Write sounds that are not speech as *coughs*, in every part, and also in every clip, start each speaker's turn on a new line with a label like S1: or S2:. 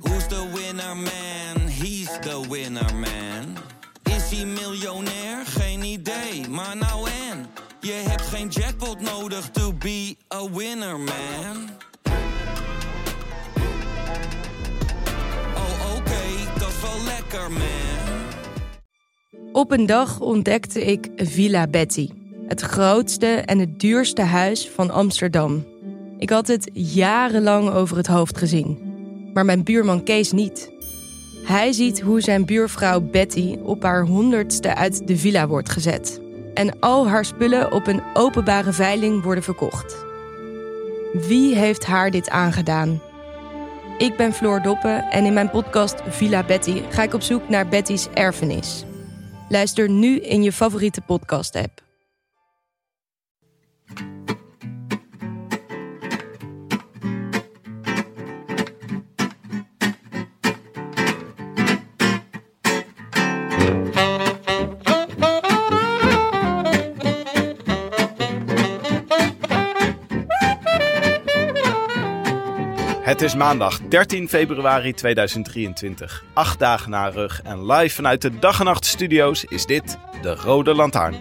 S1: Who's the winner man? He's the winner man. Is hij miljonair? Geen idee, maar nou en. Je hebt geen jackpot nodig to be a winner man. Oh oké, dat is wel lekker man.
S2: Op een dag ontdekte ik Villa Betty, het grootste en het duurste huis van Amsterdam. Ik had het jarenlang over het hoofd gezien, maar mijn buurman Kees niet. Hij ziet hoe zijn buurvrouw Betty op haar honderdste uit de villa wordt gezet en al haar spullen op een openbare veiling worden verkocht. Wie heeft haar dit aangedaan? Ik ben Floor Doppen en in mijn podcast Villa Betty ga ik op zoek naar Betty's erfenis. Luister nu in je favoriete podcast-app.
S3: Het is maandag 13 februari 2023. Acht dagen na rug en live vanuit de dag en nacht studio's is dit de Rode Lantaarn.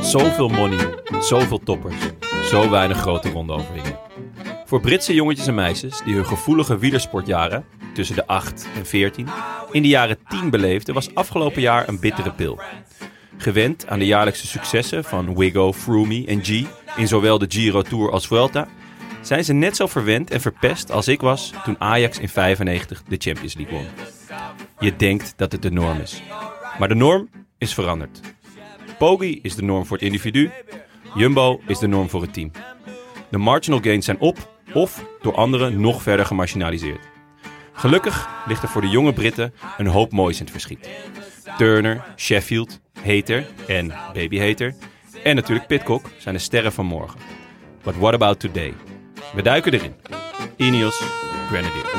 S4: Zoveel money, zoveel toppers, zo weinig grote rondeoverwinningen. Voor Britse jongetjes en meisjes die hun gevoelige wielersportjaren tussen de 8 en 14 in de jaren 10 beleefden, was afgelopen jaar een bittere pil. Gewend aan de jaarlijkse successen van Wigo, Froome en G in zowel de Giro Tour als Vuelta, zijn ze net zo verwend en verpest als ik was toen Ajax in 95 de Champions League won. Je denkt dat het de norm is. Maar de norm is veranderd. Pogi is de norm voor het individu. Jumbo is de norm voor het team. De marginal gains zijn op of door anderen nog verder gemarginaliseerd. Gelukkig ligt er voor de jonge Britten een hoop moois in het verschiet. Turner, Sheffield, Hater en Baby Hater en natuurlijk Pitcock zijn de sterren van morgen. But what about today? We duiken erin. Ineos Grenadier.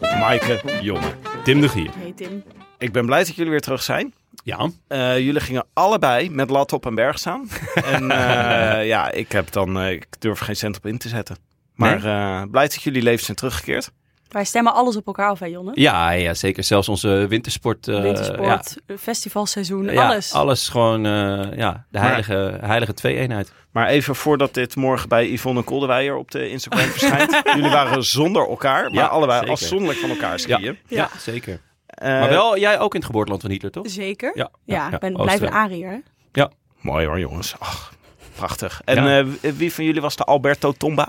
S3: Maaike, jongen.
S4: Tim de Gier.
S5: Hey Tim.
S3: Ik ben blij dat jullie weer terug zijn.
S5: Oh.
S4: Ja,
S3: Eh, jullie gingen allebei met lat op een berg
S4: *laughs*
S3: staan. en eh, ja, ik heb dan, eh, ik durf geen cent op in te zetten. Maar eh, blij dat jullie levens zijn teruggekeerd.
S5: Wij stemmen alles op elkaar af, hè Jonne?
S4: ja, ja zeker. Zelfs onze wintersport. eh, ja.
S5: Wintersport, festivalseizoen,
S4: Ja,
S5: alles.
S4: Alles gewoon, eh, ja, de heilige, heilige twee-eenheid.
S3: Maar even voordat dit morgen bij Yvonne Kolderweijer op de Instagram
S4: *laughs*
S3: verschijnt. jullie waren zonder elkaar, maar
S4: Ja,
S3: allebei
S4: zeker.
S3: afzonderlijk van elkaar
S4: Ja.
S3: skiën.
S4: Ja,
S5: Ja.
S4: zeker.
S3: Eh,
S4: maar wel jij ook in het geboorteland van Hitler, toch?
S5: Zeker.
S4: Ja,
S5: Ja, ik ben,
S4: Oostenrijk.
S5: blijf een Ariër. hè?
S3: Mooi hoor, jongens. Ach, prachtig. En
S4: Ja.
S3: eh, w- wie van jullie was de Alberto Tomba?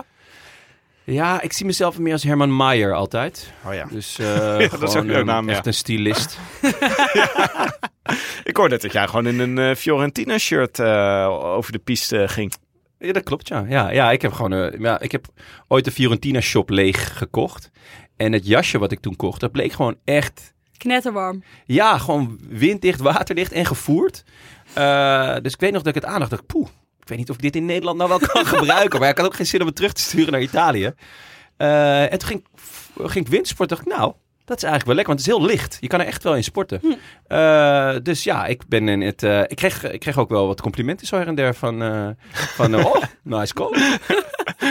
S4: Ja, ik zie mezelf meer als Herman Maier altijd.
S3: Oh *laughs* ja.
S4: Dus eh
S3: ook
S4: gewoon,
S3: jouw
S4: ehm,
S3: naam, ja.
S4: echt een stylist.
S3: Ik hoorde dat jij gewoon in een eh, Fiorentina-shirt eh, over de piste ging.
S4: Ja, dat klopt, ja. Ja, ja ik heb gewoon eh, ja, ik heb ooit de Fiorentina-shop leeg gekocht. En het jasje wat ik toen kocht, dat bleek gewoon echt...
S5: Knetterwarm.
S4: Ja, gewoon winddicht, waterdicht en gevoerd. Eh, dus ik weet nog dat ik het aandacht dacht, poeh, ik weet niet of ik dit in Nederland nou wel
S3: *laughs*
S4: kan gebruiken. Maar ik had ook geen zin om het terug te sturen naar Italië. Eh, en toen ging, ik f- ging ik windsport, dacht ik, nou, dat is eigenlijk wel lekker, want het is heel licht. Je kan er echt wel in sporten.
S3: Hm.
S4: Eh, dus ja, ik ben in het. eh, ik, kreeg, ik kreeg ook wel wat complimenten zo her en der van. eh,
S3: *laughs*
S4: van eh, oh, nice coach.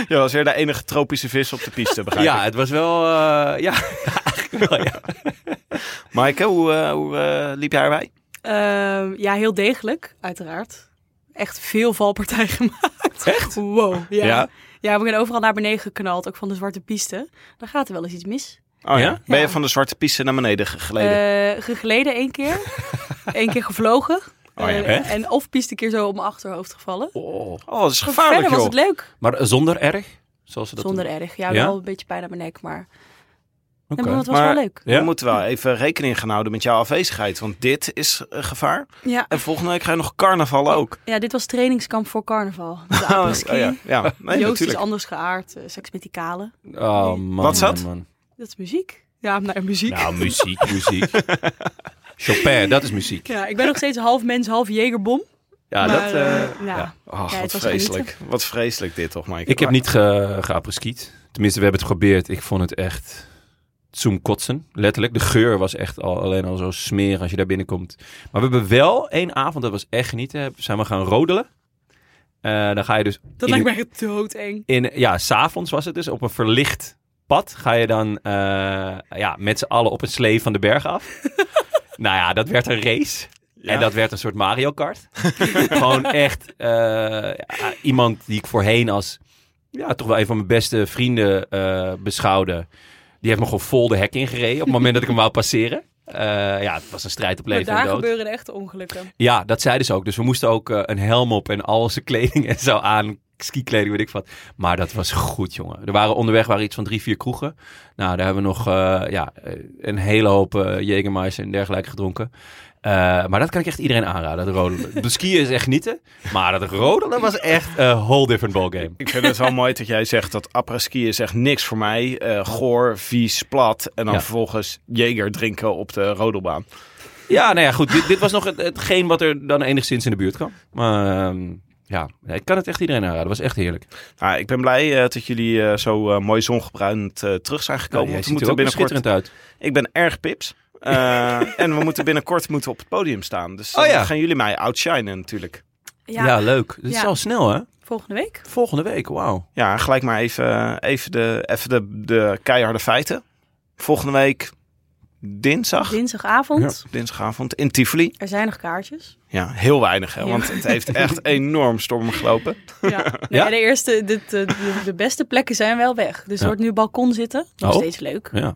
S3: Je was weer de enige tropische vis op de piste, begrijp
S4: Ja,
S3: ik.
S4: het was wel. eh, ja, *laughs* eigenlijk
S3: *laughs*
S4: wel. Ja.
S3: Maaike, hoe, eh, hoe eh, liep jij erbij?
S5: Ehm, ja, heel degelijk, uiteraard. Echt veel valpartijen *laughs* gemaakt. Echt? Wow, ja.
S4: Ja?
S5: ja. we zijn overal naar beneden geknald, ook van de zwarte piste. Dan gaat er wel eens iets mis.
S3: Oh ja?
S4: Ja?
S3: Ben je
S5: Ja.
S3: van de zwarte piste naar beneden gegleden?
S5: Eh, gegleden één keer. Eén keer gevlogen.
S3: Oh ja,
S5: Eh,
S4: echt?
S5: en of piste een keer zo op mijn achterhoofd gevallen.
S4: Oh.
S3: oh, dat is
S5: Maar
S3: gevaarlijk,
S5: verder was
S3: joh.
S5: het leuk.
S4: Maar zonder erg? Zoals ze dat
S5: Zonder
S4: doen.
S5: erg. Ja,
S4: Ja?
S5: wel een beetje pijn aan mijn nek, maar,
S4: Oké.
S5: Nee, maar het was
S3: Maar-
S5: wel leuk.
S4: Ja?
S3: We moeten wel even rekening gaan houden met jouw afwezigheid, want dit is eh, gevaar.
S5: Ja.
S3: En volgende week ga je nog carnaval ook.
S5: ja, dit was trainingskamp voor
S4: *laughs*
S5: carnaval. De
S3: Oh,
S5: apres-ski.
S3: oh ja, ja. Nee,
S5: Joost
S3: natuurlijk.
S5: is anders geaard, eh, seks met die kale.
S4: Oh, man,
S3: Wat is dat?
S4: man, man.
S5: Dat is muziek. Ja, nou, muziek.
S4: Nou, *laughs* muziek, muziek. Chopin, dat is muziek.
S5: Ja, ik ben nog steeds half mens, half jegerbom.
S4: Ja,
S5: Maar,
S4: dat,
S5: eh,
S4: eh,
S5: ja.
S4: ja.
S3: Ach,
S5: Ja, het
S3: Oh, wat
S5: was
S3: vreselijk. Wat vreselijk dit toch, Mike.
S4: Ik heb niet ge, geapreskiet. Tenminste, we hebben het geprobeerd. Ik vond het echt zoemkotsen. Letterlijk. De geur was echt al, alleen al zo smerig als je daar binnenkomt. Maar we hebben wel één avond, dat was echt genieten. heb- Zijn we gaan rodelen. Eh, dan ga je dus
S5: Dat
S4: In-
S5: lijkt me echt doodeng.
S4: in, ja, s'avonds was het dus, op een verlicht pad ga je dan eh, ja, met z'n allen op een slee van de berg
S5: *laughs*
S4: af. nou ja, dat werd een race. En dat werd een soort Mario
S5: *laughs*
S4: Kart. Gewoon echt eh, ja, iemand die ik voorheen als ja, toch wel een van mijn beste vrienden eh, beschouwde. Die heeft me gewoon vol de hek ingereden op het moment dat ik hem wou passeren. Eh, ja, het was een strijd op
S5: Maar
S4: leven en
S5: daar
S4: dood.
S5: gebeuren echt ongelukken.
S4: Ja, dat zeiden ze ook. Dus we moesten ook eh, een helm op en al onze kleding *laughs* en zo aan. Skikleding, weet ik wat. Maar dat was goed, jongen. Er waren onderweg waren iets van drie, vier kroegen. Nou, daar hebben we nog eh, ja, eh, een hele hoop eh Jägermeister en dergelijke gedronken. Eh, maar dat kan ik echt iedereen aanraden, dat *laughs* rodelen. De skiën is echt genieten. Maar dat rodelen was echt een whole different ballgame.
S3: Ik vind het
S4: *laughs*
S3: wel mooi dat jij zegt dat apres-ski is echt niks voor mij. Eh goor, vies, plat. En dan
S4: Ja.
S3: vervolgens Jager drinken op de rodelbaan.
S4: Ja, nou ja, goed. Dit, dit was nog het, hetgeen wat er dan enigszins in de buurt kwam. Maar ehm, ja, ik kan het echt iedereen aanraden. Het was echt heerlijk.
S3: Nou, ik ben blij eh, dat jullie eh, zo eh, mooi zongebruind eh, terug zijn
S4: Nou,
S3: gekomen.
S4: jij
S3: want we
S4: ziet er
S3: moeten
S4: ook
S3: binnenkort
S4: schitterend uit.
S3: Ik ben erg
S4: *laughs*
S3: pips. Eh, en we moeten binnenkort moeten we op het podium staan. Dus
S4: Oh
S3: eh,
S4: ja.
S3: dan gaan jullie mij outshinen natuurlijk.
S5: Ja,
S4: Ja, leuk. Het is
S5: Ja.
S4: al snel, hè?
S5: volgende week.
S4: Volgende week, wauw.
S3: Ja, gelijk maar even, even, de, even de, de keiharde feiten. Volgende week dinsdag.
S5: Dinsdagavond.
S3: Dinsdagavond in Tivoli.
S5: Er zijn nog kaartjes.
S3: Ja, heel weinig, hè,
S5: Ja.
S3: want het heeft
S5: *laughs*
S3: echt enorm storm gelopen.
S5: Ja.
S4: *laughs*
S5: Nee,
S4: Ja?
S5: De, eerste, de, de, de- de beste plekken zijn wel weg. Dus
S4: Ja.
S5: er wordt nu balkon zitten. Nog
S4: Oh.
S5: steeds leuk.
S4: Ja.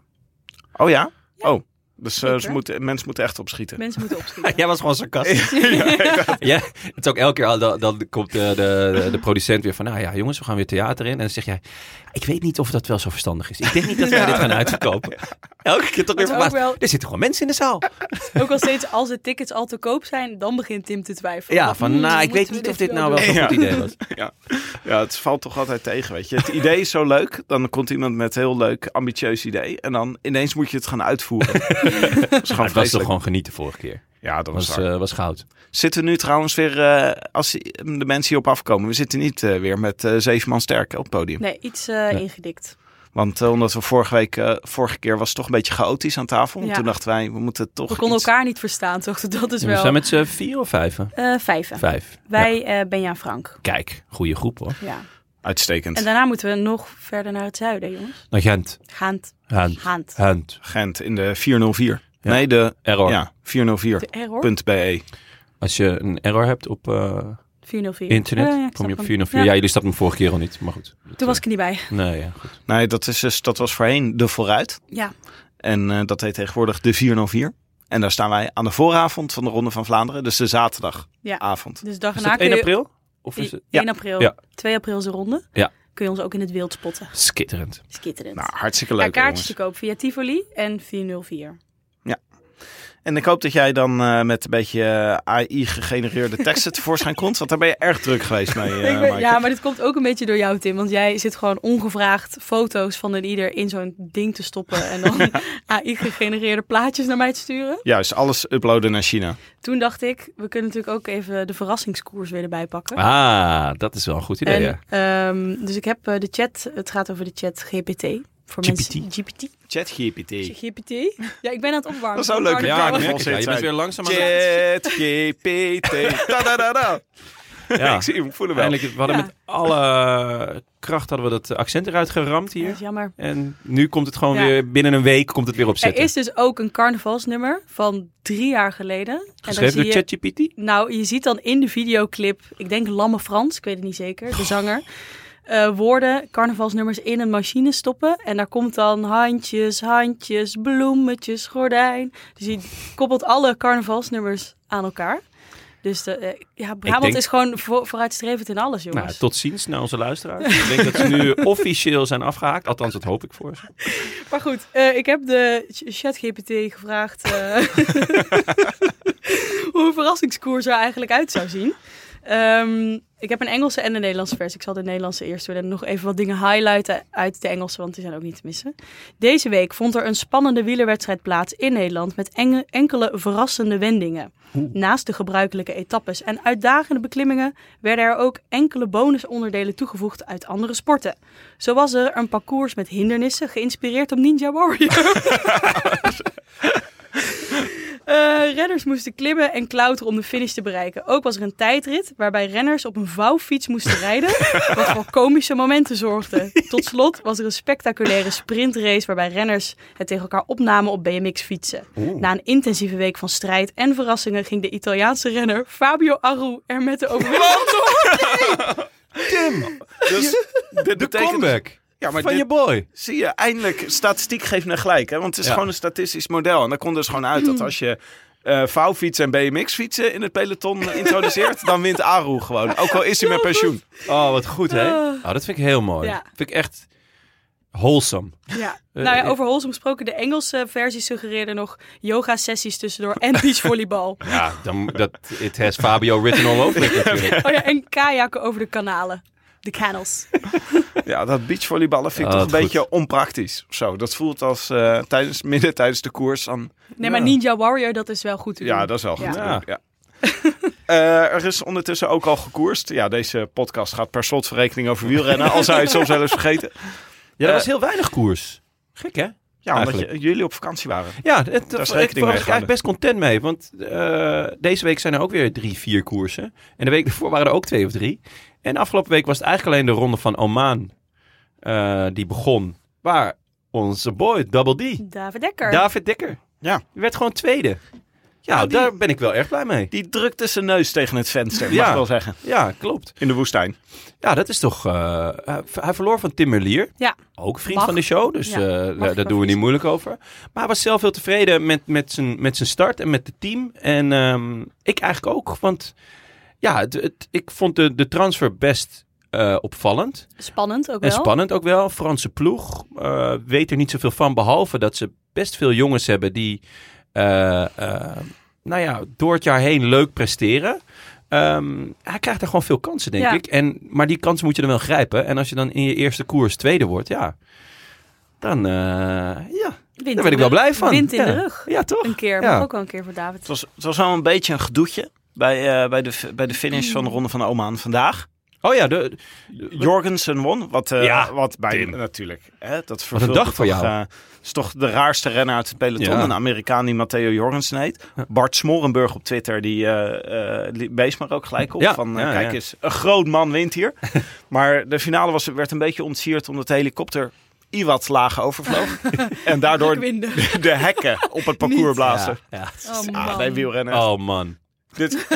S3: Oh ja? Oh, dus eh, ze
S5: Zeker.
S3: moeten, mensen moeten echt opschieten.
S5: Mensen moeten
S4: *laughs*
S5: opschieten.
S4: *laughs* Jij was gewoon sarcastisch. ja, het is ook elke keer al, dan, dan komt de, de, de producent weer van, nou ja jongens, we gaan weer theater in. En dan zeg jij, ik weet niet of dat wel zo verstandig is. Ik denk niet dat wij dit gaan uitverkopen. Elke keer toch weer
S5: Wat ook
S4: verbaasd.
S5: wel-
S4: Er zitten gewoon mensen in de zaal.
S5: Ook al steeds als de tickets al te koop zijn, dan begint Tim te twijfelen.
S4: Ja, van,
S5: Hmm,
S4: nou, ik
S5: moeten
S4: weet
S5: we
S4: niet of dit nou
S5: doen?
S4: wel zo'n
S3: Ja.
S4: goed idee was.
S3: Ja, het valt toch altijd tegen, weet je. Het idee is zo leuk, dan komt iemand met een heel leuk, ambitieus idee. En dan ineens moet je het gaan
S5: *laughs*
S3: uitvoeren. dat is gewoon
S4: Maar het was toch
S3: vreselijk.
S4: gewoon genieten vorige keer.
S3: Ja, dat was
S4: was,
S3: waar.
S4: eh, was goud.
S3: Zitten we nu trouwens weer, eh, als de mensen hierop afkomen, we zitten niet eh, weer met eh, zeven man sterk op het podium.
S5: Nee, iets eh,
S4: Nee.
S5: ingedikt.
S3: Want eh, omdat we vorige week, eh, vorige keer was het toch een beetje chaotisch aan tafel. En
S5: Ja.
S3: Toen dachten wij, we moeten toch
S5: We konden
S3: iets-
S5: elkaar niet verstaan, toch? *laughs* Dat is
S4: we
S5: wel...
S4: zijn met z'n vier of vijf? hè?
S5: eh, vijven.
S4: Vijf. Ja.
S5: Wij, eh Benja en Frank.
S4: Kijk, goede groep hoor.
S5: Ja.
S3: Uitstekend.
S5: En daarna moeten we nog verder naar het zuiden, jongens.
S4: Nou, Gent.
S5: Gaand.
S4: Gent.
S5: Gaand.
S4: Gent.
S3: Gent in de 404.
S4: Ja. Oh.
S3: Nee, de
S4: Error.
S3: ja, 404.be.
S5: De error.
S3: E.
S4: Als je een error hebt op... eh,
S5: 404.
S4: Internet?
S5: Ja, ja, ik
S4: kom je
S5: snap
S4: op
S5: hem.
S4: 404? Ja.
S5: Ja.
S4: jullie stapten hem vorige keer al niet, maar goed. Eh,
S5: Toen was ik er niet bij.
S4: Nee, ja, goed.
S3: Nee, dat, is dus, dat was voorheen de vooruit.
S5: Ja.
S3: En eh, dat heet tegenwoordig de 404. En daar staan wij aan de vooravond van de Ronde van Vlaanderen. Dus de zaterdagavond.
S5: Dus dag
S4: Is
S5: na
S4: dat
S5: kun
S4: 1
S5: je...
S4: april? Of is het...
S5: I- 1 april.
S4: Ja.
S5: 2 april is de ronde.
S4: Ja.
S5: Kun je ons ook in het wild spotten.
S4: Skitterend.
S5: Skitterend.
S3: Nou, hartstikke
S5: ja,
S3: leuk.
S5: kaartjes
S3: jongens.
S5: te koop via Tivoli en 404.
S3: En ik hoop dat jij dan eh, met een beetje eh, AI-gegenereerde teksten *laughs* tevoorschijn komt. Want daar ben je erg druk geweest mee, eh,
S5: *laughs* Ik ben-
S3: Maaike.
S5: ja, maar dit komt ook een beetje door jou, Tim. Want jij zit gewoon ongevraagd foto's van een ieder in zo'n ding te stoppen. En dan *laughs* AI-gegenereerde plaatjes naar mij te sturen.
S3: Juist, alles uploaden naar China.
S5: Toen dacht ik, we kunnen natuurlijk ook even de verrassingskoers weer erbij pakken.
S4: Ah, dat is wel een goed idee,
S5: En,
S4: ja.
S5: ehm, dus ik heb eh, de chat, het gaat over de chat GPT. Voor
S4: GPT.
S5: Mensen, GPT.
S3: ChatGPT.
S5: GPT. Ja, ik ben aan het opwarmen.
S3: Dat is zo leuk,
S5: Arno
S3: ja,
S5: Brouwer.
S3: ik merk het.
S4: Ja, je bent weer langzaam aan het...
S3: ChatGPT. Ta-da-da-da.
S4: Ja.
S3: Ik zie hem, ik voel hem wel.
S4: Eindelijk, we hadden
S5: Ja.
S4: met alle eh, kracht hadden we dat accent eruit geramd
S5: Ja, dat
S4: hier.
S5: is jammer.
S4: En nu komt het gewoon
S5: Ja.
S4: weer, binnen een week komt het weer op
S5: Er
S4: zitten.
S5: is dus ook een carnavalsnummer van drie jaar geleden. En daar
S4: Geschreven
S5: zie
S4: door
S5: je-
S4: ChatGPT?
S5: Nou, je ziet dan in de videoclip, ik denk Lamme Frans, ik weet het niet zeker, de zanger. eh, woorden, carnavalsnummers in een machine stoppen. En daar komt dan handjes, handjes, bloemetjes, gordijn. Dus je koppelt alle carnavalsnummers aan elkaar. Dus de, eh, ja, Brabant
S4: denk-
S5: is gewoon voor, vooruitstrevend in alles, jongens.
S4: Nou, tot ziens naar onze luisteraars. Ik denk dat ze
S5: *laughs*
S4: nu officieel zijn afgehaakt. Althans, dat hoop ik voor ze.
S5: Maar goed, eh, ik heb de ch- ChatGPT *laughs* gevraagd eh, hoe een verrassingskoers er eigenlijk uit zou zien. Ehm, ik heb een Engelse en een Nederlandse versie. Ik zal de Nederlandse eerst willen en nog even wat dingen highlighten uit de Engelse, want die zijn ook niet te missen. Deze week vond er een spannende wielerwedstrijd plaats in Nederland met enge- enkele verrassende wendingen. Naast de gebruikelijke etappes en uitdagende beklimmingen werden er ook enkele bonusonderdelen toegevoegd uit andere sporten. Zo was er een parcours met hindernissen geïnspireerd op Ninja Warrior. Eh, renners moesten klimmen en klauteren om de finish te bereiken. Ook was er een tijdrit waarbij renners op een vouwfiets moesten rijden, wat voor komische momenten zorgde. Tot slot was er een spectaculaire sprintrace waarbij renners het tegen elkaar opnamen op BMX-fietsen. Na een intensieve week van strijd en verrassingen ging de Italiaanse renner Fabio Aru er met de overwinning aan toe.
S3: Dus dit
S4: *laughs* De
S3: betekent-
S4: comeback
S3: Ja, maar
S4: van
S3: dit
S4: je boy.
S3: zie je eindelijk, statistiek geeft me gelijk. Hè? Want het is
S4: Ja.
S3: gewoon een statistisch model. En daar komt dus gewoon uit dat als je eh vouwfietsen en BMX-fietsen in het peloton eh,
S4: *laughs*
S3: introduceert, dan wint Aru gewoon. Ook al is hij met pensioen.
S4: Oh, wat goed, hè? Oh, dat vind ik heel mooi.
S5: Ja.
S4: Vind ik echt wholesome.
S5: Ja.
S4: Eh,
S5: nou ja,
S4: eh.
S5: over Holsom gesproken, de Engelse versie suggereerde nog yoga-sessies tussendoor en
S4: *laughs*
S5: beachvolleybal.
S4: Ja, dan, dat, it has Fabio written all over it natuurlijk.
S5: Oh ja, en kajakken over de kanalen. De canals.
S3: Ja, dat beachvolleyballen vind ik
S4: Ah,
S3: toch een
S4: goed.
S3: beetje onpraktisch. of Zo, dat voelt als eh, tijdens, midden tijdens de koers. Dan,
S5: Nee, maar Ninja Warrior, dat is wel goed te doen.
S3: ja, dat is wel goed.
S4: Ja.
S3: Ja. *laughs* Eh, er is ondertussen ook al gekoerst. Ja, deze podcast gaat per slotverrekening over wielrennen. al zou je het soms wel eens vergeten. Eh,
S4: Ja, dat was heel weinig koers. Gek, hè?
S3: Ja, omdat
S4: Eigenlijk.
S3: je- jullie op vakantie waren.
S4: Ja, het,
S3: Daar is
S4: ik
S3: rekening
S4: was
S3: mee
S4: ik eigenlijk best content mee. Want eh, deze week zijn er ook weer drie, vier koersen. En de week daarvoor waren er ook twee of drie. En afgelopen week was het eigenlijk alleen de ronde van Oman eh, die begon. Waar onze boy, Double D,
S5: David Dekker.
S4: David Dekker,
S3: Ja.
S4: die werd gewoon tweede. Ja,
S3: die-
S4: daar ben ik wel erg blij mee.
S3: Die drukte zijn neus tegen het venster, mag
S4: Ja.
S3: ik wel zeggen.
S4: Ja, klopt.
S3: In de woestijn.
S4: Ja, dat is toch... eh, hij- hij verloor van Tim Merlier.
S5: Ja.
S4: Ook vriend
S5: Mag.
S4: van de show, dus
S5: Ja,
S4: eh,
S5: mag
S4: daar, daar
S5: ik
S4: doen we
S5: wel
S4: niet moeilijk over. Maar hij was zelf heel tevreden met, met, zijn, met zijn start en met het team. En ehm, ik eigenlijk ook, want ja, het, het- ik vond de, de transfer best eh, opvallend.
S5: Spannend ook
S4: En
S5: wel.
S4: spannend ook wel. Franse ploeg eh, weet er niet zoveel van, behalve dat ze best veel jongens hebben die, eh, eh, nou ja, door het jaar heen leuk presteren. Ehm, hij krijgt er gewoon veel kansen, denk
S5: Ja.
S4: ik. En, maar die kansen moet je dan wel grijpen. En als je dan in je eerste koers tweede wordt, ja, dan, eh, ja,
S5: Wind
S4: daar
S5: in
S4: ben ik wel
S5: de-
S4: blij van.
S5: Wind in
S4: ja.
S5: de rug.
S4: Ja, toch?
S5: Een keer,
S4: Ja.
S5: maar ook wel een keer voor David.
S3: Het was, het was wel een beetje een gedoetje bij, eh, bij, de, f- bij de finish van de Ronde van Oman vandaag.
S4: Oh ja, de,
S3: Jorgensen won, wat, eh,
S4: Ja,
S3: wat bij
S4: Tim.
S3: natuurlijk. Hè, dat
S4: een dag voor jou.
S3: Het is toch de raarste renner uit het peloton.
S4: Ja.
S3: Een Amerikaan die Matteo Jorgensen heet. Bart Smorenburg op Twitter, die eh eh, li- wees maar ook gelijk op.
S4: Ja,
S3: Van, eh,
S4: ja,
S3: kijk
S4: ja.
S3: eens, een groot man wint
S4: *laughs*
S3: hier. maar de finale was, werd een beetje ontsierd omdat de helikopter iwat laag
S4: *laughs*
S3: overvloog. en daardoor
S5: Winden.
S3: de hekken op het parcours blazen.
S4: ja.
S5: Oh man.
S3: Ah, bij wielrennen.
S4: Oh man.
S3: Dit,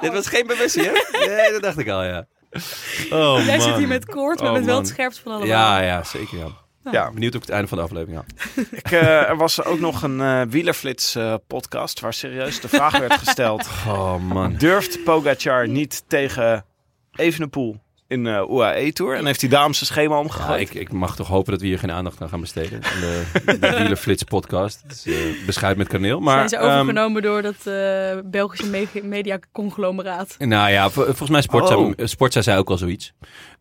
S4: Dit was geen bewustzijn, hè? *laughs* Nee, dat dacht ik al, ja. *laughs* Oh,
S5: Jij
S4: man.
S5: zit hier met koorts, maar
S4: Oh,
S5: met wel
S4: man.
S5: het scherpst van allemaal.
S4: Ja, ja, zeker. Ja.
S3: ja,
S4: Benieuwd of ik het einde van de aflevering had.
S3: ik, eh, er was ook nog een eh, wielerflits eh, podcast waar serieus de vraag werd gesteld.
S4: Oh man.
S3: Durft Pogacar niet tegen Evenepoel in eh UAE Tour? En heeft hij daarom zijn schema
S4: *laughs* Ja,
S3: omgegooid?
S4: ik, ik mag toch hopen dat we hier geen aandacht aan gaan besteden. In de, de Wielerflits podcast. Het is, eh, bescheid met kaneel. Maar,
S5: Zijn ze
S4: ehm,
S5: overgenomen door dat eh, Belgische me- mediaconglomeraat.
S4: nou ja, vo- volgens mij sport,
S3: Oh.
S4: zei, eh, sport zei zij ook al zoiets.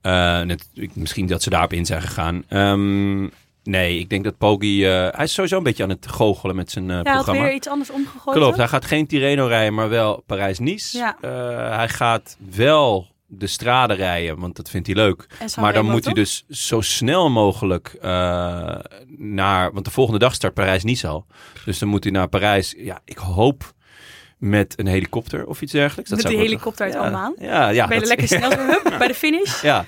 S4: Eh, net, ik- misschien dat ze daarop in zijn gegaan. Ehm, nee, ik denk dat Pogi... eh, hij is sowieso een beetje aan het goochelen met zijn eh,
S5: Hij had
S4: programma.
S5: weer iets anders omgegooid.
S4: Klopt,
S5: toch?
S4: hij gaat geen Tirreno rijden, maar wel Parijs-Nice.
S5: Ja.
S4: Eh, hij gaat wel de straden rijden, want dat vindt hij leuk.
S5: En Sanremo,
S4: Maar dan moet hij
S5: toch?
S4: dus zo snel mogelijk eh, naar... Want de volgende dag start Parijs-Nice al. Dus dan moet hij naar Parijs. Ja, ik hoop met een helikopter of iets dergelijks. dus- Dat
S5: Met
S4: zou
S5: die
S4: ik wel-
S5: helikopter uit
S4: ja,
S5: Oman?
S4: Ja, ja.
S5: ben je
S4: dat-
S5: er lekker snel weer, hup, bij de
S4: *laughs*
S5: finish.
S4: ja.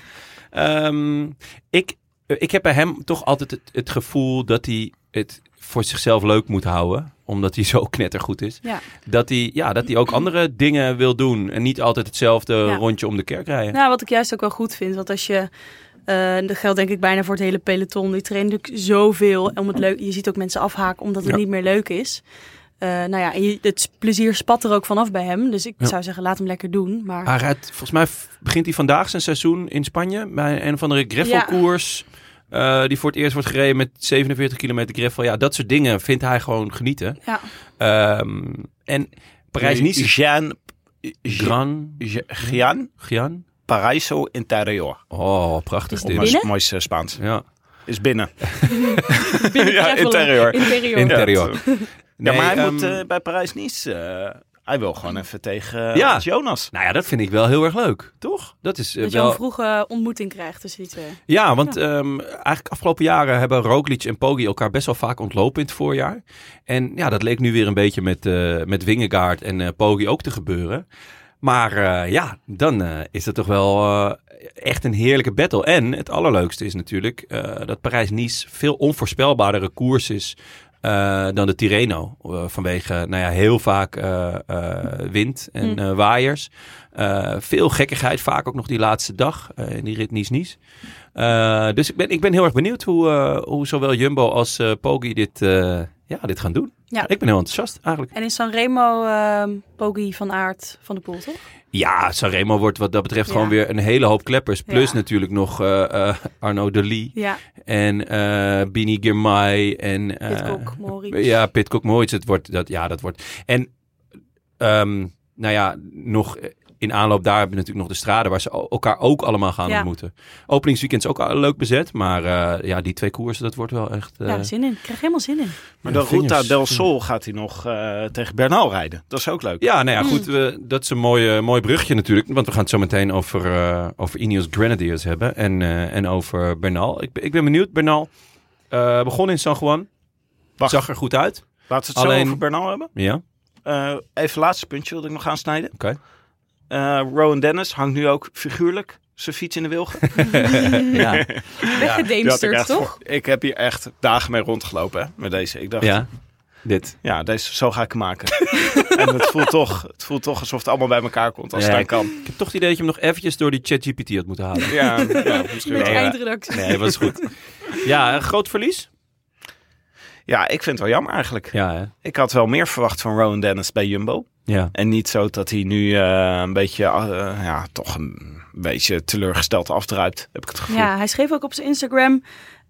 S4: Ehm, ik, ik heb bij hem toch altijd het, het gevoel dat hij het voor zichzelf leuk moet houden. Omdat hij zo knettergoed is.
S5: Ja.
S4: Dat hij, ja, dat hij ook andere dingen wil doen. En niet altijd hetzelfde
S5: Ja.
S4: rondje om de kerk rijden.
S5: Nou, wat ik juist ook wel goed vind. Want als je... eh, dat geldt denk ik bijna voor het hele peloton. Die trainen natuurlijk zoveel. Om het leuk, je ziet ook mensen afhaken omdat het
S4: Ja.
S5: niet meer leuk is. Eh, nou ja, en je- het plezier spat er ook vanaf bij hem. Dus ik
S4: Ja. Ah.
S5: zou zeggen, laat hem lekker doen. Maar
S4: Hij rijdt, volgens mij f- begint hij vandaag zijn seizoen in Spanje. Bij een of andere greffelkoers. eh, die voor het eerst wordt gereden met 47 kilometer greffel. Ja, dat soort dingen vindt hij gewoon genieten.
S5: ja,
S4: Ehm, en Parijs-Nice
S3: Jean
S4: Gran,
S3: Je- Gian
S4: Gian.
S3: Paraíso Interior.
S4: Oh, prachtig
S5: Is dit
S4: dit.
S3: Mooi,
S5: Binnen?
S3: mooi eh, Spaans.
S4: Ja,
S3: Is binnen.
S4: *laughs*
S5: Binnen
S3: Ja,
S5: Treffelen.
S3: interieur.
S5: Interior.
S4: interieur.
S3: Ja,
S4: Nee,
S3: maar hij
S4: ehm,
S3: moet eh, bij Parijs niet. hij wil gewoon even tegen eh,
S4: Ja.
S3: Jonas,
S4: Nou ja, dat vind ik wel heel erg leuk.
S3: toch?
S4: Dat is eh,
S5: Dat je
S4: wel...
S5: een vroege ontmoeting krijgt tussen die twee.
S4: Ja, want ehm, eigenlijk afgelopen jaren hebben Roglic en Poggi elkaar best wel vaak ontlopen in het voorjaar. En ja, dat leek nu weer een beetje met, eh met Wingegaard en eh Poggi ook te gebeuren. Maar eh, ja, dan eh, is dat toch wel eh, echt een heerlijke battle. En het allerleukste is natuurlijk eh, dat Parijs-Nice veel onvoorspelbaardere koers is eh, dan de Tirreno. Eh, vanwege nou ja, heel vaak eh, eh, wind en
S5: Hm.
S4: eh, waaiers. Eh, veel gekkigheid, vaak ook nog die laatste dag eh, in die rit Nice-Nice. Eh, dus ik ben, ik ben heel erg benieuwd hoe, eh, hoe zowel Jumbo als eh Poggi dit, eh, ja, dit gaan doen.
S5: Ja.
S4: Ik ben heel enthousiast eigenlijk.
S5: En in Sanremo ehm Poggi van Aert van de Poel, toch?
S4: Ja, Sanremo wordt wat dat betreft
S5: Ja.
S4: gewoon weer een hele hoop kleppers. Plus
S5: Ja.
S4: natuurlijk nog eh, eh, Arno de Lee
S5: Ja,
S4: en eh Bini Girmay en... eh,
S5: Pitcock, Mori.
S4: Ja, Pitcock Moritz. Het wordt, dat, ja, dat wordt... En, ehm, nou ja, nog... eh, In aanloop daar hebben we natuurlijk nog de straden waar ze el- elkaar ook allemaal gaan
S5: Ja.
S4: ontmoeten. Openingsweekend is ook al leuk bezet, maar eh, ja, die twee koersen, dat wordt wel echt... eh,
S5: Ja, zin in. Ik krijg helemaal zin in.
S3: Maar
S4: Ja,
S3: de Ruta
S4: vingers.
S3: del Sol gaat hij nog eh, tegen Bernal rijden. Dat is ook leuk.
S4: Ja, nou ja, goed. we- dat is een mooie, mooi brugje natuurlijk. Want we gaan het zo meteen over, eh over Ineos Grenadiers hebben. En, eh, en over Bernal. Ik, ben- ik ben benieuwd. Bernal eh, begon in San Juan.
S3: Wacht.
S4: Zag er goed uit.
S3: Laten we het
S4: Alleen-
S3: zo over Bernal hebben.
S4: Ja,
S3: Eh, even laatste puntje wilde ik nog aansnijden.
S4: oké.
S3: Eh, Rowan Dennis hangt nu ook figuurlijk zijn fiets in de wilgen.
S4: *laughs* ja.
S5: Weggedemsterd,
S3: Die had ik echt
S5: toch?
S3: voor- Ik heb hier echt dagen mee rondgelopen hè, met deze. Ik dacht, ja,
S4: ja, dit.
S3: deze, zo ga ik hem maken. *laughs* en het voelt, toch, het voelt toch alsof het allemaal bij elkaar komt als
S4: Ja,
S3: het
S4: ik-
S3: dan kan.
S4: Ik heb toch het idee dat je hem nog eventjes door die ChatGPT had moeten *laughs* halen.
S3: Ja, ja, misschien
S5: Met
S3: wel.
S4: ja.
S5: eindredactie.
S4: Nee, was goed. Ja, een groot verlies.
S3: ja, ik vind het wel jammer eigenlijk.
S4: Ja, hè?
S3: Ik had wel meer verwacht van Rowan Dennis bij Jumbo.
S4: ja.
S3: En niet zo dat hij nu eh, een beetje, eh, ja, toch een beetje teleurgesteld afdruipt, heb ik het gevoel.
S5: Ja, hij schreef ook op zijn Instagram: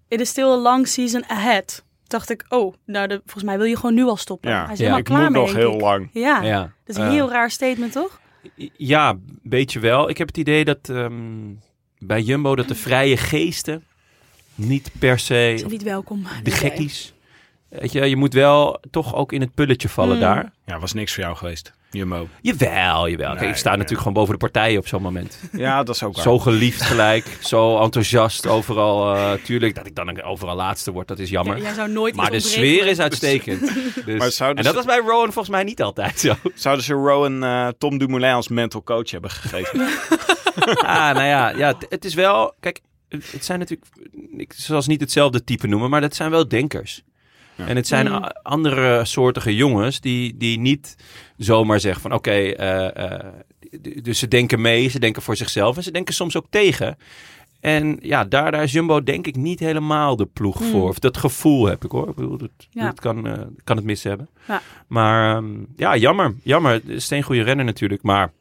S5: It is still a long season ahead. Dacht ik, oh, nou, de- volgens mij wil je gewoon nu al stoppen.
S3: Ja.
S5: Hij is
S4: Ja,
S5: helemaal
S3: ik
S5: klaar
S3: moet
S5: mee,
S3: nog
S5: denk
S3: heel
S5: ik.
S3: lang.
S5: Ja,
S4: ja.
S5: Ah, dat is een
S4: Eh,
S5: heel raar statement, toch?
S4: Ja, een beetje wel. Ik heb het idee dat ehm, bij Jumbo dat de vrije geesten niet per se,
S5: Is niet welkom.
S4: de gekkies. Weet je, je moet wel toch ook in het pulletje vallen
S5: Mm.
S4: daar.
S3: Ja, was niks voor jou geweest, Jumbo.
S4: Jawel, jawel. Kijk,
S3: Nee,
S4: ik sta
S3: nee.
S4: natuurlijk gewoon boven de partijen op zo'n moment.
S3: Ja, dat is ook waar.
S4: Zo geliefd gelijk, *laughs* zo enthousiast overal. eh, tuurlijk, dat ik dan overal laatste word, dat is jammer.
S5: Ja, jij zou nooit
S4: Maar de
S5: iets
S4: sfeer
S5: ontbreken.
S4: is
S5: *laughs*
S4: uitstekend. Dus,
S3: Maar zouden
S4: en dat
S3: ze-
S4: was bij Rowan volgens mij niet altijd zo.
S3: Zouden ze Rowan eh, Tom Dumoulin als mental coach hebben gegeven?
S4: *laughs* Ah, nou ja, ja het, het is wel. Kijk, het het zijn natuurlijk. Ik zal ze niet hetzelfde type noemen, maar dat zijn wel denkers.
S3: Ja.
S4: En het zijn
S5: Mm.
S4: a- andere soortige jongens die, die niet zomaar zeggen van oké, eh, eh, d- dus ze denken mee, ze denken voor zichzelf en ze denken soms ook tegen. En ja, daar, daar is Jumbo denk ik niet helemaal de ploeg
S5: Mm.
S4: voor. Of dat gevoel heb ik hoor. Ik bedoel, dat,
S5: Ja.
S4: dat kan, eh, kan het mis hebben.
S5: Ja.
S4: Maar ehm, ja, jammer. Jammer. Steengoede renner natuurlijk. Maar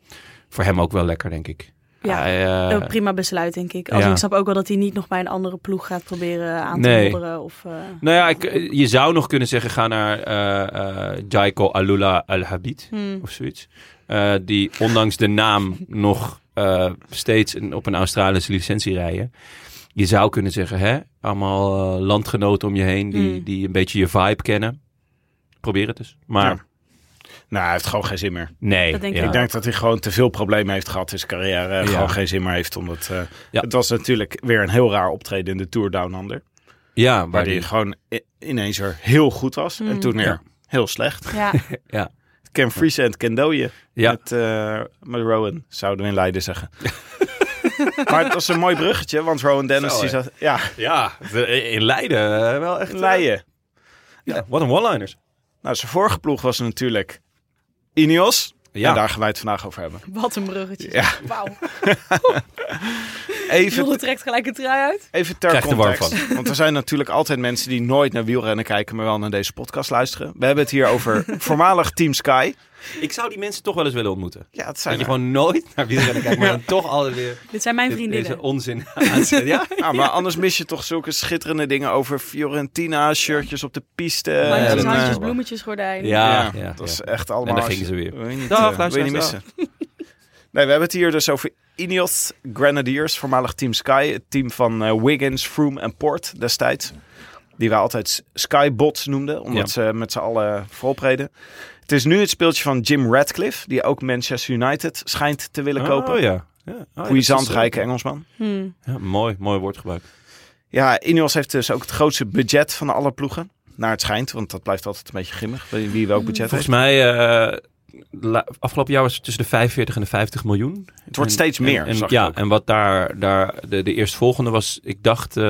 S4: voor hem ook wel lekker, denk ik.
S5: Ja.
S4: Hij, eh,
S5: Een prima besluit, denk ik. Als
S4: ja.
S5: ik snap ook wel dat hij niet nog bij een andere ploeg gaat proberen aan te
S4: Nee.
S5: modderen. Of, eh,
S4: Nou ja, ik, je zou nog kunnen zeggen, ga naar eh eh Jaiko Alula Al-Habid
S5: hmm.
S4: of zoiets. Eh, die ondanks de
S5: *laughs*
S4: naam nog eh, steeds een- op een Australische licentie rijden. Je zou kunnen zeggen, hè, allemaal eh, landgenoten om je heen die,
S5: Mm.
S4: die een beetje je vibe kennen. Probeer het dus. Maar
S3: Ja. nou, hij heeft gewoon geen zin meer.
S4: nee.
S5: Dat denk
S4: ja.
S5: ik
S3: Ik denk dat hij gewoon te veel problemen heeft gehad in zijn carrière. en
S4: Ja.
S3: Gewoon geen zin meer heeft. Omdat, eh,
S4: Ja.
S3: Het was natuurlijk weer een heel raar optreden in de Tour Down Under.
S4: Ja, waar,
S3: Waar
S4: die,
S3: hij gewoon i- ineens er heel goed was. En
S5: Mm.
S3: toen weer
S4: Ja.
S3: heel slecht.
S5: Ja, *laughs*
S3: Ken Friese en Ken Dooyen
S4: ja,
S3: met, eh, met Rowan, zouden we in Leiden zeggen. *laughs* maar het was een mooi bruggetje, want Rowan Dennis
S4: Zo,
S3: die
S4: hè.
S3: zat... Ja,
S4: ja, in Leiden eh, wel echt. eh,
S3: in Leiden.
S4: Ja, wat een one-liners.
S3: Nou, zijn vorige ploeg was natuurlijk Ineos.
S4: Ja.
S3: En daar gaan wij het vandaag over hebben.
S5: wat een bruggetje.
S3: Ja.
S5: Wauw. Jolle
S3: Even,
S5: trekt gelijk een trui uit.
S3: even ter
S4: Krijg er warm
S3: context. Want er zijn natuurlijk altijd mensen die nooit naar wielrennen kijken, maar wel naar deze podcast luisteren. We hebben het hier over voormalig Team Sky.
S4: Ik zou die mensen toch wel eens willen ontmoeten.
S3: Ja, het
S4: Dat
S3: zijn
S4: je
S3: er.
S4: gewoon nooit naar wielrennen kijkt, *laughs* maar dan toch altijd weer...
S5: Dit zijn mijn
S4: Dit- Deze
S5: vriendinnen.
S4: onzin. *laughs* aanzetten. ja?
S3: Nou, maar anders mis je toch zulke schitterende dingen over Fiorentina, shirtjes op de piste.
S5: Mandjes,
S4: en, eh,
S5: handjes,
S3: eh,
S5: bloemetjes, gordijn.
S4: Ja, ja,
S3: dat
S4: ja.
S3: is echt allemaal...
S4: En daar gingen ze weer.
S3: Wil je niet,
S4: Dag,
S3: eh, wil je niet
S4: luisteraars,
S3: missen. Nee, we hebben het hier dus over Ineos Grenadiers, voormalig Team Sky. Het team van eh, Wiggins, Froome en Port destijds. Die we altijd Skybots noemden, omdat ze met z'n allen volpreden. Het is nu het speeltje van Jim Radcliffe, die ook Manchester United schijnt te willen kopen.
S4: Oh ja. ja. Oh,
S3: Puissant,
S4: dat is, eh,
S3: rijke Engelsman.
S5: Hmm.
S4: Ja, mooi, mooi woordgebruik.
S3: Ja, Ineos heeft dus ook het grootste budget van alle ploegen. Naar het schijnt, want dat blijft altijd een beetje grimmig. Wie wie welk budget heeft.
S4: Volgens mij, eh, la- afgelopen jaar was het tussen de 45 en de 50 miljoen.
S3: Het wordt
S4: En-
S3: steeds
S4: en-
S3: meer,
S4: En,
S3: zag ik
S4: ja,
S3: ook.
S4: en wat daar, daar de, de eerstvolgende was, ik dacht eh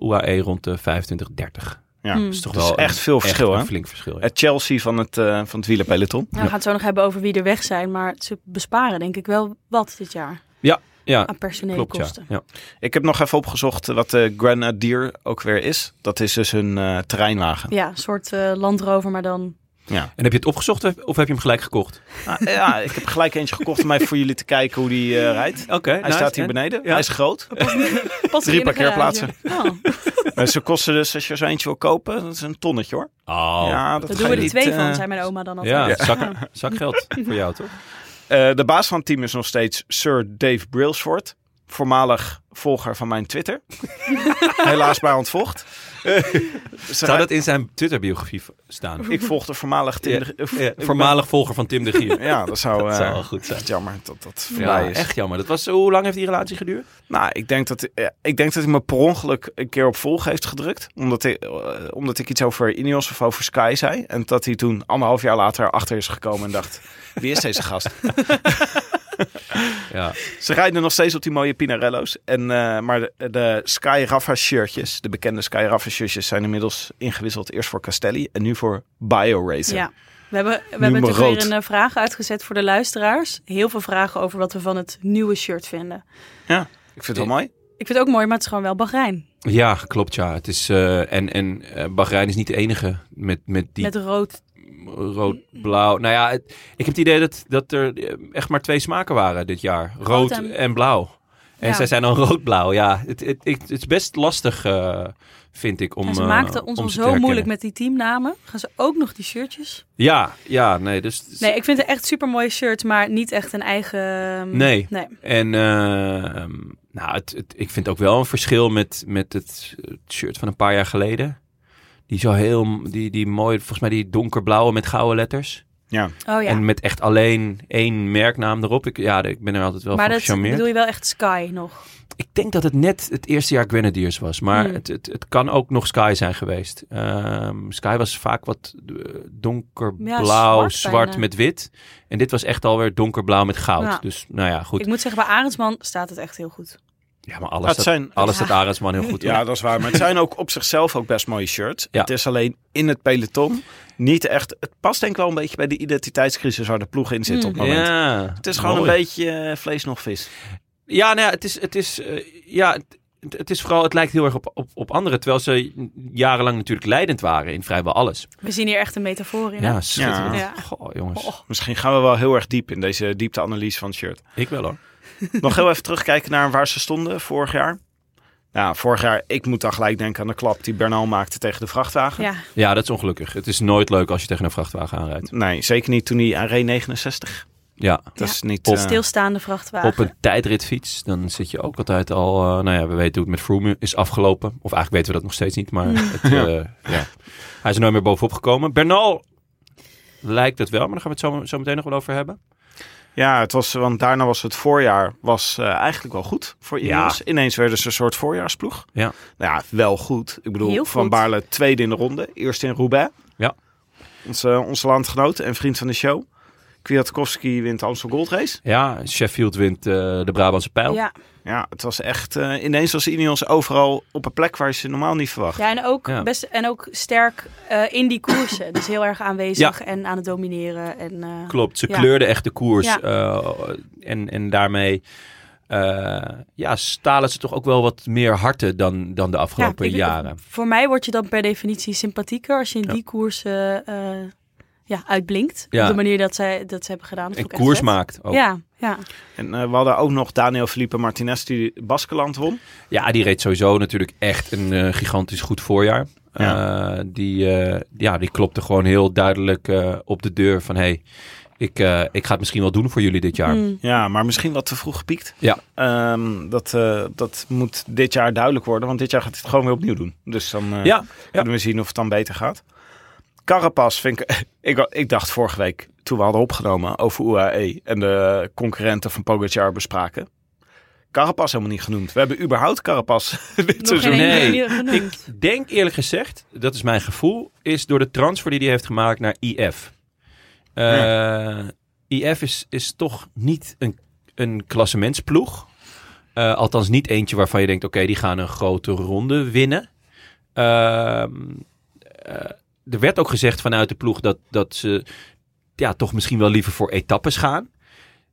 S4: UAE rond de 25, 30.
S3: Ja,
S5: Hmm.
S3: dat is toch
S4: Dat is
S3: wel echt
S4: een-
S3: veel verschil,
S4: Hm. Echt
S3: hè?
S4: een flink verschil. ja.
S3: Het Chelsea van het, eh van het wielerpeloton.
S5: Nou, we gaan het zo nog hebben over wie er weg zijn. Maar ze besparen denk ik wel wat dit jaar
S4: Ja,
S5: aan personele
S4: klopt ja.
S5: kosten.
S4: ja.
S3: Ik heb nog even opgezocht eh, wat de Grenadier ook weer is. Dat is dus een eh, terreinwagen.
S5: Ja, een soort eh Land Rover, maar dan...
S4: En heb je het opgezocht of- of heb je hem gelijk gekocht?
S3: Ah, ja, ik heb gelijk eentje gekocht om even voor jullie te kijken hoe die eh, rijdt.
S4: Oké,
S3: Hij staat hier beneden.
S4: Ja.
S3: Hij is groot.
S5: Pas
S3: Drie
S5: in een
S3: parkeerplaatsen.
S4: *laughs*
S5: garage. Oh,
S3: Maar ze kosten dus, als je er zo eentje wil kopen, dat is een tonnetje hoor.
S4: Oh, ja,
S3: ja,
S5: daar
S3: ga
S5: doen we
S3: je
S5: er
S3: niet,
S5: twee
S3: eh,
S5: van, zei mijn oma dan altijd.
S4: ja, Zak, zakgeld voor jou toch?
S3: eh, de baas van het team is nog steeds Sir Dave Brailsford. Voormalig volger van mijn
S4: *laughs*
S3: Twitter. Helaas bij ontvocht. Dus
S4: Zou dat in zijn Twitter-biografie v- staan?
S3: Ik volgde voormalig Tim. de- eh,
S4: Ja, voormalig volger van Tim de Gier.
S3: Ja, dat zou,
S4: Dat zou
S3: eh,
S4: wel goed zijn.
S3: echt jammer dat dat voorbij
S4: *laughs* Ja,
S3: is.
S4: echt jammer. Dat was, hoe lang heeft die relatie geduurd?
S3: Nou, ik denk dat, eh, ik denk dat hij me per ongeluk een keer op volg heeft gedrukt. Omdat ik, eh, omdat ik iets over Ineos of over Sky zei. En dat hij toen anderhalf jaar later achter is gekomen en dacht... *laughs* Wie is deze gast?
S4: Ja.
S3: Ze rijden nog steeds op die mooie Pinarello's. En, eh, maar de, de Sky Rafa shirtjes, de bekende Sky Rafa shirtjes... zijn inmiddels ingewisseld eerst voor Castelli en nu voor BioRacer.
S5: Ja. We hebben, we hebben
S3: maar
S5: toch weer
S3: rood.
S5: een eh, vraag uitgezet voor de luisteraars. Heel veel vragen over wat we van het nieuwe shirt vinden.
S3: Ik vind het wel mooi.
S5: Ik vind het ook mooi, maar het is gewoon wel Bahrein.
S4: ja, klopt ja. Het is, eh, en en eh, Bahrein is niet de enige met, met die
S5: Met rood.
S4: rood-blauw. Nou ja, het- ik heb het idee dat, dat er eh, echt maar twee smaken waren dit jaar. Rood
S5: en-
S4: en, blauw. En
S5: Ja.
S4: zij zijn dan *laughs* rood-blauw. Ja, het, het, het, het is best lastig, eh, vind ik, om
S5: en ze
S4: eh,
S5: maakten ons
S4: om
S5: al
S4: ze te
S5: zo
S4: herkennen.
S5: moeilijk met die teamnamen. Gaan ze ook nog die shirtjes?
S4: Ja, ja, nee. Dus,
S5: Nee, ik vind het echt super mooie shirt, maar niet echt een eigen. ehm,
S4: Nee.
S5: nee.
S4: En eh, ehm, nou, het, het- ik vind ook wel een verschil met, met het het shirt van een paar jaar geleden. Die zo heel, die, die mooie, volgens mij die donkerblauwe met gouden letters.
S3: Ja.
S5: Oh ja.
S4: En met echt alleen één merknaam erop. Ik, ja, ik ben er altijd wel
S5: maar
S4: van
S5: dat
S4: gecharmeerd.
S5: bedoel je wel echt Sky nog.
S4: Ik denk dat het net het eerste jaar Grenadiers was. Maar
S5: Hmm.
S4: het, het, het kan ook nog Sky zijn geweest. Ehm, Sky was vaak wat eh, donkerblauw,
S5: Ja, zwart
S4: zwart,
S5: bijna.
S4: met wit. En dit was echt alweer donkerblauw met goud.
S5: Ja.
S4: Dus nou ja, goed.
S5: Ik moet zeggen, bij Arendsman staat het echt heel goed.
S4: Ja, maar
S3: Dat
S4: alles staat,
S3: zijn,
S4: alles staat Arendsman heel goed.
S3: Ja, dat is waar. Maar het zijn ook op zichzelf ook best mooie shirts.
S4: Ja.
S3: Het is alleen in het peloton niet echt... Het past denk ik wel een beetje bij de identiteitscrisis waar de ploeg in zit op het moment.
S4: Hmm, Ja.
S3: Het is gewoon
S4: Mooi.
S3: een beetje eh, vlees nog vis.
S4: Ja, nou ja, het is, het is, eh, ja, het, het is vooral, het lijkt heel erg op, op, op anderen. Terwijl ze jarenlang natuurlijk leidend waren in vrijwel alles.
S5: We zien hier echt een metafoor in. hè?
S4: Ja, schitterend.
S5: Ja.
S4: Goh, jongens.
S5: Oh.
S3: Misschien gaan we wel heel erg diep in deze diepteanalyse van het shirt.
S4: Ik wel hoor.
S3: Nog heel even terugkijken naar waar ze stonden vorig jaar. Nou, vorig jaar, ik moet dan gelijk denken aan de klap die Bernal maakte tegen de vrachtwagen.
S5: Ja.
S4: Ja, dat is ongelukkig. Het is nooit leuk als je tegen een vrachtwagen aanrijdt.
S3: Nee, zeker niet toen hij aan reed 69.
S4: Ja.
S3: Dat
S5: Ja.
S3: is niet...
S4: Op-
S3: eh,
S5: Stilstaande vrachtwagen.
S4: Op een tijdritfiets, dan zit je ook altijd al... eh, nou ja, we weten hoe het met Froome is afgelopen. Of eigenlijk weten we dat nog steeds niet, maar het, eh, ja. hij is er nooit meer bovenop gekomen. Bernal lijkt het wel, maar daar gaan we het zo, zo meteen nog wel over hebben.
S3: Ja, het was, want daarna was het voorjaar was, eh, eigenlijk wel goed voor Ineos. Ineens werden ze een soort voorjaarsploeg.
S4: Ja.
S3: Nou ja, wel goed. Ik bedoel,
S5: Heel
S3: Van
S5: goed.
S3: Baarle tweede in de ronde. Eerst in Roubaix.
S4: Ja.
S3: Onze, onze landgenoot en vriend van de show. Kwiatkowski wint de Amstel Gold Race.
S4: Ja, Sheffield wint eh, de Brabantse pijl.
S5: ja.
S3: Ja, het was echt... eh, ineens was Ineos overal op een plek waar je ze normaal niet verwacht.
S5: ja, en ook,
S4: Ja.
S5: Best, en ook sterk eh, in die koersen. Dus heel erg aanwezig en aan het domineren. En, eh,
S4: Klopt, ze
S5: Ja.
S4: kleurden echt de koers.
S5: Ja.
S4: eh, en, en daarmee eh, ja, stalen ze toch ook wel wat meer harten dan, dan de afgelopen
S5: ik-
S4: jaren.
S5: Voor mij word je dan per definitie sympathieker als je in die koersen eh, ja, uitblinkt.
S4: Ja.
S5: Op de manier dat zij dat ze hebben gedaan. Dat
S4: En
S5: vond ik echt
S4: koers
S5: vet.
S4: maakt ook. Ja.
S5: Ja, ja.
S3: En eh, we hadden ook nog Daniel Felipe Martinez die Baskeland won.
S4: die reed sowieso natuurlijk echt een eh, gigantisch goed voorjaar.
S3: Ja.
S4: Eh, die, eh, ja, die klopte gewoon heel duidelijk eh, op de deur van... Hey, Ik, eh, ik ga het misschien wel doen voor jullie dit jaar.
S5: Mm.
S3: Ja, maar misschien wat te vroeg gepiekt.
S4: Ja.
S3: Ehm, dat, eh, dat moet dit jaar duidelijk worden, want dit jaar gaat hij het gewoon weer opnieuw doen. Dus dan eh,
S4: Ja,
S3: kunnen we zien of het dan beter gaat. Carapas vind ik, *laughs* ik... wa- Ik dacht vorige week, toen we hadden opgenomen over UAE en de concurrenten van Pogacar bespraken. Carapas helemaal niet genoemd. We hebben überhaupt Carapas *laughs* dit
S5: Nog
S3: seizoen.
S5: geen
S4: nee.
S5: enkele meer genoemd.
S4: denk eerlijk gezegd, dat is mijn gevoel, is door de transfer die hij heeft gemaakt naar IF. Eh, IF is, is toch niet een, een klassementsploeg. Eh, althans, niet eentje waarvan je denkt: oké, die gaan een grote ronde winnen. Ehm, eh, er werd ook gezegd vanuit de ploeg dat, dat ze ja, toch misschien wel liever voor etappes gaan.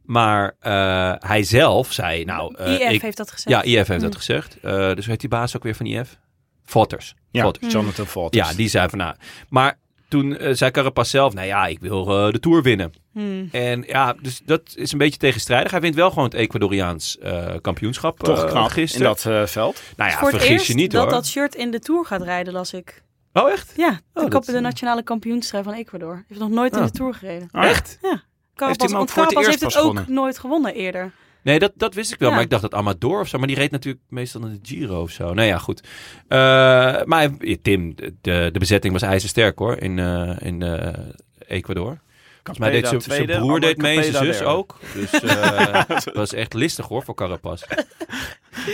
S4: Maar eh, hij zelf zei: Nou, eh,
S5: IF
S4: ik,
S5: heeft dat gezegd.
S4: ja, IF heeft dat
S5: Mm.
S4: gezegd. Eh, dus heet die baas ook weer van IF? Fotters.
S3: Ja,
S4: Fotters.
S3: Jonathan Valters.
S4: Ja, die zei van nou. Maar toen eh, zei Carapaz zelf, nou ja, ik wil eh, de Tour winnen.
S5: Hmm.
S4: En ja, dus dat is een beetje tegenstrijdig. Hij wint wel gewoon het Ecuadoriaans eh, kampioenschap
S3: Toch
S4: eh,
S3: knap
S4: gisteren.
S3: in dat eh, veld.
S4: nou
S5: Het is
S4: ja,
S5: voor het
S4: vergis
S5: eerst
S4: je niet
S5: dat
S4: hoor.
S5: dat shirt in de Tour gaat rijden, las ik.
S4: Oh echt?
S5: Ja, de,
S4: dat,
S5: kap- de
S4: eh,
S5: nationale kampioenschap van Ecuador. Hij Heeft nog nooit in
S4: Ah.
S5: de Tour gereden.
S3: Ah,
S4: Echt?
S5: Carapaz,
S3: hem ook
S5: want
S3: voor het
S5: Carapaz
S3: eerst
S5: heeft het
S3: pas
S5: ook
S3: gewonnen?
S5: nooit gewonnen eerder.
S4: Nee, dat, dat wist ik wel.
S5: Ja.
S4: Maar ik dacht dat Amador of zo. Maar die reed natuurlijk meestal in de Giro of zo. Nou ja, goed. Eh, maar eh, Tim, de, de bezetting was ijzersterk hoor. In, eh, in eh, Ecuador. Volgens mij deed
S3: Capeda
S4: zijn- zijn
S3: tweede,
S4: broer deed mee,
S3: Amar
S4: zijn
S3: Capeda
S4: zus
S3: derde.
S4: ook. Dus
S3: *laughs*
S4: eh, dat was echt listig hoor voor Carapaz.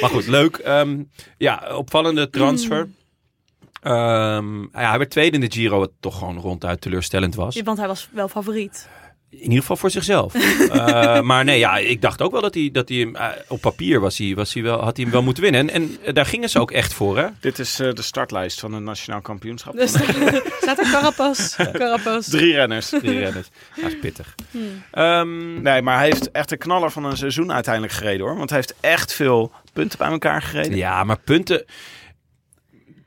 S4: maar goed, leuk. Ehm, ja, opvallende transfer.
S5: Hmm.
S4: Ehm, ja, hij werd tweede in de Giro, wat toch gewoon ronduit teleurstellend was.
S5: Ja, Want hij was wel favoriet.
S4: In ieder geval voor
S5: *laughs*
S4: zichzelf. Eh, maar nee, ja, ik dacht ook wel dat hij, dat hij hem, eh, op papier was hij, was hij wel, had hij hem wel moeten winnen. En, en, eh, daar gingen ze ook echt voor, hè?
S3: Dit is eh, de startlijst van het Nationaal Kampioenschap.
S5: Dus *laughs* staat er Carapaz. Carapaz.
S3: Drie renners.
S4: Die renners. Ja, is pittig.
S5: Hmm.
S3: *laughs*
S4: Ehm,
S3: Nee, maar hij heeft echt een knaller van een seizoen uiteindelijk gereden hoor. Want hij heeft echt veel punten bij elkaar gereden.
S4: ja, maar punten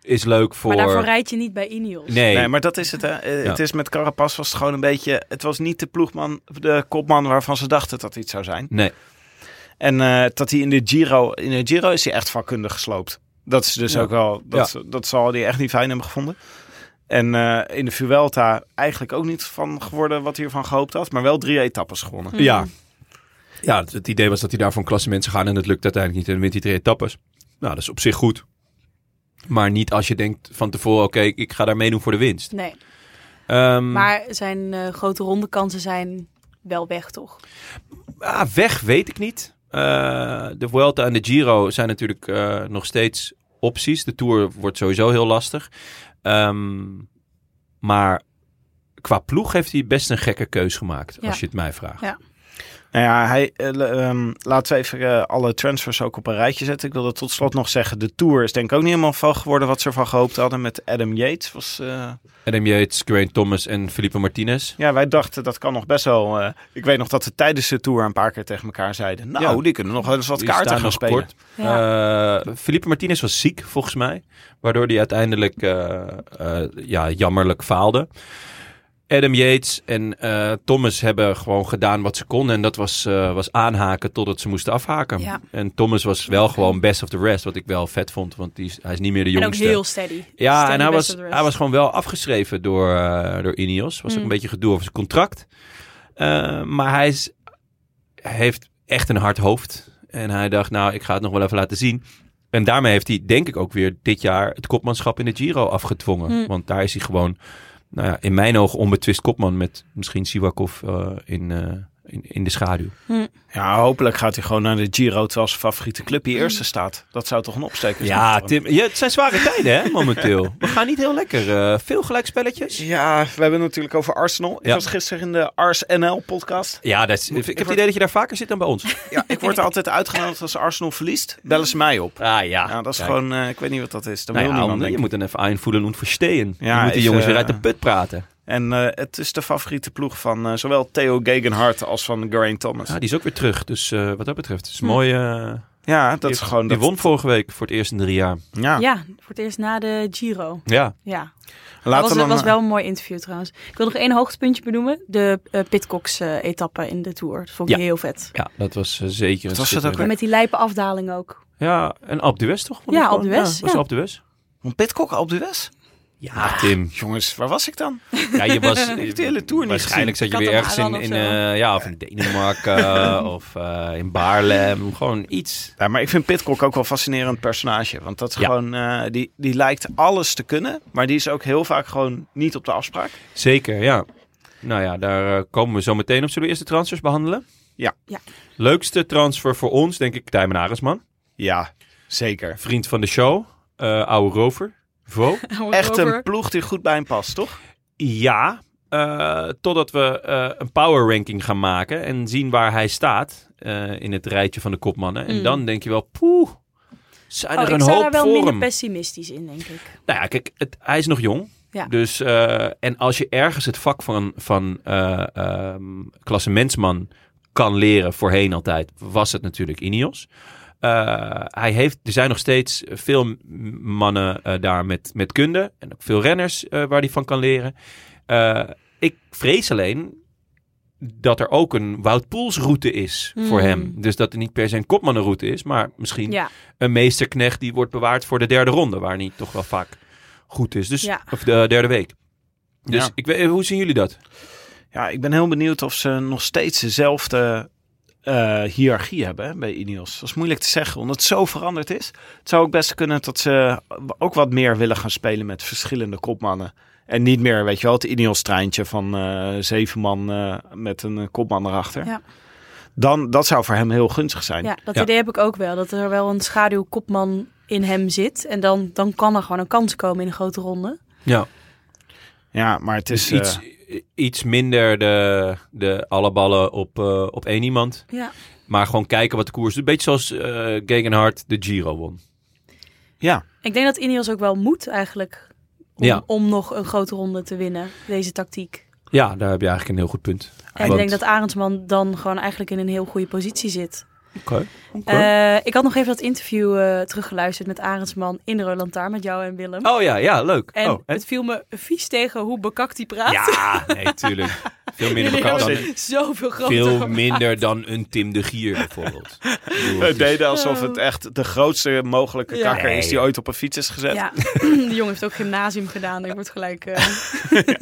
S4: is leuk voor...
S5: Maar daarvoor rijd je niet bij Ineos.
S4: Nee,
S3: Nee, maar dat is het. Hè. Eh,
S4: Ja.
S3: Het is met Carapaz was het gewoon een beetje. Het was niet de ploegman, de kopman waarvan ze dachten dat hij het zou zijn.
S4: nee.
S3: En eh, dat hij in de Giro, in de Giro is hij echt vakkundig gesloopt. Dat is dus
S4: Ja.
S3: ook wel. Dat, dat zal hij echt niet fijn hebben gevonden. En eh, in de Vuelta eigenlijk ook niet van geworden wat hij ervan gehoopt had, maar wel drie etappes
S5: Mm.
S3: gewonnen.
S4: Ja. Ja, het- het idee was dat hij daar voor een klassement zou gaan en het lukt uiteindelijk niet. En dan wint hij drie etappes. Nou, dat is op zich goed. Maar niet als je denkt van tevoren, oké, ik- ik ga daar meedoen voor de winst.
S5: Nee,
S4: Ehm,
S5: maar zijn eh, grote rondekansen zijn wel weg, toch?
S4: ah, weg weet ik niet. Eh, de Vuelta en de Giro zijn natuurlijk eh, nog steeds opties. De Tour wordt sowieso heel lastig. Ehm, maar qua ploeg heeft hij best een gekke keus gemaakt,
S5: Ja.
S4: als je het mij vraagt.
S5: Ja.
S3: Nou ja, hij, eh, le- ehm, laten we even eh, alle transfers ook op een rijtje zetten. Ik wilde tot slot nog zeggen, de Tour is denk ik ook niet helemaal van geworden wat ze ervan gehoopt hadden met Adam Yates. Was, eh,
S4: Adam Yates, Geraint Thomas en Felipe Martinez.
S3: ja, wij dachten dat kan nog best wel. eh, ik weet nog dat we tijdens de Tour een paar keer tegen elkaar zeiden. Nou,
S4: Ja.
S3: die kunnen nog wel eens wat
S4: Die
S3: kaarten
S4: staan
S3: gaan
S4: nog
S3: spelen.
S4: kort.
S5: Ja.
S4: Eh, Felipe Martinez was ziek, volgens mij. Waardoor hij uiteindelijk eh, eh, ja, jammerlijk faalde. Adam Yates en eh, Thomas hebben gewoon gedaan wat ze konden. En dat was, eh, was aanhaken totdat ze moesten afhaken.
S5: Ja.
S4: En Thomas was wel gewoon best of the rest. Wat ik wel vet vond, want die is, hij is niet meer de
S5: en ook
S4: jongste.
S5: heel steady.
S4: ja,
S5: Steady
S4: en hij
S5: best
S4: was,
S5: of the rest.
S4: hij was gewoon wel afgeschreven door, eh, door Ineos. Was ook
S5: Mm.
S4: een beetje gedoe over zijn contract. Eh, maar hij is, hij heeft echt een hard hoofd. En hij dacht, nou, ik ga het nog wel even laten zien. En daarmee heeft hij, denk ik, ook weer dit jaar het kopmanschap in de Giro afgedwongen.
S5: Mm.
S4: Want daar is hij gewoon, nou ja, in mijn ogen onbetwist kopman. Met misschien Sivakov eh, in, eh, in, in de schaduw.
S3: Ja, hopelijk gaat hij gewoon naar de Giro terwijl zijn favoriete club hier eerste staat. Dat zou toch een opsteker zijn?
S4: Ja,
S3: voor hem?
S4: Tim, ja, het zijn zware tijden, hè, *laughs* momenteel. We gaan niet heel lekker. eh, veel gelijkspelletjes.
S3: Ja, we hebben het natuurlijk over Arsenal. Ik
S4: Ja.
S3: was gisteren in de Ars NL podcast.
S4: Ja, dat is, ik heb het idee dat je daar vaker zit dan bij ons.
S3: Ja, ik word altijd uitgenodigd als Arsenal verliest. Bellen ze mij op.
S4: *laughs* Ah ja.
S3: Ja, dat is
S4: Kijk.
S3: gewoon, eh, ik weet niet wat dat is. Dat
S4: Nou
S3: wil
S4: ja,
S3: niemand,
S4: Ander,
S3: denk
S4: je
S3: ik.
S4: moet dan even aanvoelen en verstehen.
S3: Ja,
S4: je moet die
S3: is,
S4: jongens weer
S3: eh,
S4: uit de put praten.
S3: En eh, het is de favoriete ploeg van eh, zowel Theo Gegenhardt als van Geraint Thomas.
S4: Ja,
S3: Ja,
S4: die is ook weer terug. Dus eh, wat dat betreft, het is mooi. eh,
S3: dat is
S4: die-
S3: gewoon...
S4: Die
S3: Hm. dat-
S4: won vorige week voor het eerst in drie jaar.
S3: Ja,
S5: Ja, voor het eerst na de Giro.
S4: Ja.
S5: Ja, dat
S3: laten
S5: was,
S3: we dan... eh,
S5: was
S4: eh,
S5: wel een mooi interview trouwens. Ik wil nog één hoogtepuntje benoemen. De eh Pitcox-etappe in de Tour. Dat vond ik
S4: Ja.
S5: heel vet.
S4: Ja, dat was eh, zeker een
S3: Wat was dat
S4: schitterende-
S3: ook
S5: En met die lijpe afdaling
S4: *laughs*
S5: ook.
S4: Ja, en Alpe d'Huez toch? Vond ik
S5: Ja,
S4: gewoon-
S5: Alpe d'Huez,
S4: was
S5: ja.
S4: Alpe d'Huez.
S3: Won Pitcock op de West?
S4: Ja, Tim.
S3: Jongens, waar was ik dan?
S4: Ja,
S3: *laughs*
S4: je was
S3: de hele tour niet
S4: Waarschijnlijk zat je weer ergens
S5: Katamaran
S4: in, in,
S5: of zo.
S4: eh, ja, of in Denemarken
S5: *laughs*
S4: of eh, in Baarlem. Gewoon iets.
S3: Ja, maar ik vind Pitcock ook wel een fascinerend personage. Want dat is
S4: Ja.
S3: gewoon, eh, die, die lijkt alles te kunnen. Maar die is ook heel vaak gewoon niet op de afspraak.
S4: Zeker, ja. Nou ja, daar eh, komen we zo meteen op. Zullen we eerst de transfers behandelen?
S3: Ja.
S5: Ja.
S4: Leukste transfer voor ons, denk ik, Tijmen Aresman.
S3: Ja, zeker.
S4: Vriend van de show. eh oude rover. Vo.
S3: Echt een ploeg die goed bij hem past, toch?
S4: Ja, eh, totdat we eh, een power ranking gaan maken en zien waar hij staat eh, in het rijtje van de kopmannen. En
S5: Mm.
S4: dan denk je wel, poeh, zijn
S5: Oh,
S4: er
S5: ik
S4: een
S5: sta
S4: hoop
S5: daar wel
S4: voor
S5: minder
S4: hem.
S5: pessimistisch in, denk ik.
S4: Nou ja, kijk, het, hij is nog jong.
S5: Ja.
S4: Dus, eh, en als je ergens het vak van, van eh ehm klassementsman kan leren, voorheen altijd, was het natuurlijk Ineos. Eh, hij heeft, er zijn nog steeds veel m- mannen eh, daar met, met kunde. En ook veel renners eh, waar hij van kan leren. Eh, ik vrees alleen dat er ook een Wout Poels route is voor
S5: Hmm.
S4: hem. Dus dat er niet per se een kopmannenroute is, maar misschien
S5: Ja,
S4: een meesterknecht die wordt bewaard voor de derde ronde, waar niet toch wel vaak goed is. Dus,
S5: Ja.
S4: Of de derde week. Dus
S3: Ja.
S4: ik weet, hoe zien jullie dat?
S3: Ja, ik ben heel benieuwd of ze nog steeds dezelfde eh, hiërarchie hebben hè, bij Ineos. Dat is moeilijk te zeggen, omdat het zo veranderd is. Het zou ook best kunnen dat ze ook wat meer willen gaan spelen met verschillende kopmannen. En niet meer, weet je wel, het Ineos-treintje van eh, zeven man eh, met een eh, kopman erachter.
S5: Ja.
S3: Dan, dat zou voor hem heel gunstig zijn.
S5: ja, dat
S4: Ja.
S5: idee heb ik ook wel. Dat er wel een schaduwkopman in hem zit. En dan, dan kan er gewoon een kans komen in een grote ronde.
S4: Ja,
S3: Ja, maar het is...
S4: dus iets,
S3: eh,
S4: iets minder de, de alle ballen op, eh, op één iemand.
S5: Ja.
S4: Maar gewoon kijken wat de koers doet. Een beetje zoals eh Gegenhard de Giro won.
S3: ja,
S5: Ik denk dat Ineos ook wel moet eigenlijk. Om,
S4: Ja.
S5: om nog een grote ronde te winnen, deze tactiek.
S4: Ja, daar heb je eigenlijk een heel goed punt.
S5: En ik denk dat Arendsman dan gewoon eigenlijk in een heel goede positie zit.
S4: Oké.
S5: Eh, ik had nog even dat interview eh, teruggeluisterd met Arendsman in Roland Taar met jou en Willem.
S4: Oh ja, ja, leuk.
S5: En
S4: oh, en-
S5: het viel me vies tegen hoe bekakt hij praat. *laughs*
S4: Ja, nee, tuurlijk. Veel minder,
S5: Jullie
S4: bekend
S5: hebben
S4: dan,
S5: het zoveel groter
S4: veel
S5: gemaakt.
S4: minder dan een Tim de Gier bijvoorbeeld. Ik bedoel, het
S3: het
S4: is-
S3: deden alsof het echt de grootste mogelijke
S5: Ja.
S3: kakker is die ooit op een fiets is gezet.
S5: Ja, *clears throat* de jongen heeft ook gymnasium gedaan. Ik word
S4: *laughs*
S5: gelijk... eh,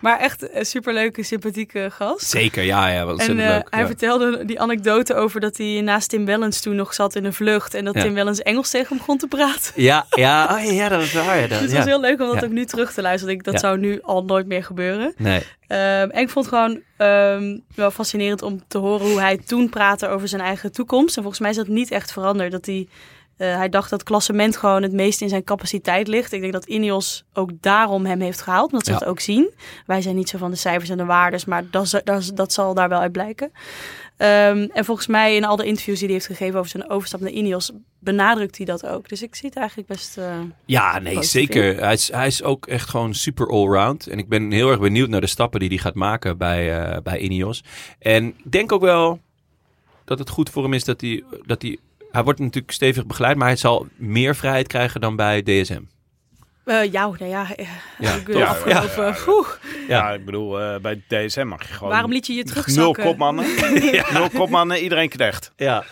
S5: maar echt een superleuke, sympathieke gast.
S4: Zeker, ja, ja. wat
S5: En
S4: ontzettend
S5: eh,
S4: leuk.
S5: hij
S4: ja.
S5: vertelde die anekdote over dat hij naast Tim Wellens toen nog zat in een vlucht. En dat
S4: Ja.
S5: Tim Wellens Engels tegen hem begon te praten.
S4: Ja, ja, oh, ja, ja, dat is waar. Ja, dat,
S5: *laughs* Dus het
S4: ja.
S5: was heel leuk om dat
S4: Ja.
S5: ook nu terug te luisteren. want Ik, dat
S4: Ja.
S5: zou nu al nooit meer gebeuren.
S4: Nee,
S5: Ehm, en ik vond het gewoon ehm, wel fascinerend om te horen hoe hij toen praatte over zijn eigen toekomst. En volgens mij is dat niet echt veranderd. Dat hij, eh, hij dacht dat klassement gewoon het meest in zijn capaciteit ligt. Ik denk dat Ineos ook daarom hem heeft gehaald, omdat ze
S4: Ja.
S5: dat ook zien. Wij zijn niet zo van de cijfers en de waardes, maar dat, z- dat, z- dat zal daar wel uit blijken. Ehm, en volgens mij in al de interviews die hij heeft gegeven over zijn overstap naar Ineos, benadrukt hij dat ook. Dus ik zie het eigenlijk best... eh,
S4: ja, nee
S5: Positief.
S4: zeker. Hij is, hij is ook echt gewoon super allround. En ik ben heel erg benieuwd naar de stappen die hij gaat maken bij, eh, bij Ineos. En ik denk ook wel dat het goed voor hem is dat hij... Dat hij hij wordt natuurlijk stevig begeleid, maar hij zal meer vrijheid krijgen dan bij DSM.
S5: eh, ja, nou ja, eh,
S4: Ja,
S5: ik wil
S3: toch?
S5: afgelopen... Oeh,
S4: Ja.
S3: Ja, ik bedoel, eh, bij DSM mag je gewoon...
S5: waarom liet je je
S3: Nul
S5: terugzakken?
S3: kopmannen. Nul kopmannen, iedereen knecht.
S4: Ja,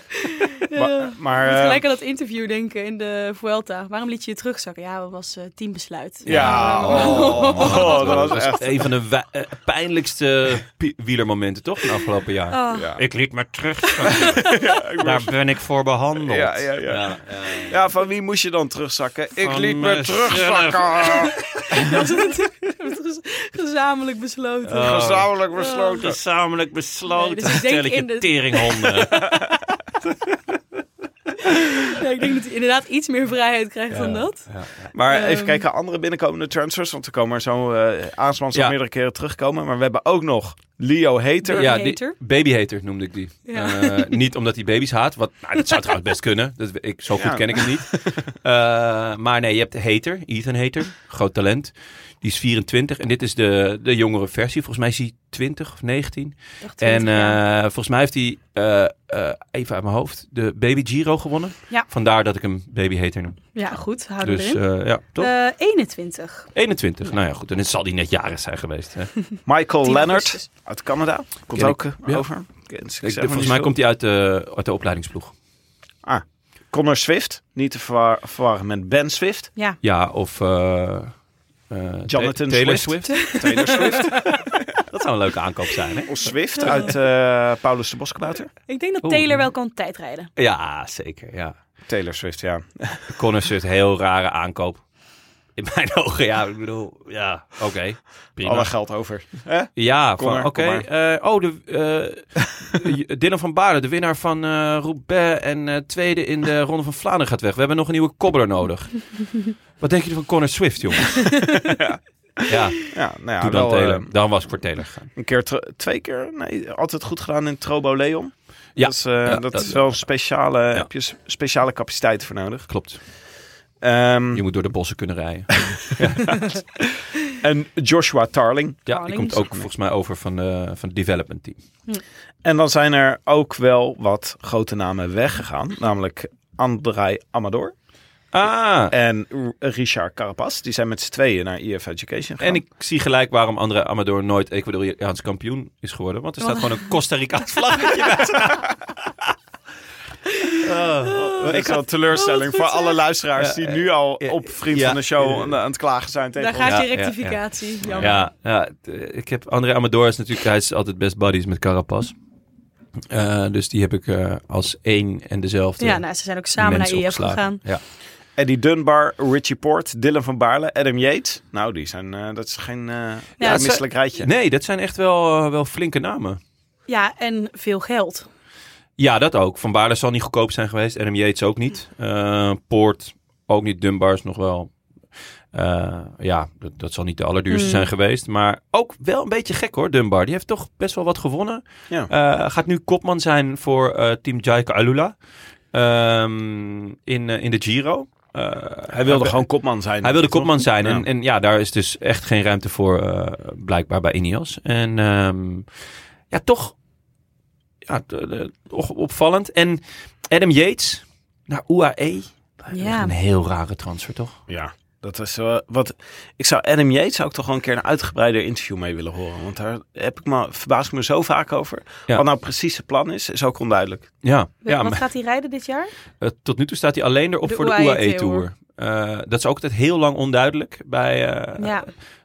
S3: Maar, maar,
S5: Ik moet
S3: eh,
S5: gelijk aan dat interview denken in de Vuelta. Waarom liet je je terugzakken? Ja, dat was eh, teambesluit.
S3: Ja, *laughs*
S5: *laughs*
S3: oh, dat was echt.
S4: een van de wij- eh, pijnlijkste pi- wielermomenten, toch, van afgelopen jaar?
S5: Ah, *laughs*
S3: Ja.
S4: Ik liet me *laughs* terug. Daar ben ik voor behandeld.
S3: Ja, ja, ja.
S4: ja.
S3: Ja, van wie moest je dan terugzakken? Ik
S4: Van eh,
S3: liet me
S4: mezelf. *laughs*
S3: terugzakken.
S5: Gezamenlijk besloten.
S4: Eh, Oh.
S3: Gezamenlijk besloten.
S4: Gezamenlijk besloten.
S5: Nee, dus ik denk Stelletje in de- *laughs*
S4: teringhonden.
S5: Nee, ik denk dat hij inderdaad iets meer vrijheid krijgt dan dat.
S3: Maar even
S5: Ehm.
S3: kijken, andere binnenkomende transfers. Want er komen er zo eh Aansman zal
S4: Ja.
S3: meerdere keren terugkomen. Maar we hebben ook nog Leo Heter.
S4: Ja,
S5: Babyhater.
S4: die, babyhater noemde ik die.
S5: Ja.
S4: Eh, niet omdat hij baby's haat. Wat, nou, dat zou trouwens best kunnen. Dat, ik, zo goed
S3: Ja.
S4: ken ik hem niet. Eh, maar nee, je hebt Hater, Ethan Hater. Groot talent. Die is 24 en dit is de, de jongere versie. Volgens mij is hij 20 of 19.
S5: Dacht
S4: En
S5: 20 jaar.
S4: eh, volgens mij heeft hij, eh, eh, even uit mijn hoofd, de Baby Giro gewonnen.
S5: Ja.
S4: Vandaar dat ik hem Baby Hater noem.
S5: ja, goed, houden we
S4: Dus
S5: erin.
S4: eh, ja, toch?
S5: Eh, 21.
S4: 21. Nou ja, goed. En het zal die net jarig zijn geweest. Hè.
S3: Michael
S5: 10
S3: Leonard
S5: augustus.
S3: uit Canada. Komt
S4: Ken ik.
S3: ook eh,
S4: Ja.
S3: over. Ken- ik
S4: Ik,
S3: zeg maar
S4: volgens
S3: niet
S4: mij
S3: veel.
S4: komt hij uit de, uit de opleidingsploeg.
S3: Ah,
S4: *laughs*
S3: Connor Swift. Niet te verwar- verwarren met Ben Swift.
S5: Ja,
S4: Ja, of eh, eh,
S3: Jonathan
S4: Ta- Taylor
S3: Swift.
S4: Swift. *laughs*
S3: Taylor Swift.
S4: Dat zou een leuke aankoop zijn, hè?
S3: Of Swift uit eh, Paulus de Boskabouter.
S5: Ik denk dat
S4: Oeh.
S5: Taylor wel kan tijdrijden.
S4: Ja, zeker. Ja.
S3: Taylor Swift, ja.
S4: Connor Swift, heel rare aankoop. In mijn *laughs* ogen, ja. Ik bedoel, ja, oké. prima.
S3: Alle geld over. Eh?
S4: Ja,
S3: Oh, Kom
S4: van
S3: maar,
S4: oké.
S3: kom
S4: eh, oh, de, eh, *laughs* Dylan van Baarden, de winnaar van eh Roubaix en eh, tweede in de Ronde van Vlaanderen gaat weg. We hebben nog een nieuwe kobbeler nodig. Wat denken jullie van Connor Swift, jongens? ja,
S3: Ja, nou ja,
S4: doe dan
S3: wel,
S4: Taylor.
S3: eh,
S4: dan was ik voor Taylor gegaan.
S3: een keer, ter- twee keer, nee, altijd goed gedaan in Trobo Leon.
S4: Ja.
S3: Dat is, eh,
S4: Ja,
S3: dat
S4: dat-
S3: is wel een speciale,
S4: Ja.
S3: heb je s- speciale capaciteit voor nodig.
S4: Klopt.
S3: Ehm,
S4: Je moet door de bossen kunnen rijden.
S3: en Joshua Tarling.
S4: Ja, die komt ook volgens mij over van, eh, van het development team.
S3: En dan zijn er ook wel wat grote namen weggegaan. Namelijk Andrei Amador
S4: Ah,
S3: en R- Richard Carapaz. Die zijn met z'n tweeën naar EF Education gegaan.
S4: en ik zie gelijk waarom André Amador nooit Ecuadoriaans kampioen is geworden. Want er staat
S5: *laughs*
S4: gewoon een Costa Ricaans vlaggetje bij.
S3: Dat is wel een
S4: Oh,
S3: teleurstelling voor alle luisteraars die nu al
S4: ja,
S3: op Vriend
S4: ja.
S3: van de Show aan, aan het klagen zijn tegen
S5: Daar gaat je
S4: Ja, ja, ja.
S5: rectificatie. Jammer.
S4: Ja, ja t- eh, ik heb André Amador is natuurlijk, hij is altijd best buddies met Carapaz. Eh, dus die heb ik eh, als één en dezelfde.
S5: Ja, nou, ze zijn ook samen naar
S4: mens
S5: IF
S4: opgeslagen.
S5: gegaan.
S4: Ja.
S3: ons. Eddie Dunbar, Richie Port, Dylan van Baarle, Adam Yates. Nou, die zijn, eh, dat is geen eh,
S5: Ja,
S3: een misselijk rijtje.
S4: Nee, dat zijn echt wel, eh, wel flinke namen.
S5: Ja, en veel geld.
S4: Ja, dat ook. Van Baarle zal niet goedkoop zijn geweest. Adam Yates ook niet. Eh, Poort ook niet. Dunbar is nog wel. Eh, ja, dat, dat zal niet de allerduurste
S5: Hmm.
S4: zijn geweest. Maar ook wel een beetje gek hoor, Dunbar. Die heeft toch best wel wat gewonnen.
S3: Ja.
S4: Eh, gaat nu kopman zijn voor eh, team Jaika Alula. Ehm, in, eh, in de Giro. Eh,
S3: Hij wilde gewoon kopman zijn.
S4: Hij wilde kopman zijn.
S3: Ja.
S4: En, en ja, daar is dus echt geen ruimte voor eh, blijkbaar bij Ineos. En ehm, ja, toch ja, de- de- toch opvallend. En Adam Yates naar UAE.
S5: Ja.
S4: Een heel rare transfer, toch?
S3: Ja, dat is eh, wat. Ik zou Adam Yates zou ik toch wel een keer een uitgebreider interview mee willen horen. Want daar heb ik me, verbaas ik me zo vaak over.
S4: Ja.
S3: Wat nou precies het plan is, is ook onduidelijk.
S4: Ja,
S5: Weet je
S4: ja
S5: wat
S4: maar,
S5: gaat hij rijden dit jaar?
S4: *laughs* eh, tot nu toe staat hij alleen erop
S5: De E
S4: voor de
S5: UAE
S4: UAE-tour.
S5: Tour.
S4: Eh, dat is ook altijd heel lang onduidelijk bij eh,
S5: ja,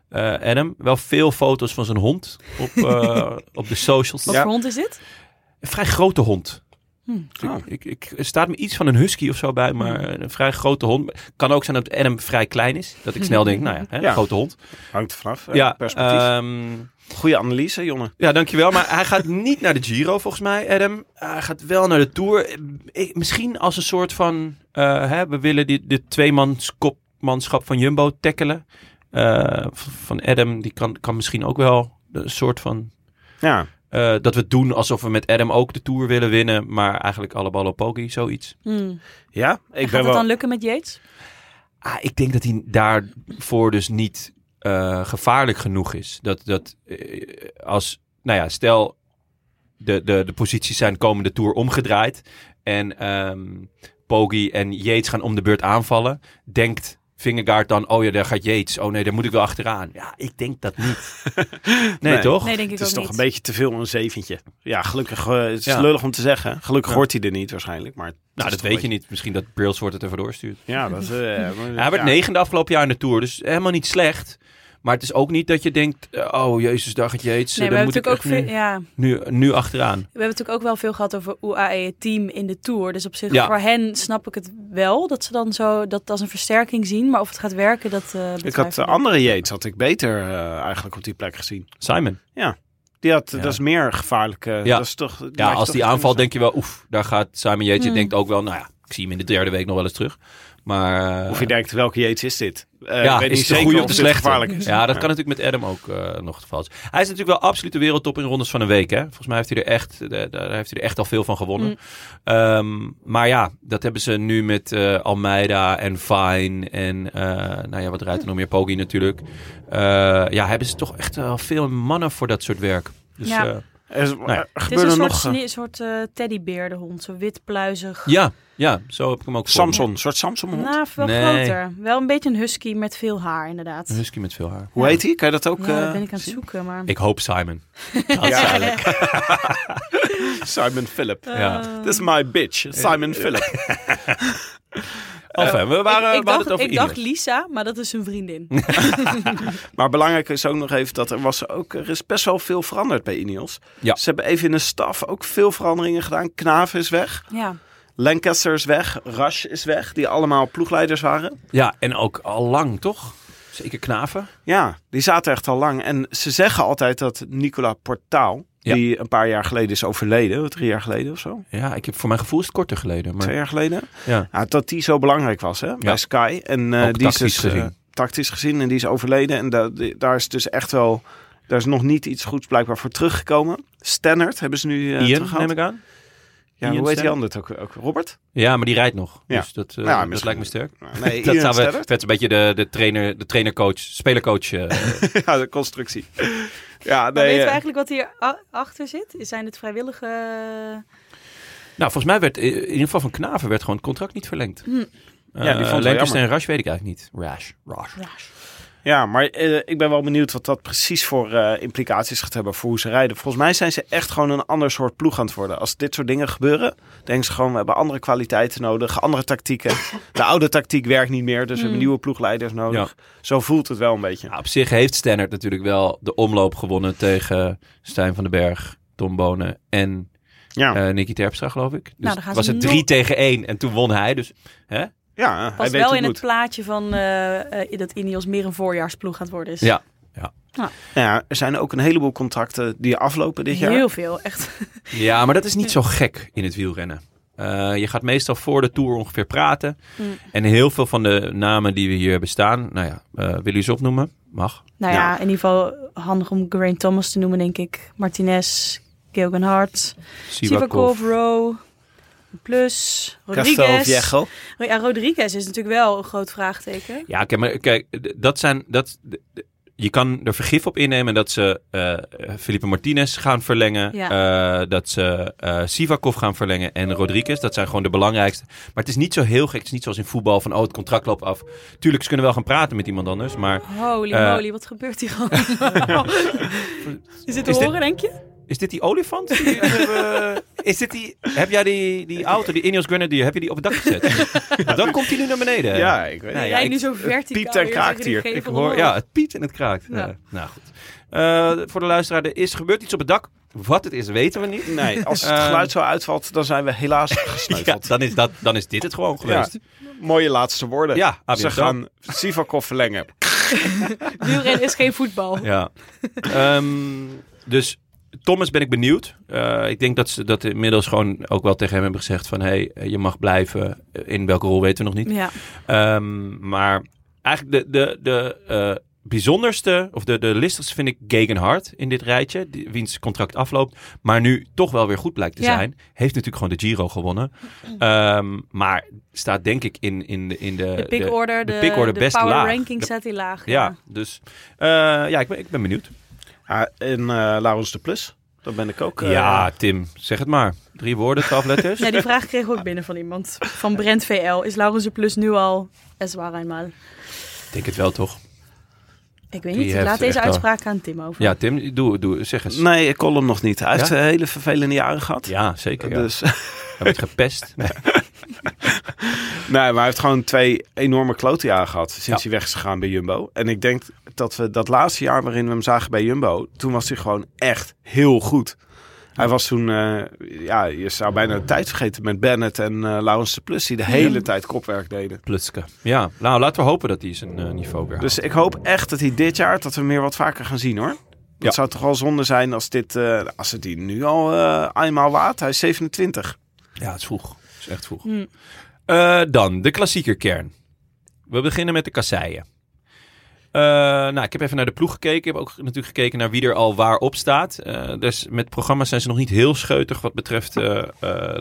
S4: eh, Adam. Wel veel foto's van zijn hond op,
S5: *laughs*
S4: eh, op de socials.
S5: wat
S3: ja.
S5: voor hond is dit?
S4: Een vrij grote hond.
S5: Hm.
S4: Dus
S3: Oh.
S4: Ik, ik, er staat me iets van een husky of zo bij, maar een vrij grote hond. Kan ook zijn dat Adam vrij klein is. Dat ik snel denk, nou ja, hè,
S3: Ja.
S4: grote hond.
S3: Hangt er vanaf. eh,
S4: Ja,
S3: perspectief.
S4: ehm,
S3: Goede analyse, jongen.
S4: ja, dankjewel. Maar hij gaat niet naar de Giro volgens mij, Adam. Hij gaat wel naar de Tour. Ik- misschien als een soort van, eh, hè, we willen dit, dit tweemanskopmanschap van Jumbo tackelen. Eh, v- van Adam, die kan, kan misschien ook wel een soort van...
S3: Ja,
S4: eh, dat we het doen alsof we met Adam ook de Tour willen winnen, maar eigenlijk alle ballen op Poggi, zoiets.
S5: Hm.
S3: ja ik ben
S5: En gaat het dan
S3: wel.
S5: lukken met Yates?
S4: Ah, ik denk dat hij daarvoor dus niet eh, gevaarlijk genoeg is. Dat, dat eh, als, nou ja, stel de, de, de posities zijn komende tour omgedraaid. En ehm Poggi en Yates gaan om de beurt aanvallen. Denkt Vingegaard dan, oh ja, daar gaat Yates. Oh nee, daar moet ik wel achteraan. Ja, ik denk dat niet. *laughs* nee,
S3: Nee.
S4: toch?
S5: Nee, denk ik
S3: Het is
S5: ook
S3: toch
S5: niet.
S3: een beetje te veel een zeventje. Ja, gelukkig. eh, het is
S4: Ja.
S3: lullig om te zeggen. Gelukkig
S4: Ja.
S3: hoort hij er niet waarschijnlijk. Maar
S4: nou, dat weet je niet. Misschien dat Brils wordt het er vandoor stuurt.
S3: Ja, dat. eh,
S5: *laughs*
S3: maar-
S4: Hij werd
S3: ja.
S4: negende afgelopen jaar in de Tour, dus helemaal niet slecht. Maar het is ook niet dat je denkt, eh, oh jezus, daar gaat Yates.
S5: Nee,
S4: eh,
S5: we
S4: dan
S5: hebben,
S4: moet ik
S5: natuurlijk ook
S4: echt
S5: veel,
S4: nu-
S5: ja,
S4: nu, nu achteraan.
S5: we hebben natuurlijk ook wel veel gehad over UAE het team in de Tour. Dus op zich
S4: Ja.
S5: voor hen snap ik het wel. Dat ze dan zo dat als een versterking zien. Maar of het gaat werken, dat eh
S3: Ik
S5: betwijfel
S3: had de andere Yates had ik beter eh, eigenlijk op die plek gezien.
S4: Simon.
S3: Die had,
S4: Ja.
S3: dat is meer gevaarlijk. eh,
S4: Ja.
S3: dat is toch,
S4: Ja, als die aanval denk je wel, oef, daar gaat Simon Yates. Je denkt ook wel, nou ja, ik zie hem in de derde week nog wel eens terug. Maar eh,
S3: Of je denkt, welke Yates is dit? Eh,
S4: ja,
S3: ik weet niet
S4: is het de
S3: zeker
S4: goede
S3: of
S4: of de
S3: dit
S4: slechte?
S3: gevaarlijk is.
S4: Ja, dat kan natuurlijk met Adam ook eh, nog het geval zijn. Hij is natuurlijk wel absoluut de wereldtop in rondes van een week. Hè? Volgens mij heeft hij, er echt, eh, daar heeft hij er echt al veel van gewonnen.
S5: Mm.
S4: Ehm, maar ja, dat hebben ze nu met eh, Almeida en Fine en eh, nou ja, wat rijdt er nog meer? Poggi natuurlijk. Eh, ja, hebben ze toch echt wel veel mannen voor dat soort werk. Dus,
S5: Ja.
S4: eh,
S3: Er, is,
S4: ja.
S3: er
S5: Het is een
S3: gebeurde
S5: soort,
S3: nog... eh,
S5: sne- een soort eh, teddybeer, de hond. Zo wit, pluizig.
S4: ja, ja, zo heb ik hem ook voor me.
S3: Samson, een soort Samson.
S5: Nou, wel
S4: Nee.
S5: groter. Wel een beetje een husky met veel haar, inderdaad.
S4: Een husky met veel haar.
S3: Hoe heet die? Kan je dat ook?
S5: Ja,
S3: eh,
S5: dat ben ik aan het
S3: zien?
S5: zoeken, maar...
S4: Ik hoop Simon.
S3: Ja.
S5: *laughs*
S3: Simon Philip.
S4: Ja.
S5: Eh.
S4: *laughs* Dus
S3: This is my bitch, Simon Philip.
S4: Enfin, we waren,
S5: ik,
S4: eh, we
S5: ik
S4: hadden het
S5: dacht,
S4: over
S5: ik dacht
S4: Ines.
S5: Lisa, maar dat is een
S4: *laughs*
S5: vriendin.
S3: Maar belangrijk is ook nog even dat er, was ook, er is best wel veel veranderd bij Ineos.
S4: Ja.
S3: Ze hebben even in de staf ook veel veranderingen gedaan. Knaven is weg,
S5: ja.
S3: Lancaster is weg, Rush is weg, die allemaal ploegleiders waren.
S4: Ja, en ook al lang, toch? Zeker knaven.
S3: Ja, die zaten echt al lang. En ze zeggen altijd dat Nicola Portaal,
S4: Ja.
S3: die een paar jaar geleden is overleden, drie jaar geleden of zo,
S4: Ja, ik heb, voor mijn gevoel is het korter geleden.
S3: twee
S4: Maar,
S3: jaar geleden,
S4: ja.
S3: ja, dat die zo belangrijk was hè, bij Sky. En eh,
S4: Ook
S3: die is
S4: tactisch
S3: dus, eh,
S4: gezien.
S3: tactisch gezien en die is overleden. En da- die- daar is dus echt wel, daar is nog niet iets goeds blijkbaar voor teruggekomen. Stannard hebben ze nu eh
S4: Ian,
S3: teruggehaald.
S4: neem ik aan.
S3: Ja,
S4: Ian
S3: hoe heet die
S4: Stannard?
S3: ander ook, ook? Robert?
S4: Ja, maar die rijdt nog.
S3: Ja.
S4: Dus dat, eh,
S3: Nou ja,
S4: dat
S3: misschien-
S4: lijkt me sterk.
S3: Nee,
S4: *laughs* Dat
S3: Ian
S4: zou we,
S3: Stannard. *laughs*
S4: vet een beetje de, de trainer, de trainercoach, spelercoach. eh,
S3: ja, de constructie. Ja,
S5: Maar
S3: nee.
S5: weten we
S3: eh,
S5: eigenlijk wat hier a- achter zit? Zijn het vrijwillige...
S4: nou, volgens mij werd eh, in ieder geval van Knaven werd gewoon het contract niet verlengd.
S3: Ja,
S4: Eh,
S3: die vond ik wel
S4: Lancaster en
S3: jammer.
S4: Rush weet ik eigenlijk niet. Rush, Rush.
S3: Ja, maar eh, ik ben wel benieuwd wat dat precies voor eh, implicaties gaat hebben voor hoe ze rijden. Volgens mij zijn ze echt gewoon een ander soort ploeg aan het worden. Als dit soort dingen gebeuren, denken ze gewoon, we hebben andere kwaliteiten nodig, andere
S5: *coughs*
S3: tactieken. De oude tactiek werkt niet meer, dus we
S5: Mm.
S3: hebben nieuwe ploegleiders nodig. Zo voelt het wel een beetje.
S4: Nou, op zich heeft Stannard natuurlijk wel de omloop gewonnen tegen Stijn van den Berg, Tom Bonen en
S3: Ja,
S4: eh Nicky Terpstra, geloof ik. Dus
S5: dan gaan
S4: was
S5: ze
S4: het
S5: nul-
S4: drie tegen één en toen won hij. Dus hè?
S3: ja hij
S5: Past
S3: weet
S5: wel
S3: hoe
S5: in
S3: het
S5: het
S3: moet.
S5: plaatje van eh, eh, dat Ineos meer een voorjaarsploeg gaat worden. Dus Is.
S4: Ja.
S3: Nou ja, er zijn ook een heleboel contracten die aflopen dit jaar.
S5: Heel veel, echt.
S4: Ja, maar dat is niet zo gek in het wielrennen. Eh, je gaat meestal voor de Tour ongeveer praten.
S5: Mm.
S4: En heel veel van de namen die we hier hebben staan... Nou ja, eh wil je ze opnoemen? Mag.
S5: Nou ja, in ieder geval handig om Geraint Thomas te noemen, denk ik. Martinez, Gilgan Hart, Sivakov, Rowe, Plus,
S3: Castel
S5: Rodriguez.
S3: Viejo.
S5: Ja, Rodriguez is natuurlijk wel een groot vraagteken.
S4: Ja, oké, maar kijk, d- dat zijn... Dat, d- d- je kan er vergif op innemen dat ze eh Felipe Martinez gaan verlengen. eh, dat ze eh, Sivakov gaan verlengen en Rodriguez. Dat zijn gewoon de belangrijkste. Maar het is niet zo heel gek. Het is niet zoals in voetbal van, oh, het contract loopt af. Tuurlijk, ze kunnen wel gaan praten met iemand anders. Maar
S5: Holy
S4: Eh.
S5: moly, wat gebeurt hier
S3: *laughs*
S5: gewoon? is het te
S4: Is dit-
S5: horen, denk je?
S4: Is dit die olifant? die jullie hebben- eh, is dit die, heb jij die, die auto, die Ineos Grenadier, heb je die op het dak *laughs* gezet? Want dan komt hij nu naar beneden.
S3: Ja, ik weet
S4: Nee,
S3: het.
S5: Jij
S4: ja, ik-
S5: nu zo verticaal
S3: piept en
S5: weer
S3: kraakt
S5: tegen die
S3: hier.
S5: gevel
S4: Ik hoor,
S5: omhoog.
S4: ja, het piet en het kraakt.
S5: Ja.
S4: Eh, nou goed. Eh, voor de luisteraar, er is gebeurd iets op het dak. Wat het is, weten we niet.
S3: Nee,
S5: *laughs*
S3: als het
S4: Ehm.
S3: geluid zo uitvalt, dan zijn we helaas
S4: Ja,
S3: gesneuveld.
S4: dan, is dat, dan is dit het gewoon geweest.
S3: Mooie laatste woorden.
S4: Ja,
S3: Ze
S4: ABN
S3: gaan Sivakov verlengen.
S5: Wielrennen is geen voetbal.
S4: Ja. Ehm, dus Thomas ben ik benieuwd. Eh, ik denk dat ze dat inmiddels gewoon ook wel tegen hem hebben gezegd van... hé, hey, je mag blijven. In welke rol weten we nog niet. eh,
S5: Ja.
S4: Ehm, maar eigenlijk de, de, de eh, bijzonderste, of de, de listigste vind ik Gegenhard in dit rijtje. Die, wiens contract afloopt, maar nu toch wel weer goed blijkt te
S5: Ja.
S4: zijn. Heeft natuurlijk gewoon de Giro gewonnen. Ehm, maar staat denk ik in, in de... In de,
S5: De pick order, de,
S4: de pick order
S5: de
S4: best
S5: power
S4: laag.
S5: ranking
S4: De-
S5: staat hij laag.
S4: ja, dus eh, ja, ik ben, ik ben benieuwd.
S3: Ja, en eh Laurens de Plus, dat ben ik ook. eh,
S4: ja, Tim, zeg het maar. Drie woorden, twaalf
S5: *laughs*
S4: letters.
S5: Ja, die vraag kreeg ik ook binnen van iemand. Van Brent VL. Is Laurens de Plus nu al es waar eenmaal?
S4: Ik denk het wel, toch?
S5: Ik weet
S4: Die
S5: niet. Ik
S4: heeft
S5: Laat deze
S4: echt al-
S5: uitspraak aan Tim over.
S4: Ja, Tim, doe, doe, zeg eens.
S3: Nee, ik kon hem nog niet. Hij heeft
S4: Ja?
S3: een hele vervelende jaren gehad.
S4: Ja, zeker. Ja.
S3: Dus, *laughs*
S4: Hij werd gepest. Nee.
S3: nee, maar hij heeft gewoon twee enorme klote jaren gehad sinds
S4: Ja.
S3: hij weg is gegaan bij Jumbo. En ik denk dat we dat laatste jaar waarin we hem zagen bij Jumbo, toen was hij gewoon echt heel goed. Hij was toen, eh, ja, je zou bijna de tijd vergeten met Bennett en eh Laurens de Plus, die de hele tijd kopwerk deden.
S4: Plutske. Ja, nou laten we hopen dat hij zijn eh, niveau weer
S3: Dus
S4: haalt.
S3: ik hoop echt dat hij dit jaar dat we hem weer wat vaker gaan zien hoor.
S4: Ja.
S3: Het zou toch wel zonde zijn als, dit, eh, als het die nu al eh, eenmaal laat. Hij is 27.
S4: Ja, het is vroeg. Het is echt vroeg.
S5: Hmm.
S4: Eh, dan, de klassieker kern. We beginnen met de kasseien. Eh, nou, ik heb even naar de ploeg gekeken. Ik heb ook natuurlijk gekeken naar wie er al waar op staat. Eh, dus met programma's zijn ze nog niet heel scheutig wat betreft eh, eh,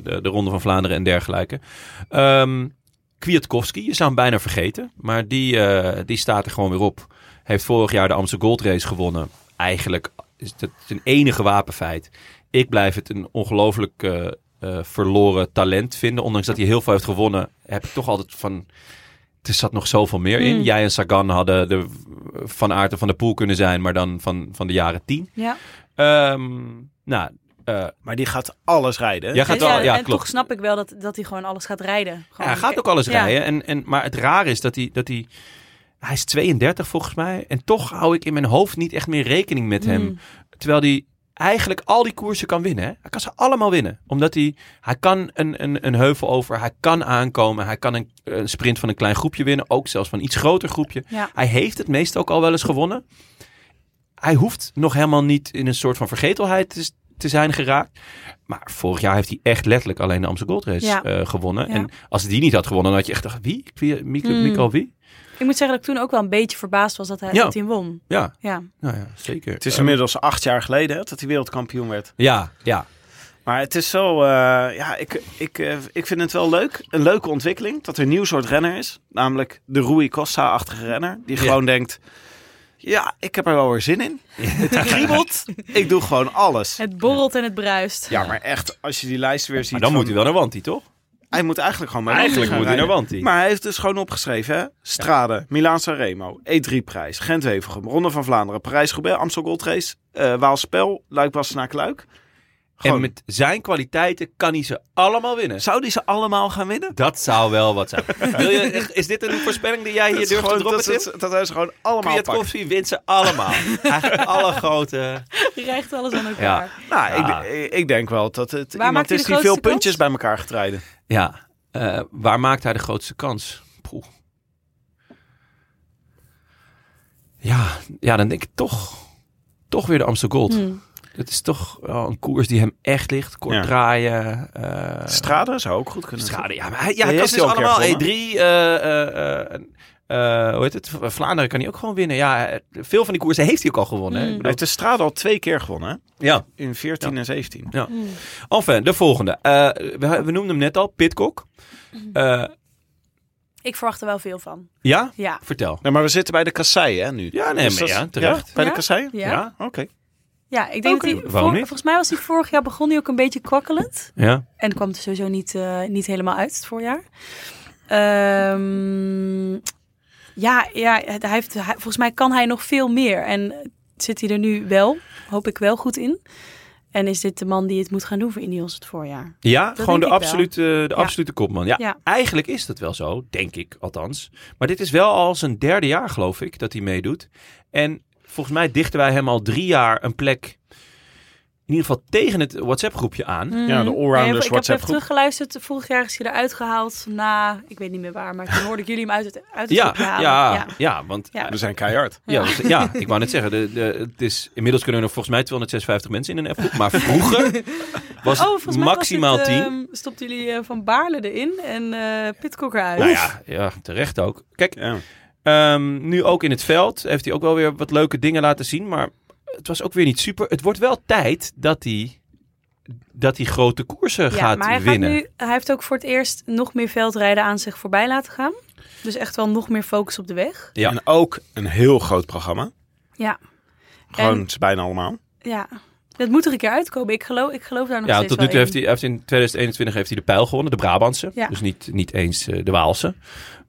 S4: de, de Ronde van Vlaanderen en dergelijke. Ehm Kwiatkowski, je zou hem bijna vergeten. Maar die, eh, die staat er gewoon weer op. Heeft vorig jaar de Amsterdam Gold Race gewonnen. Eigenlijk is dat zijn enige wapenfeit. Ik blijf het een ongelooflijk eh, eh, verloren talent vinden. Ondanks dat hij heel veel heeft gewonnen, heb ik toch altijd van... Er zat nog zoveel meer in.
S5: Mm.
S4: Jij en Sagan hadden de Van Aert en Van de Poel kunnen zijn, maar dan van, van de jaren tien.
S5: Ja.
S4: Ehm, nou, eh,
S3: Maar die gaat alles rijden.
S4: jij gaat
S5: Dus
S4: wel, ja,
S5: en toch
S4: klopt.
S5: snap ik wel dat, dat hij gewoon alles gaat rijden.
S4: Ja,
S5: Gewoon,
S4: hij gaat ook alles
S5: Ja.
S4: rijden. En, en, maar het raar is dat hij, dat hij... Hij is 32 volgens mij. En toch hou ik in mijn hoofd niet echt meer rekening met hem.
S5: Mm.
S4: Terwijl hij eigenlijk al die koersen kan winnen. Hè? Hij kan ze allemaal winnen. Omdat hij, hij kan een, een, een heuvel over. Hij kan aankomen. Hij kan een, een sprint van een klein groepje winnen. Ook zelfs van een iets groter groepje.
S5: Ja.
S4: Hij heeft het meest ook al wel eens gewonnen. Hij hoeft nog helemaal niet in een soort van vergetelheid te, te zijn geraakt. Maar vorig jaar heeft hij echt letterlijk alleen de Amsterdam Gold Race
S5: Ja.
S4: eh, gewonnen.
S5: Ja.
S4: En als die niet had gewonnen, dan had je echt gedacht, wie? wie Mikkel,
S5: Mm.
S4: Mikkel wie?
S5: Ik moet zeggen dat ik toen ook wel een beetje verbaasd was dat hij,
S4: Ja.
S5: dat hij hem won.
S4: Ja,
S5: Ja.
S4: nou ja, zeker.
S3: Het is
S4: Eh,
S3: inmiddels acht jaar geleden hè, dat hij wereldkampioen werd.
S4: Ja, ja.
S3: Maar het is zo, eh, ja, ik, ik, eh, ik vind het wel leuk. Een leuke ontwikkeling dat er een nieuw soort renner is. Namelijk de Rui Costa-achtige renner. Die
S4: Ja.
S3: gewoon denkt, ja, ik heb er wel weer zin in. Het kriebelt. Ik doe gewoon alles.
S5: Het borrelt en het bruist.
S3: Ja, maar echt, als je die lijst weer ziet.
S4: Maar dan
S3: van-
S4: moet hij wel naar Wanty, toch?
S3: Hij moet eigenlijk gewoon maar
S4: Eigenlijk moet hij naar Wanty.
S3: Maar hij heeft dus gewoon opgeschreven, hè? Strade, E Milaan-San Remo, E3-prijs, Gent-Wevergem, Ronde van Vlaanderen, Parijs-Roubaix, Amstel Gold Race, eh Waalspel, luik naar Kluik.
S4: En
S3: Gewoon,
S4: met zijn kwaliteiten kan hij ze allemaal winnen.
S3: Zou die ze allemaal gaan winnen?
S4: Dat zou
S3: *laughs*
S4: wel wat zijn. Wil je, is dit een voorspelling die jij hier
S3: Dat
S4: durft te
S3: gewoon-
S4: droppen,
S3: dat,
S4: Tim?
S3: dat, dat hij ze gewoon allemaal pakt.
S4: Kwiatkowski wint ze *laughs* allemaal. Hij gaat alle grote...
S5: *laughs* Rijgt alles aan elkaar.
S4: Ja.
S3: Nou,
S4: Ja.
S3: ik, ik denk wel dat het
S5: maakt
S3: iemand
S5: hij
S3: is
S5: de
S3: die veel
S5: grootste kans?
S3: puntjes bij elkaar gaat rijden.
S4: Ja, eh, waar maakt hij de grootste kans? Poeh. Ja, ja, dan denk ik toch, toch weer de Amstel Gold.
S5: Hmm.
S4: Dat is toch wel een koers die hem echt ligt. Kort
S3: Ja.
S4: draaien. eh,
S3: Strade zou ook goed kunnen.
S4: Schade, ja. Maar hij,
S3: Die
S4: ja, hij kan
S3: heeft
S4: dus
S3: hij al een keer
S4: allemaal E3.
S3: gewonnen.
S4: eh, eh, eh, eh, hoe heet het? V- Vlaanderen kan hij ook gewoon winnen. Ja, eh, veel van die koersen heeft hij ook al gewonnen. hè?
S5: Mm.
S4: Ik
S3: Hij
S4: bedoel-
S3: heeft de Strade al twee keer gewonnen, hè?
S4: ja.
S3: In 14 en 17.
S5: Mm.
S4: Enfin, de volgende. Eh, we, we noemden hem net al, Pitcock.
S5: Mhm.
S4: Eh,
S5: Ik verwacht er wel veel van.
S4: ja?
S5: Ja.
S4: Vertel.
S3: Nee, maar we zitten bij de kassei, hè, nu?
S4: Ja, nee,
S3: Dus
S4: maar
S3: dat-
S4: ja, terecht.
S3: Bij
S5: Ja?
S3: de kassei?
S5: Ja.
S4: Ja?
S3: Oké.
S5: Ja, ik denk
S4: Oké,
S5: dat hij...
S4: waarom
S5: vor-
S4: niet?
S5: Volgens mij was hij vorig jaar begon hij ook een beetje kwakkelend.
S4: Ja.
S5: En kwam het er sowieso niet, eh, niet helemaal uit het voorjaar. Ehm, ja, ja het- hij heeft, hij- volgens mij kan hij nog veel meer. En zit hij er nu wel, hoop ik wel, goed in. En is dit de man die het moet gaan doen voor Ineos het voorjaar?
S4: Ja, gewoon
S5: denk
S4: de
S5: ik wel.
S4: absolute, eh, de
S5: Ja.
S4: absolute kopman. Ja,
S5: Ja.
S4: eigenlijk is dat wel zo, denk ik althans. Maar dit is wel al zijn derde jaar, geloof ik, dat hij meedoet. En volgens mij dichten wij hem al drie jaar een plek, in ieder geval tegen het WhatsApp-groepje aan.
S3: Ja,
S5: Mm,
S3: de allrounders
S5: Nee, ik heb
S3: WhatsApp
S5: Mhm. even
S3: groep.
S5: teruggeluisterd. Vorig jaar is hij eruit gehaald na, ik weet niet meer waar, maar toen hoorde ik jullie hem uit het, uit het
S4: Ja,
S5: groepje
S4: ja,
S5: halen.
S4: ja, want...
S5: Ja.
S3: We zijn keihard.
S4: Ja, dus- ja. ik wou net zeggen, de, de, het is, inmiddels kunnen er nog volgens mij 256 mensen in een appgroep. Maar
S5: *laughs*
S4: vroeger was
S5: Oh,
S4: het
S5: volgens mij
S4: maximaal
S5: was
S4: 10.
S5: dit, ehm, stopten jullie eh, Van Baarle erin en eh Pitcock eruit.
S4: nou ja, ja, terecht ook. Kijk,
S3: Ja.
S4: Ehm, nu ook in het veld heeft hij ook wel weer wat leuke dingen laten zien. Maar het was ook weer niet super. Het wordt wel tijd dat hij, dat hij grote koersen gaat
S5: maar hij
S4: winnen.
S5: Gaat nu, hij heeft ook voor het eerst nog meer veldrijden aan zich voorbij laten gaan. Dus echt wel nog meer focus op de weg.
S4: Ja.
S3: En ook een heel groot programma.
S5: Ja,
S3: Gewoon
S5: En-
S3: ze bijna allemaal.
S5: ja. Dat moet er een keer uitkomen. Ik geloof, ik geloof daar nog
S4: Ja,
S5: steeds
S4: tot nu toe
S5: wel
S4: heeft
S5: in.
S4: hij, heeft hij in 2021 heeft hij de pijl gewonnen, de Brabantse.
S5: Ja.
S4: Dus niet, niet eens eh, de Waalse.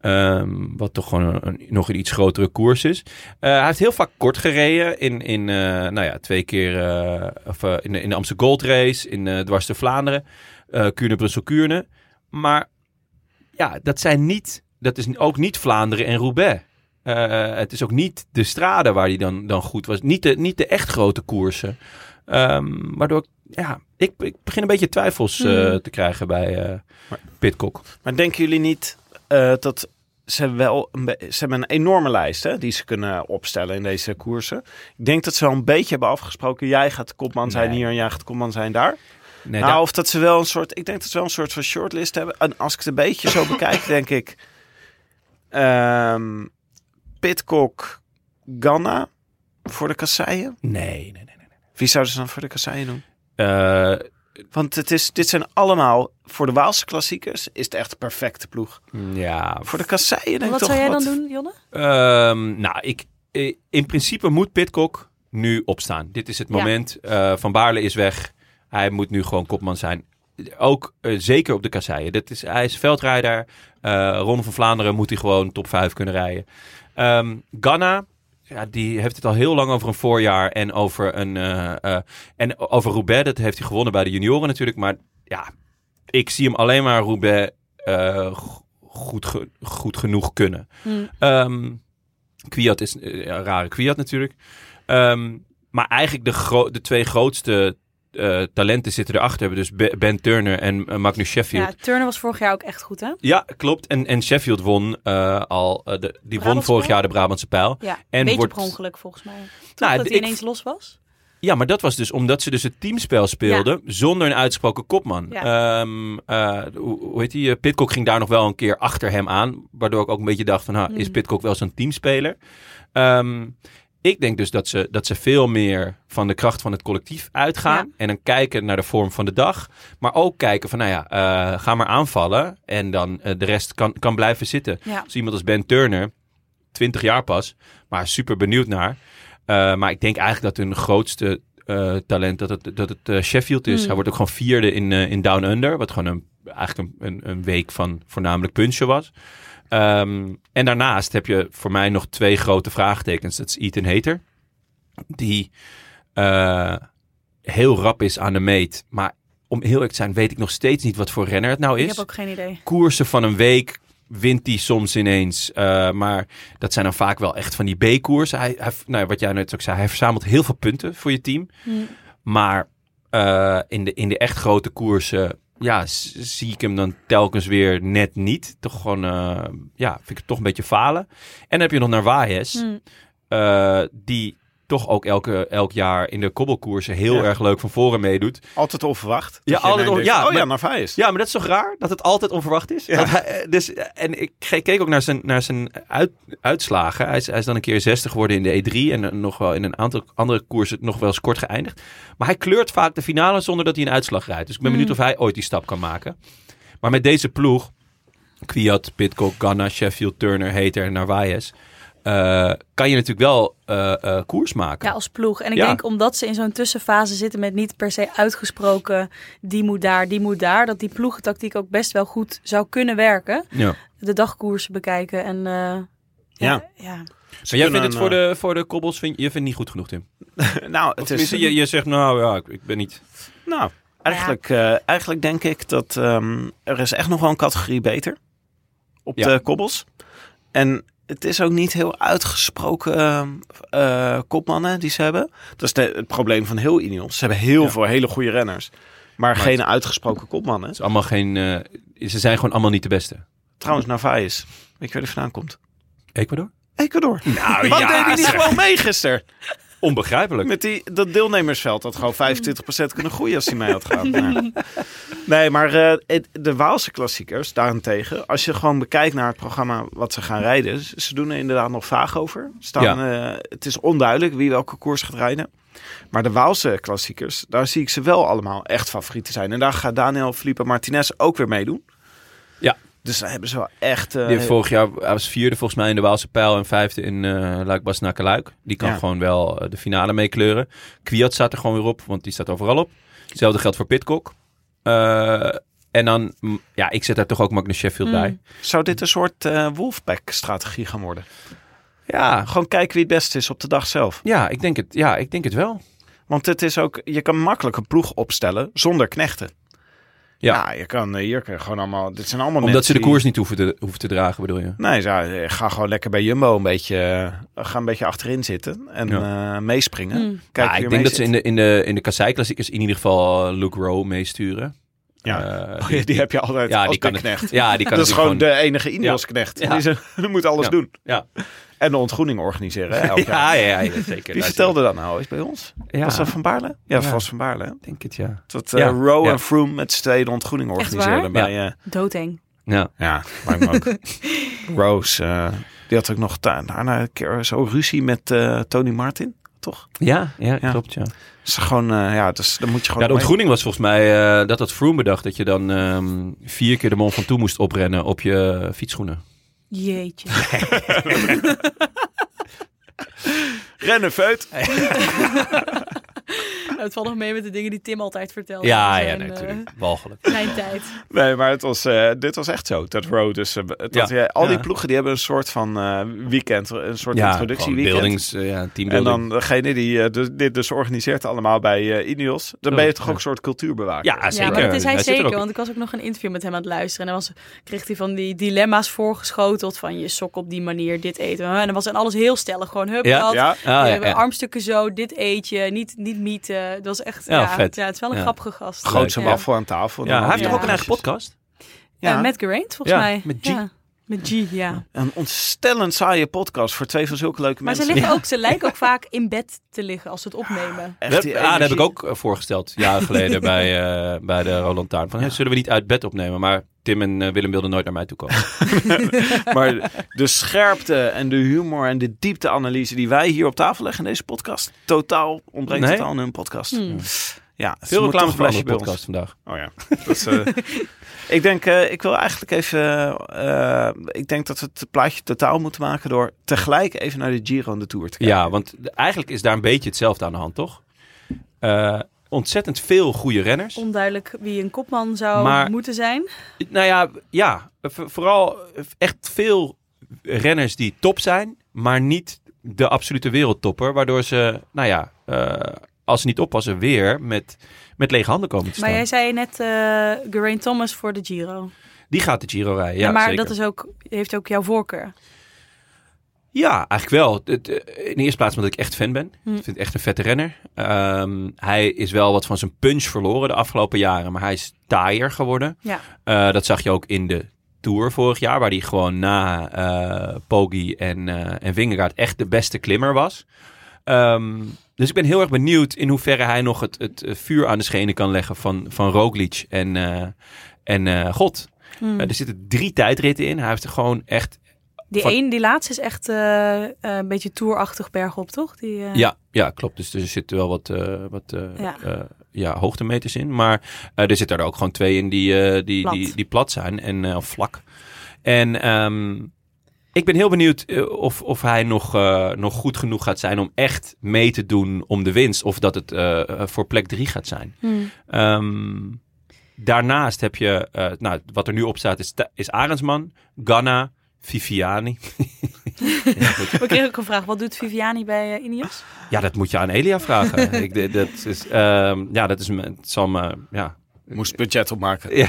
S4: Ehm, wat toch gewoon een, een- nog een iets grotere koers is. Eh, hij heeft heel vaak kort gereden. In, in eh, nou ja, twee keer eh, of, eh, in, de- in de Amsterdam Gold Race, in eh Dwars de Vlaanderen, eh Kuurne, Brussel, Kuurne. Maar ja, dat zijn niet, dat is ook niet Vlaanderen en Roubaix. Eh, het is ook niet de straden waar hij dan, dan goed was. Niet de, niet de echt grote koersen. Ehm, waardoor ik, ja, ik, ik begin een beetje twijfels eh,
S5: Mm.
S4: te krijgen bij eh Pitcock.
S3: Maar denken jullie niet eh, dat ze wel... Een be- ze hebben een enorme lijst hè, die ze kunnen opstellen in deze koersen. Ik denk dat ze wel een beetje hebben afgesproken. Jij gaat kopman zijn
S4: Nee.
S3: hier en jij gaat kopman zijn daar.
S4: Nee,
S3: nou,
S4: daar-
S3: of dat ze wel een soort... Ik denk dat ze wel een soort van shortlist hebben. En als ik het een beetje zo
S4: *laughs*
S3: bekijk, denk ik... ehm Pitcock, Ganna voor de kasseien.
S4: nee, nee, nee. nee.
S3: Wie zouden ze dan voor de kasseien doen?
S4: Eh,
S3: Want het is, dit zijn allemaal, voor de Waalse klassiekers is het echt de perfecte ploeg.
S4: ja,
S3: Voor de kasseien denk
S5: En
S3: ik
S5: Wat
S3: toch
S5: zou jij dan
S3: wat-
S5: doen, Jonne?
S4: Ehm, nou, ik, eh, in principe moet Pitcock nu opstaan. Dit is het
S5: Ja.
S4: moment. Eh, Van Baarle is weg. Hij moet nu gewoon kopman zijn. Ook eh, zeker op de kasseien. Dat is, hij is veldrijder. Eh Ronde van Vlaanderen moet hij gewoon top 5 kunnen rijden. Ehm Ganna ja, die heeft het al heel lang over een voorjaar en over een. eh, eh, en over Roubaix. Dat heeft hij gewonnen bij de junioren natuurlijk. Maar ja, ik zie hem alleen maar Roubaix eh, go- goed, ge- goed genoeg kunnen.
S5: Mm.
S4: Ehm Kwiat is eh, ja, een rare Kwiat natuurlijk. Ehm, maar eigenlijk de, gro- de twee grootste eh, talenten zitten erachter. Dus Be- Ben Turner en eh, Magnus Sheffield.
S5: Ja, Turner was vorig jaar ook echt goed, hè?
S4: Ja, klopt. En, en Sheffield won eh, al. eh, de, die won
S5: Brabantse
S4: vorig
S5: Pijl?
S4: jaar de Brabantse pijl.
S5: Ja,
S4: En
S5: beetje
S4: wordt-
S5: per ongeluk volgens mij. Toch
S4: Nou,
S5: dat
S4: d-
S5: hij
S4: ik-
S5: ineens los was?
S4: Ja, maar dat was dus omdat ze dus het teamspel speelden zonder een uitgesproken kopman. Ehm, eh, hoe, hoe heet die? eh, Pitcock ging daar nog wel een keer achter hem aan. Waardoor ik ook een beetje dacht van, ha, is
S5: Hmm.
S4: Pitcock wel zo'n teamspeler? Ehm, ik denk dus dat ze, dat ze veel meer van de kracht van het collectief uitgaan.
S5: Ja.
S4: En dan kijken naar de vorm van de dag. Maar ook kijken van, nou ja, eh, ga maar aanvallen. En dan eh, de rest kan, kan blijven zitten.
S5: Ja.
S4: Dus iemand als Ben Turner, 20 jaar pas, maar super benieuwd naar. Eh, maar ik denk eigenlijk dat hun grootste eh, talent dat het, dat het eh, Sheffield is.
S5: Mm.
S4: Hij wordt ook gewoon vierde in, eh, in Down Under, wat gewoon een, eigenlijk een, een, een week van voornamelijk punchen was. Ehm, en daarnaast heb je voor mij nog twee grote vraagtekens. Dat is Ethan Hater, die eh, heel rap is aan de meet. Maar om heel eerlijk te zijn, weet ik nog steeds niet wat voor renner het nou
S5: Ik
S4: is
S5: heb ook geen idee.
S4: koersen van een week wint hij soms ineens. Eh, maar dat zijn dan vaak wel echt van die B-koersen. Hij, hij, nou, ja, wat jij net ook zei, hij verzamelt heel veel punten voor je team.
S5: Mm.
S4: Maar eh, in, de, in de echt grote koersen ja, s- zie ik hem dan telkens weer net niet. Toch gewoon, eh, ja, vind ik het toch een beetje falen. En dan heb je nog Narvaez,
S5: Mm.
S4: eh, die toch ook elke, elk jaar in de kobbelkoersen heel
S3: Ja.
S4: erg leuk van voren meedoet.
S3: Altijd onverwacht. Dat
S4: Ja,
S3: je
S4: altijd
S3: ineens
S4: on-
S3: denkt,
S4: ja,
S3: oh ja,
S4: maar-
S3: Narvaez.
S4: Ja, maar dat is toch raar dat het altijd onverwacht is? Dat hij, eh, dus, eh, en ik ke- keek ook naar zijn, naar zijn uit, uitslagen. Hij is, hij is dan een keer 60 geworden in de E3 en eh, nog wel in een aantal andere koersen nog wel eens kort geëindigd. Maar hij kleurt vaak de finale zonder dat hij een uitslag rijdt. Dus ik ben
S5: Mm.
S4: benieuwd of hij ooit die stap kan maken. Maar met deze ploeg, Kwiat, Pitcock, Ganna, Sheffield, Turner, Hater en Narvaez, eh, kan je natuurlijk wel eh, eh, koers maken.
S5: Ja, als ploeg. En ik
S4: Ja.
S5: denk omdat ze in zo'n tussenfase zitten met niet per se uitgesproken die moet daar, die moet daar, dat die ploegentactiek ook best wel goed zou kunnen werken.
S4: Ja.
S5: De dagkoersen bekijken en eh,
S3: Ja.
S5: ja,
S3: Ze
S4: Maar jij
S3: kunnen
S4: vindt het
S3: een,
S4: voor de, voor de kobbels vind, je vindt het niet goed genoeg, Tim?
S3: eh, Nou,
S4: Of
S3: het is...
S4: tenminste, je, je zegt, nou ja, ik, ik ben niet...
S3: Nou, eigenlijk, eh, eigenlijk denk ik dat ehm, er is echt nog wel een categorie beter op
S4: Ja.
S3: de kobbels. En het is ook niet heel uitgesproken ehm, eh, kopmannen die ze hebben. Dat is de, het probleem van heel Ineos. Ze hebben heel
S4: Ja.
S3: veel hele goede renners, maar,
S4: Maar
S3: geen uitgesproken kopmannen.
S4: Het is allemaal geen. eh, ze zijn gewoon allemaal niet de beste.
S3: Trouwens, Narvaez, weet je waar die vandaan komt?
S4: Ecuador?
S3: Ecuador. *laughs*
S4: Nou
S3: Wat deed hij niet gewoon mee gisteren?
S4: Onbegrijpelijk.
S3: Met die, dat deelnemersveld had gewoon 25% kunnen groeien als hij mee had gehad. *laughs* Maar- Nee, maar eh, het- de Waalse klassiekers daarentegen, als je gewoon bekijkt naar het programma wat ze gaan rijden, z- ze doen er inderdaad nog vaag over. Staan, eh, het is onduidelijk wie welke koers gaat rijden. Maar de Waalse klassiekers, daar zie ik ze wel allemaal echt favorieten zijn. En daar gaat Daniel Felipe Martinez ook weer meedoen.
S4: Ja.
S3: Dus daar hebben ze wel echt... eh,
S4: Die heeft vorig jaar hij was vierde volgens mij in de Waalse Pijl en vijfde in eh Luik Basnaken Luik. Die kan
S3: Ja.
S4: gewoon wel eh, de finale meekleuren. Kwiat staat er gewoon weer op, want die staat overal op. Hetzelfde geldt voor Pitcock. Eh, en dan, mm, ja, ik zet daar toch ook Magnus Sheffield
S5: Mm.
S4: bij.
S3: Zou dit een soort eh, Wolfpack-strategie gaan worden?
S4: Ja,
S3: Gewoon kijken wie het beste is op de dag zelf.
S4: ja, ik denk het, ja, ik denk het wel.
S3: Want het is ook, je kan makkelijk een ploeg opstellen zonder knechten.
S4: Ja.
S3: Ja, je kan eh, hier kun je gewoon allemaal. Dit zijn allemaal
S4: Omdat
S3: mensen
S4: ze de
S3: die-
S4: koers niet hoeven te, hoeven te dragen, bedoel je?
S3: Nee, ze- eh, ga gewoon lekker bij Jumbo een beetje, eh, ga een beetje achterin zitten en eh, meespringen.
S5: Mm.
S3: Kijk,
S4: ja, ik denk dat ze in de, in de, in de kasseiklassiekers in ieder geval eh, Luke Rowe meesturen.
S3: Ja.
S4: Eh,
S3: Oh ja, die heb je altijd
S4: Ja,
S3: als
S4: die kan
S3: de
S4: het-
S3: knecht.
S4: Ja, die
S3: *laughs*
S4: kan
S3: Dat is
S4: natuurlijk
S3: gewoon de enige Ineos-knecht.
S4: Ja.
S3: Die, ze, *laughs* die moet alles
S4: Ja.
S3: doen.
S4: Ja.
S3: En de ontgroening organiseren. Hè, elk jaar.
S4: *laughs* Ja, ja, ja, zeker.
S3: Wie vertelde dat nou eens bij ons?
S4: Ja,
S3: Was dat Van Baarle? Ja,
S4: Ja.
S3: was Van Baarle. hè?
S4: denk het, ja.
S3: Dat
S4: Ja.
S3: eh Rowe
S4: Ja.
S3: en Froome met z'n tweeën de ontgroening
S5: Echt waar?
S3: organiseren bij... eh,
S5: doodeng.
S4: ja.
S3: Ja, lijkt me ook. *laughs* Rose, eh, die had ook nog da- daarna een keer zo ruzie met eh, Tony Martin, toch?
S4: Ja, ja,
S3: Ja.
S4: klopt, ja.
S3: Ze gewoon, eh, ja, dus dan moet je
S4: Ja,
S3: gewoon...
S4: de ontgroening was volgens mij eh, dat dat Froome bedacht. Dat je dan ehm, vier keer de Mont Ventoux moest oprennen op je fietsschoenen. *laughs*
S5: Jeetje.
S3: Rennen, feut.
S5: Oké, Nou, het valt nog mee met de dingen die Tim altijd vertelt.
S4: Ja,
S5: over
S4: ja,
S5: zijn,
S4: nee,
S5: eh,
S4: natuurlijk. Walgelijk.
S5: Mijn tijd.
S3: Nee, maar het was, eh, dit was echt zo. Dat road dus, eh, dat,
S4: Ja.
S3: eh, al die
S4: Ja.
S3: ploegen die hebben een soort van eh, weekend, een soort
S4: Ja, gewoon
S3: introductieweekend.
S4: buildings, eh, ja,
S3: En dan
S4: teambuilding.
S3: degene die eh, dus- dit dus organiseert allemaal bij eh, Ineos. Dan ben je toch ook een soort cultuurbewaker.
S4: Oh, Ja, zeker.
S5: Ja, maar dat is hij,
S4: Hij zit er
S5: zeker.
S4: ook-
S5: Want ik was ook nog een interview met hem aan het luisteren. En dan was, kreeg hij van die dilemma's voorgeschoteld. Van je sok op die manier, dit eten. we. En dan was en alles heel stellig. Gewoon hup,
S4: Ja,
S5: dat.
S3: Ja?
S4: Ah, ja,
S5: eh,
S4: ja.
S5: Armstukken zo, dit eet je. Niet, niet mieten. Dat was echt...
S4: Ja,
S5: Ja,
S4: vet.
S5: ja, het is wel een
S4: Ja.
S5: grappige gast.
S3: Groot zo'n
S5: ja.
S3: wafel aan tafel.
S4: Ja, hij heeft
S5: Ja.
S4: toch ook een eigen podcast?
S5: Ja,
S3: Ja.
S5: Matt Geraint,
S4: Ja,
S5: volgens mij.
S4: met G.
S5: Ja, met G, ja.
S3: Een ontstellend saaie podcast voor twee van zulke leuke
S5: Maar ze,
S3: mensen.
S5: liggen ook, ze lijken ook vaak in bed te liggen als ze het opnemen.
S3: Echt
S4: Dat,
S3: die
S4: ah, dat heb
S3: energie.
S4: ik ook eh, voorgesteld, jaren
S3: *laughs*
S4: geleden, bij, eh, bij de Roland Taarn. Van, hey, zullen we niet uit bed opnemen? Maar Tim en eh, Willem wilden nooit naar mij
S3: *laughs*
S4: toe komen.
S3: Maar de scherpte en de humor en de diepteanalyse die wij hier op tafel leggen in deze podcast, totaal ontbreekt
S4: Nee.
S3: het aan hun podcast.
S5: Hm. Hmm.
S3: Ja, ze
S4: Veel
S3: moet
S4: reclame
S3: toch
S4: voor
S3: wel
S4: de
S3: bij ons.
S4: podcast vandaag.
S3: Oh ja. Dat is, eh,
S5: *laughs*
S3: ik denk, eh, ik wil eigenlijk even. eh, ik denk dat we het plaatje totaal moeten maken door tegelijk even naar de Giro en de Tour te kijken.
S4: Ja, want de- eigenlijk is daar een beetje hetzelfde aan de hand, toch? Eh, ontzettend veel goede renners.
S5: Onduidelijk wie een kopman zou
S4: Maar-
S5: moeten zijn.
S4: Nou ja, ja v- vooral eh, echt veel renners die top zijn, maar niet de absolute wereldtopper. Waardoor ze, nou ja, eh, als ze niet oppassen, weer met, met lege handen komen te staan.
S5: Maar jij zei net eh Geraint Thomas voor de Giro.
S4: Die gaat de Giro rijden, ja,
S5: Ja, maar
S4: zeker.
S5: dat is ook, heeft ook jouw voorkeur.
S4: Ja, eigenlijk wel. Het, eh, In de eerste plaats omdat ik echt fan ben.
S5: Hm.
S4: Ik vind het echt een vette renner. Ehm, hij is wel wat van zijn punch verloren de afgelopen jaren, maar hij is taaier geworden.
S5: Ja.
S4: Eh, dat zag je ook in de Tour vorig jaar, waar hij gewoon na eh Poggi en, eh en Vingegaard echt de beste klimmer was. Ehm, dus ik ben heel erg benieuwd in hoeverre hij nog het, het eh, vuur aan de schenen kan leggen van, van Roglic en, eh, en eh, God.
S5: Hm.
S4: Eh, er zitten drie tijdritten in. Hij heeft er gewoon echt...
S5: Die,
S4: Van-
S5: een, die laatste is echt eh, eh, een beetje tourachtig bergop, toch? Die, eh,
S4: Ja, ja klopt. Dus er zitten wel wat, eh, wat eh,
S5: Ja.
S4: eh, ja, hoogtemeters in. Maar eh, er zitten er ook gewoon twee in die, eh, die,
S5: Plat.
S4: Die, die plat zijn en eh, of vlak. En ehm, ik ben heel benieuwd eh, of, of hij nog, eh, nog goed genoeg gaat zijn om echt mee te doen om de winst. Of dat het eh, eh, voor plek drie gaat zijn.
S5: Hm.
S4: Ehm, daarnaast heb je, eh, nou, wat er nu op staat is, Ta- is Arendsman, Ganna, Viviani.
S5: *laughs* We kregen ook een vraag, wat doet Viviani bij eh, Ineos?
S4: Ja, dat moet je aan Elia vragen. *laughs* ik, d- dat is, ehm, ja, dat is mijn- het zal me, ja.
S3: Moest budget opmaken.
S4: ja.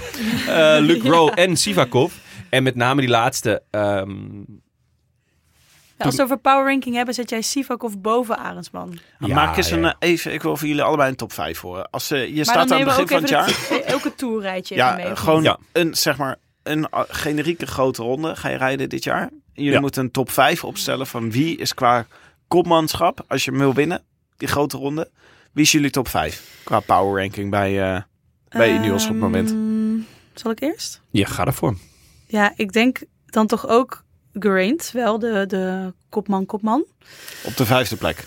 S4: Eh, *laughs* Luc Rowe en Sivakov. En met name die laatste. ehm,
S5: Ja, als we het over power ranking hebben, zet jij Sivakov boven Arendsman.
S4: ja,
S3: Maak eens
S4: ja,
S3: een,
S4: ja.
S3: eh, even, ik wil voor jullie allebei een top 5 horen. Als, eh, je
S5: maar
S3: staat aan het begin van
S5: ook
S3: het
S5: even
S3: jaar.
S5: het- eh, ook het tourrijtje
S3: Ja,
S5: even mee.
S3: eh, gewoon
S4: Ja.
S3: een, zeg maar, een eh, generieke grote ronde ga je rijden dit jaar. En Jullie
S4: Ja.
S3: moeten een top 5 opstellen van wie is qua kopmanschap, als je hem wil winnen, die grote ronde. Wie is jullie top 5 qua power ranking bij, eh bij Ineos op het moment?
S5: Ehm, Zal ik eerst?
S4: Ja, ga ervoor.
S5: Ja, ik denk dan toch ook Geraint, wel de, de kopman, kopman.
S3: Op de vijfde plek.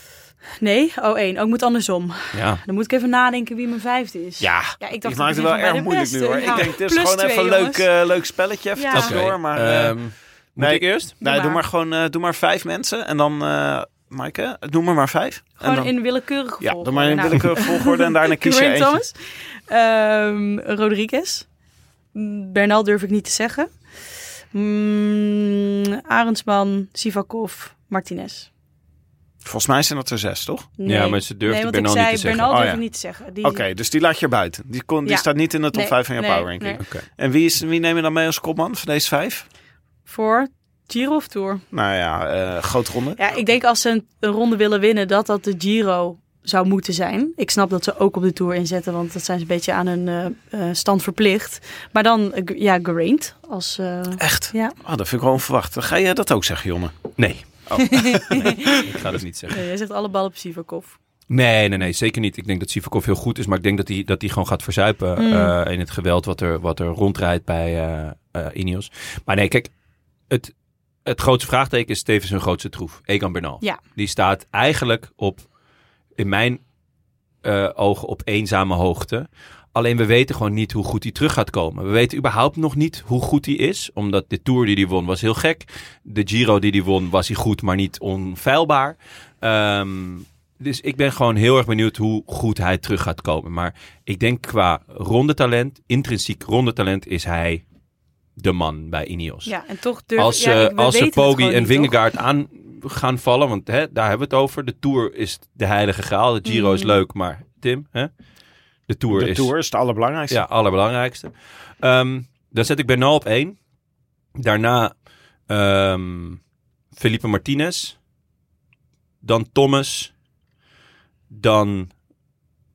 S5: Nee, oh één. Ook moet andersom.
S4: Ja.
S5: Dan moet ik even nadenken wie mijn vijfde is.
S4: Ja.
S5: Ja, ik
S3: Ik
S5: dacht
S3: maak
S5: ik
S3: het wel
S5: begin bij
S3: erg
S5: de
S3: moeilijk nu
S5: beste.
S3: hoor.
S5: Ja.
S3: Ik denk, dit is
S5: Plus
S3: gewoon even een
S5: twee,
S3: leuk,
S5: jongens.
S3: eh, leuk spelletje. Even
S5: Ja.
S4: Oké.
S3: tussendoor, maar... eh,
S4: ehm, moet
S3: nee.
S4: ik eerst?
S3: nee,
S5: doe
S3: doe
S5: maar.
S3: maar gewoon eh, doe maar vijf mensen. En dan, eh Maaike, noem er maar vijf.
S5: Gewoon
S3: en dan,
S5: in willekeurig
S3: ja,
S5: volgorde.
S3: doe maar in
S5: Nou,
S3: willekeurige volgorde en
S5: *laughs*
S3: daarna kies je
S5: Geraint
S3: eentje.
S5: Thomas. Ehm, Rodriguez. Mm, Bernal durf ik niet te zeggen. Mm, Arendsman, Sivakov, Martinez.
S3: Volgens mij zijn dat er zes, toch?
S5: Nee.
S4: Ja, maar ze durfde
S5: nee, want
S4: Bernal
S5: ik
S4: niet
S5: zei,
S4: te zeggen.
S5: Bernal
S3: Oh,
S5: durf
S3: ja.
S5: ik niet te zeggen. Die,
S3: Oké, dus die laat je er buiten. Die, kon, die
S5: Ja.
S3: staat niet in de top
S5: Nee,
S3: 5 van je
S5: nee,
S3: power ranking.
S5: nee.
S4: Oké.
S3: En wie, is, wie neem je dan mee als kopman van deze vijf?
S5: Voor Giro of Tour?
S3: Nou ja, eh grote ronde.
S5: Ja, ik denk als ze een, een ronde willen winnen, dat dat de Giro zou moeten zijn. Ik snap dat ze ook op de Tour inzetten, want dat zijn ze een beetje aan hun eh, eh, stand verplicht. Maar dan, eh, ja, Geraint als... eh,
S3: Echt?
S5: Ja.
S3: Ah, dat vind ik wel onverwacht. Dan ga jij dat ook zeggen, Jonne.
S4: Nee.
S5: *laughs*
S4: nee. Ik ga dat niet zeggen.
S5: nee, jij eh, zegt alle ballen op Sivakov.
S4: Nee, nee, nee, zeker niet. Ik denk dat Sivakov heel goed is, maar ik denk dat hij dat die gewoon gaat verzuipen
S5: Mm.
S4: eh, in het geweld wat er, wat er rondrijdt bij eh eh, Ineos. Maar nee, kijk, het, het grootste vraagteken is tevens hun grootste troef, Egan Bernal.
S5: Ja.
S4: Die staat eigenlijk op, in mijn eh, ogen, op eenzame hoogte. Alleen we weten gewoon niet hoe goed hij terug gaat komen. We weten überhaupt nog niet hoe goed hij is, omdat de Tour die hij won was heel gek. De Giro die hij won was hij goed, maar niet onfeilbaar. Ehm, dus ik ben gewoon heel erg benieuwd hoe goed hij terug gaat komen. Maar ik denk qua ronde talent, intrinsiek ronde talent, is hij de man bij Ineos.
S5: Ja, en toch durf
S4: als
S5: ja,
S4: ze,
S5: we
S4: als ze
S5: weten het
S4: Poggi
S5: gewoon
S4: en
S5: niet, toch?
S4: Vingegaard aan gaan vallen, want hè, daar hebben we het over. De Tour is de heilige graal. De Giro is
S5: Mhm.
S4: leuk, maar Tim, hè? de Tour
S3: de
S4: is
S3: Tour is het allerbelangrijkste.
S4: ja, allerbelangrijkste. Ehm, dan zet ik Bernal op één. Daarna ehm, Felipe Martinez. Dan Thomas. Dan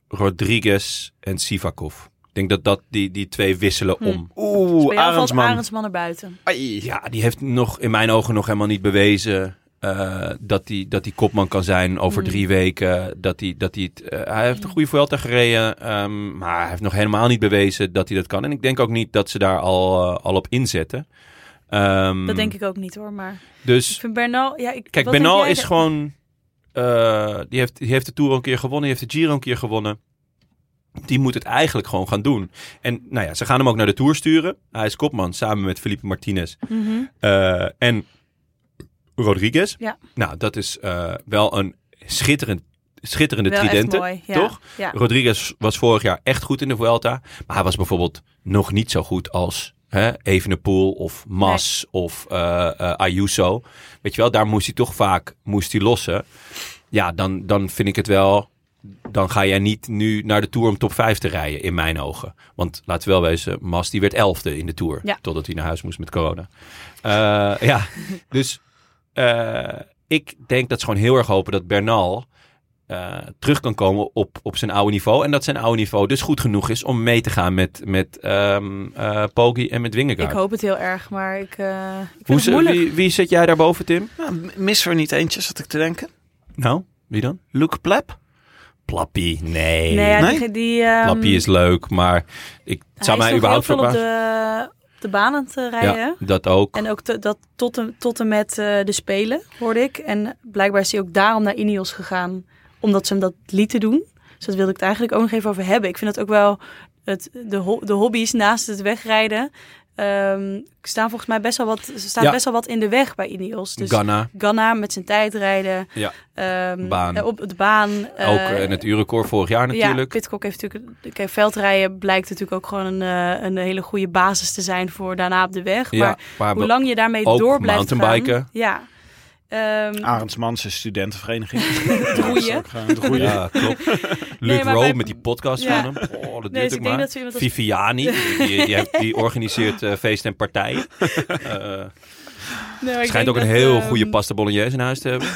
S4: Rodriguez en Sivakov. Ik denk dat, dat die, die twee wisselen
S5: Hm.
S4: om.
S5: Dus bij
S3: Oeh,
S5: jou valt
S3: Arendsman.
S5: Arendsman naar buiten.
S3: Ai.
S4: Ja, die heeft nog in mijn ogen nog helemaal niet bewezen eh, dat hij dat die kopman kan zijn over
S5: Mm.
S4: drie weken. Dat hij, dat hij, het, eh, hij
S5: Hmm.
S4: heeft een goede Vuelta gereden, ehm, maar hij heeft nog helemaal niet bewezen dat hij dat kan. En ik denk ook niet dat ze daar al, eh, al op inzetten. Ehm,
S5: Dat denk ik ook niet hoor, maar ik
S4: Dus
S5: vind Bernal... Ja, ik,
S4: kijk,
S5: wat denk
S4: Bernal
S5: jij
S4: is
S5: da-
S4: gewoon... eh, die, heeft, die heeft de Tour al een keer gewonnen, die heeft de Giro een keer gewonnen. Die moet het eigenlijk gewoon gaan doen. En nou ja, ze gaan hem ook naar de Tour sturen. Hij is kopman samen met Felipe Martinez.
S5: Mhm.
S4: Eh, en Rodriguez.
S5: Ja.
S4: Nou, dat is eh, wel een schitterend, schitterende
S5: Wel echt
S4: tridenten.
S5: mooi, ja.
S4: toch?
S5: Ja.
S4: Rodriguez was vorig jaar echt goed in de Vuelta. Maar hij was bijvoorbeeld nog niet zo goed als hè, Evenepoel of Mas of eh eh, Ayuso. Weet je wel, daar moest hij toch vaak moest hij lossen. Ja, dan, dan vind ik het wel... Dan ga jij niet nu naar de Tour om top 5 te rijden, in mijn ogen. Want laten we wel wezen, Mas die werd elfde in de Tour.
S5: Ja.
S4: Totdat hij naar huis moest met corona. Eh, ja, dus eh, ik denk dat ze gewoon heel erg hopen dat Bernal eh, terug kan komen op, op zijn oude niveau. En dat zijn oude niveau dus goed genoeg is om mee te gaan met, met ehm eh, Poggi en met Wingegaard.
S5: Ik hoop het heel erg, maar ik, eh ik vind
S4: Hoe
S5: het
S4: ze-
S5: moeilijk.
S4: wie, wie zit jij daarboven, Tim?
S3: Nou, m- missen we er niet eentje, zat ik te denken.
S4: Nou, wie dan?
S3: Luke Plep.
S4: Plappie, nee.
S5: Nee, ja,
S3: Nee?
S5: die... die ehm,
S4: Plappie is leuk, maar ik
S5: hij
S4: zou
S5: is
S4: mij
S5: nog
S4: überhaupt
S5: heel veel op
S4: verbazen.
S5: de, op de baan aan het eh, rijden.
S4: Ja, dat ook.
S5: En ook te- dat tot en, tot en met eh, de Spelen, hoorde ik. En blijkbaar is hij ook daarom naar Ineos gegaan, omdat ze hem dat lieten doen. Dus dat wilde ik het eigenlijk ook nog even over hebben. Ik vind dat ook wel, het, de, ho- de hobby's naast het wegrijden, ehm, staan volgens mij best wel wat, ze staan
S4: Ja.
S5: best wel wat in de weg bij Ineos. Dus
S4: Ghana,
S5: Ganna met zijn tijdrijden,
S4: Ja.
S5: ehm,
S4: Baan.
S5: eh, op de baan. eh,
S4: ook eh, en het urenkoor vorig jaar natuurlijk.
S5: ja, Pitcock heeft natuurlijk... Kijk, veldrijden blijkt natuurlijk ook gewoon een, eh, een hele goede basis te zijn voor daarna op de weg.
S4: Ja,
S5: maar
S4: maar
S5: hoe lang je daarmee
S4: ook
S5: door blijft
S4: mountainbiken. Ah,
S5: gaan. Ja. Ehm,
S3: Arendsmans is
S5: *laughs*
S3: studentenvereniging.
S5: de goeie.
S4: Ja,
S5: *laughs*
S4: klopt. Luke
S5: maar
S4: Rowe
S5: wij-
S4: met die podcast
S5: Ja.
S4: van hem. Oh, dat
S5: Nee,
S4: duurt
S5: dus
S4: ook
S5: ik denk
S4: maar.
S5: dat ze iemand als-
S4: Viviani, die, die, heeft- die organiseert eh, feesten en partijen. Eh
S5: *laughs* nee, maar ik
S4: schijnt
S5: denk
S4: ook een
S5: dat,
S4: heel
S5: ehm,
S4: goede pasta bolognese in huis te hebben.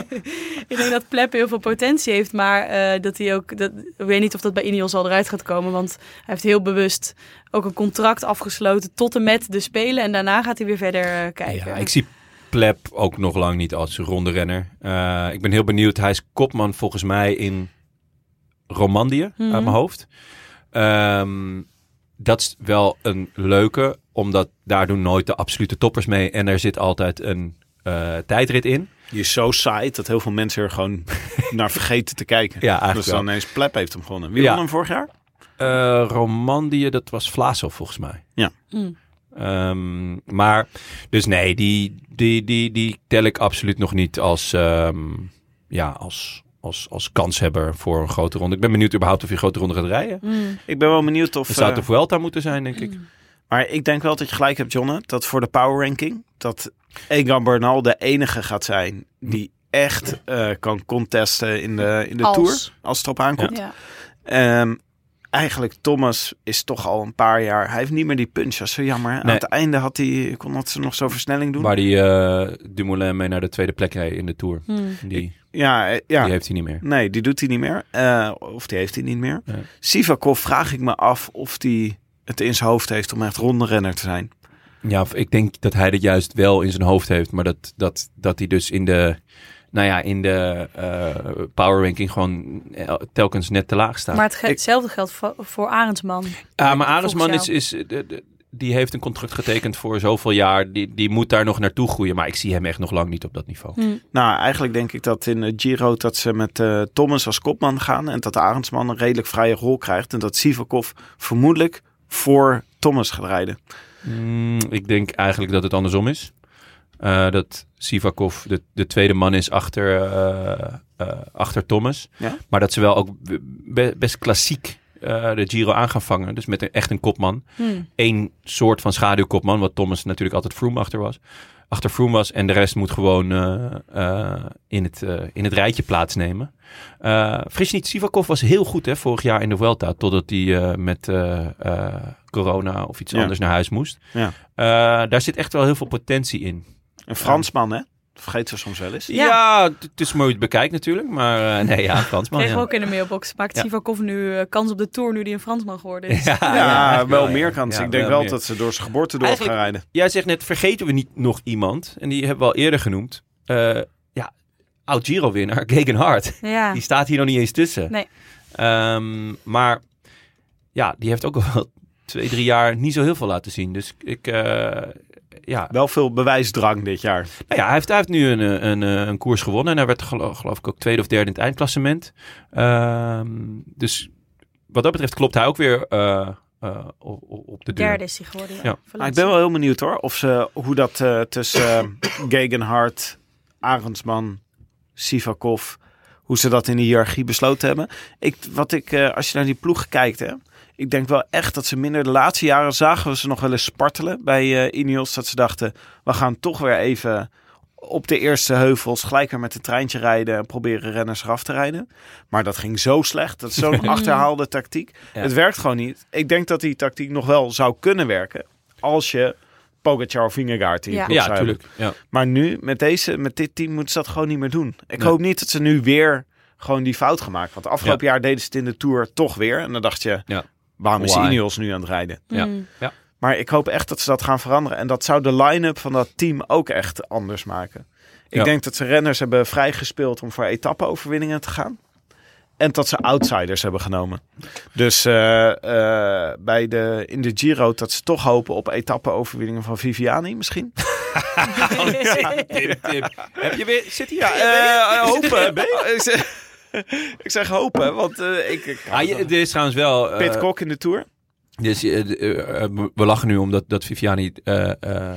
S5: *laughs* Ik denk dat Plep heel veel potentie heeft, maar eh, dat hij ook... Dat, ik weet niet of dat bij Ineos al eruit gaat komen, want hij heeft heel bewust ook een contract afgesloten tot en met de Spelen. En daarna gaat hij weer verder eh, kijken.
S4: Ja, ik zie Pleb ook nog lang niet als ronde renner. Eh, ik ben heel benieuwd. Hij is kopman volgens mij in Romandie,
S5: Mhm.
S4: uit mijn hoofd. Ehm, dat is wel een leuke, omdat daar doen nooit de absolute toppers mee. En er zit altijd een eh, tijdrit in.
S3: Die is zo saai dat heel veel mensen er gewoon naar vergeten te kijken.
S4: Ja, eigenlijk
S3: dus dan
S4: wel.
S3: ineens Plep heeft hem gewonnen. Wie
S4: Ja.
S3: won hem vorig jaar?
S4: Eh, Romandie, dat was Vlaasov volgens mij.
S5: Mm.
S4: Ehm, maar, dus nee, die, die, die, die tel ik absoluut nog niet als, ehm, ja, als, als, als kanshebber voor een grote ronde. Ik ben benieuwd überhaupt of je een grote ronde gaat rijden.
S5: Mm.
S3: Ik ben wel benieuwd of...
S4: Het zou
S3: eh,
S4: de Vuelta moeten zijn, denk ik.
S3: maar ik denk wel dat je gelijk hebt, Jonne. Dat voor de power ranking, dat Egan Bernal de enige gaat zijn die echt eh, kan contesten in de, in de
S5: Als.
S3: Tour. Als het erop aankomt.
S5: Ja.
S3: Ehm, eigenlijk, Thomas is toch al een paar jaar... Hij heeft niet meer die punch, dat is zo jammer. hè? Aan
S4: Nee.
S3: het einde had hij, kon dat ze nog zo'n versnelling doen.
S4: Waar die eh, Dumoulin mee naar de tweede plek reed in de Tour.
S5: Mm.
S4: Die,
S3: ja, eh, ja.
S4: die heeft hij niet meer.
S3: Nee, die doet hij niet meer. Eh, of die heeft hij niet meer.
S4: Nee.
S3: Sivakov vraag ik me af of die het in zijn hoofd heeft om echt ronderenner te zijn.
S4: Ja, of ik denk dat hij dat juist wel in zijn hoofd heeft. Maar dat, dat, dat hij dus in de, nou ja, in de eh, power ranking gewoon eh, telkens net te laag staat.
S5: Maar het ge-
S3: Ik-
S5: hetzelfde geldt voor, voor Arendsman.
S4: Ja, maar Arendsman
S5: Volgens
S4: is,
S5: jou.
S4: is eh, de- de- die heeft een contract getekend voor zoveel jaar. Die, die moet daar nog naartoe groeien. Maar ik zie hem echt nog lang niet op dat niveau.
S5: Hm.
S3: Nou, eigenlijk denk ik dat in eh, Giro dat ze met eh, Thomas als kopman gaan. En dat Arendsman een redelijk vrije rol krijgt. En dat Sivakov vermoedelijk voor Thomas gaat rijden.
S4: Mm, ik denk eigenlijk dat het andersom is. Eh, dat Sivakov de, de tweede man is achter eh eh, achter Thomas.
S3: Ja?
S4: Maar dat ze wel ook be- best klassiek eh, de Giro aan gaan vangen. Dus met een, echt een kopman.
S3: Hmm.
S5: Hm.
S4: Eén soort van schaduwkopman, wat Thomas natuurlijk altijd Froome achter was. Achter Froome was en de rest moet gewoon eh, eh, in, het, eh, in het rijtje plaatsnemen. Eh Fris niet, Sivakov was heel goed hè, vorig jaar in de Vuelta. Totdat hij eh, met eh, eh, corona of iets
S3: Ja.
S4: anders naar huis moest.
S3: Ja.
S4: Eh, daar zit echt wel heel veel potentie in.
S3: Een Fransman, hè? Vergeten we soms wel eens.
S4: Ja, het- het is mooi bekijkt natuurlijk. Maar eh, nee,
S5: *laughs*
S4: ja, Fransman.
S5: Kreeg
S4: ja.
S5: ook in de mailbox. Maakt
S4: Ja.
S5: Sivakov nu eh, kans op de Tour nu die een Fransman
S4: *laughs*
S5: geworden
S4: *laughs*
S5: is?
S4: Ja,
S3: Ja,
S4: ja,
S3: wel
S4: ja,
S3: meer
S4: ja.
S3: kans.
S4: Ja,
S3: ik denk
S4: wel
S3: wel
S4: meer.
S3: dat ze door zijn geboorte door
S4: Eigenlijk-
S3: gaan rijden.
S4: Jij zegt net, vergeten we niet nog iemand? En die hebben we al eerder genoemd. Eh, ja, oud-Giro-winnaar, Gegenhard.
S5: Ja.
S4: Die staat hier nog niet eens tussen.
S5: Nee.
S4: Ehm, maar ja, die heeft ook al wel twee, drie jaar niet zo heel veel laten zien. Dus ik, eh, ja.
S3: Wel veel bewijsdrang dit jaar.
S4: Nou ja, hij heeft, hij heeft nu een, eh, een, eh, een koers gewonnen. En hij werd gelo- geloof ik ook tweede of derde in het eindklassement. Ehm, dus wat dat betreft klopt hij ook weer eh, eh, op, op- op de deur.
S5: Derde is hij geworden. Ja.
S4: Ja.
S3: Maar Ah, ik
S5: Valencia.
S3: ben wel heel benieuwd hoor. Of ze, hoe dat eh, tussen eh, Gegenhard, Arendsman, Sivakov. Hoe ze dat in de hiërarchie besloten hebben. Ik, wat ik, eh, als je naar die ploeg kijkt, hè, ik denk wel echt dat ze minder. De laatste jaren zagen we ze nog wel eens spartelen bij eh, Ineos. Dat ze dachten, we gaan toch weer even op de eerste heuvels gelijk weer met een treintje rijden. En proberen renners eraf te rijden. Maar dat ging zo slecht. Dat is
S4: *laughs*
S3: zo'n achterhaalde tactiek.
S4: Ja.
S3: Het werkt gewoon niet. Ik denk dat die tactiek nog wel zou kunnen werken. Als je Pogacar of Vingegaard in je
S5: Ja.
S3: ploeg
S4: Ja,
S3: zou hebben. *laughs*
S4: natuurlijk. Ja.
S3: Maar nu, met, deze, met dit team, moeten ze dat gewoon niet meer doen. Ik
S4: Nee.
S3: hoop niet dat ze nu weer gewoon die fout gaan maken. Want afgelopen jaar deden ze het in de Tour toch weer. En dan dacht je,
S4: Ja.
S3: waarom is
S4: Why?
S3: Ineos nu aan het rijden?
S4: Ja.
S5: Mm.
S3: Maar ik hoop echt dat ze dat gaan veranderen. En dat zou de line-up van dat team ook echt anders maken. Ik
S4: Ja.
S3: denk dat ze renners hebben vrijgespeeld om voor etappe-overwinningen te gaan. En dat ze outsiders hebben genomen. Dus eh, eh, bij de, in de Giro dat ze toch hopen op etappe-overwinningen van Viviani misschien.
S4: *laughs* Tim, Tim. Heb je weer, zit hier?
S3: Ja, eh, *laughs* hopen. ik, zeg, ik zeg hopen, want eh, ik... ik
S4: Ah, je- dit is trouwens wel... eh,
S3: Pit Kok in de Tour.
S4: Dus eh, d- eh, eh, we lachen nu omdat dat Viviani eh, eh,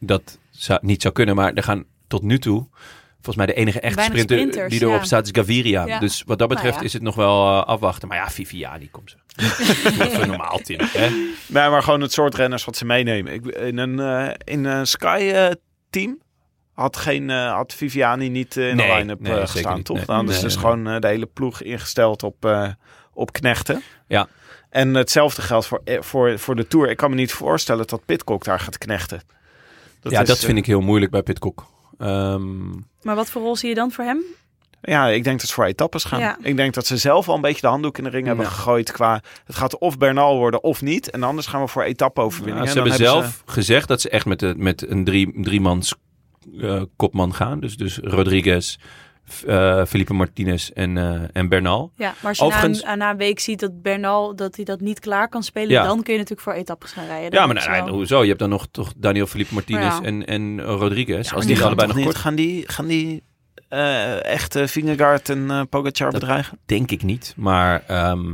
S4: dat zou, niet zou kunnen. Maar er gaan tot nu toe, volgens mij de enige echte
S5: Weinig
S4: sprinter
S5: sprinters,
S4: die erop
S5: ja.
S4: staat is Gaviria.
S5: Ja.
S4: Dus wat dat
S5: Nou
S4: betreft
S5: ja.
S4: is het nog wel eh, afwachten. Maar ja, Viviani komt ze. Doe Even normaal, Tim. Hè?
S3: Nee, maar gewoon het soort renners wat ze meenemen. Ik, in een, eh, in een Sky-team had, geen, eh, had Viviani niet eh, in
S4: Nee,
S3: de line-up
S4: nee,
S3: eh,
S4: zeker
S3: gestaan,
S4: niet.
S3: toch?
S4: Nee.
S3: Dan is
S4: Nee,
S3: dus
S4: nee.
S3: gewoon eh, de hele ploeg ingesteld op, eh, op knechten.
S4: Ja.
S3: En hetzelfde geldt voor, eh, voor, voor de Tour. Ik kan me niet voorstellen dat Pitcock daar gaat knechten.
S4: ja,
S3: is,
S4: dat
S3: eh,
S4: vind ik heel moeilijk bij Pitcock. Ehm,
S5: Maar wat voor rol zie je dan voor hem?
S3: Ja, ik denk dat ze voor etappes gaan.
S5: Ja.
S3: Ik denk dat ze zelf al een beetje de handdoek in de ring hebben
S4: Ja.
S3: gegooid qua... Het gaat of Bernal worden of niet. En anders gaan we voor
S4: ja,
S3: etappe-overwinningen.
S4: ze
S3: En dan
S4: hebben zelf gezegd dat ze echt met, de, met een drie, driemans eh, kopman gaan. Dus, dus Rodriguez, F- eh, Felipe Martinez en, eh, en Bernal.
S5: Ja, maar als je na
S4: Overigens-
S5: een- na, een week ziet dat Bernal dat hij dat niet klaar kan spelen,
S4: Ja.
S5: dan kun je natuurlijk voor etappes gaan rijden.
S4: Ja,
S5: Dan
S4: maar nou,
S5: is
S4: nee,
S5: het
S4: nee,
S5: wel-
S4: hoezo? Je hebt dan nog toch Daniel Felipe Martinez
S5: Maar ja.
S4: en, en eh, Rodriguez.
S3: Als
S4: als die,
S3: Dus die gaan
S4: allebei
S3: bijna
S4: nog kort.
S3: kort. Gaan die, gaan die eh, echt eh, Vingegaard en eh, Pogacar bedreigen?
S4: Denk ik niet. Maar ehm,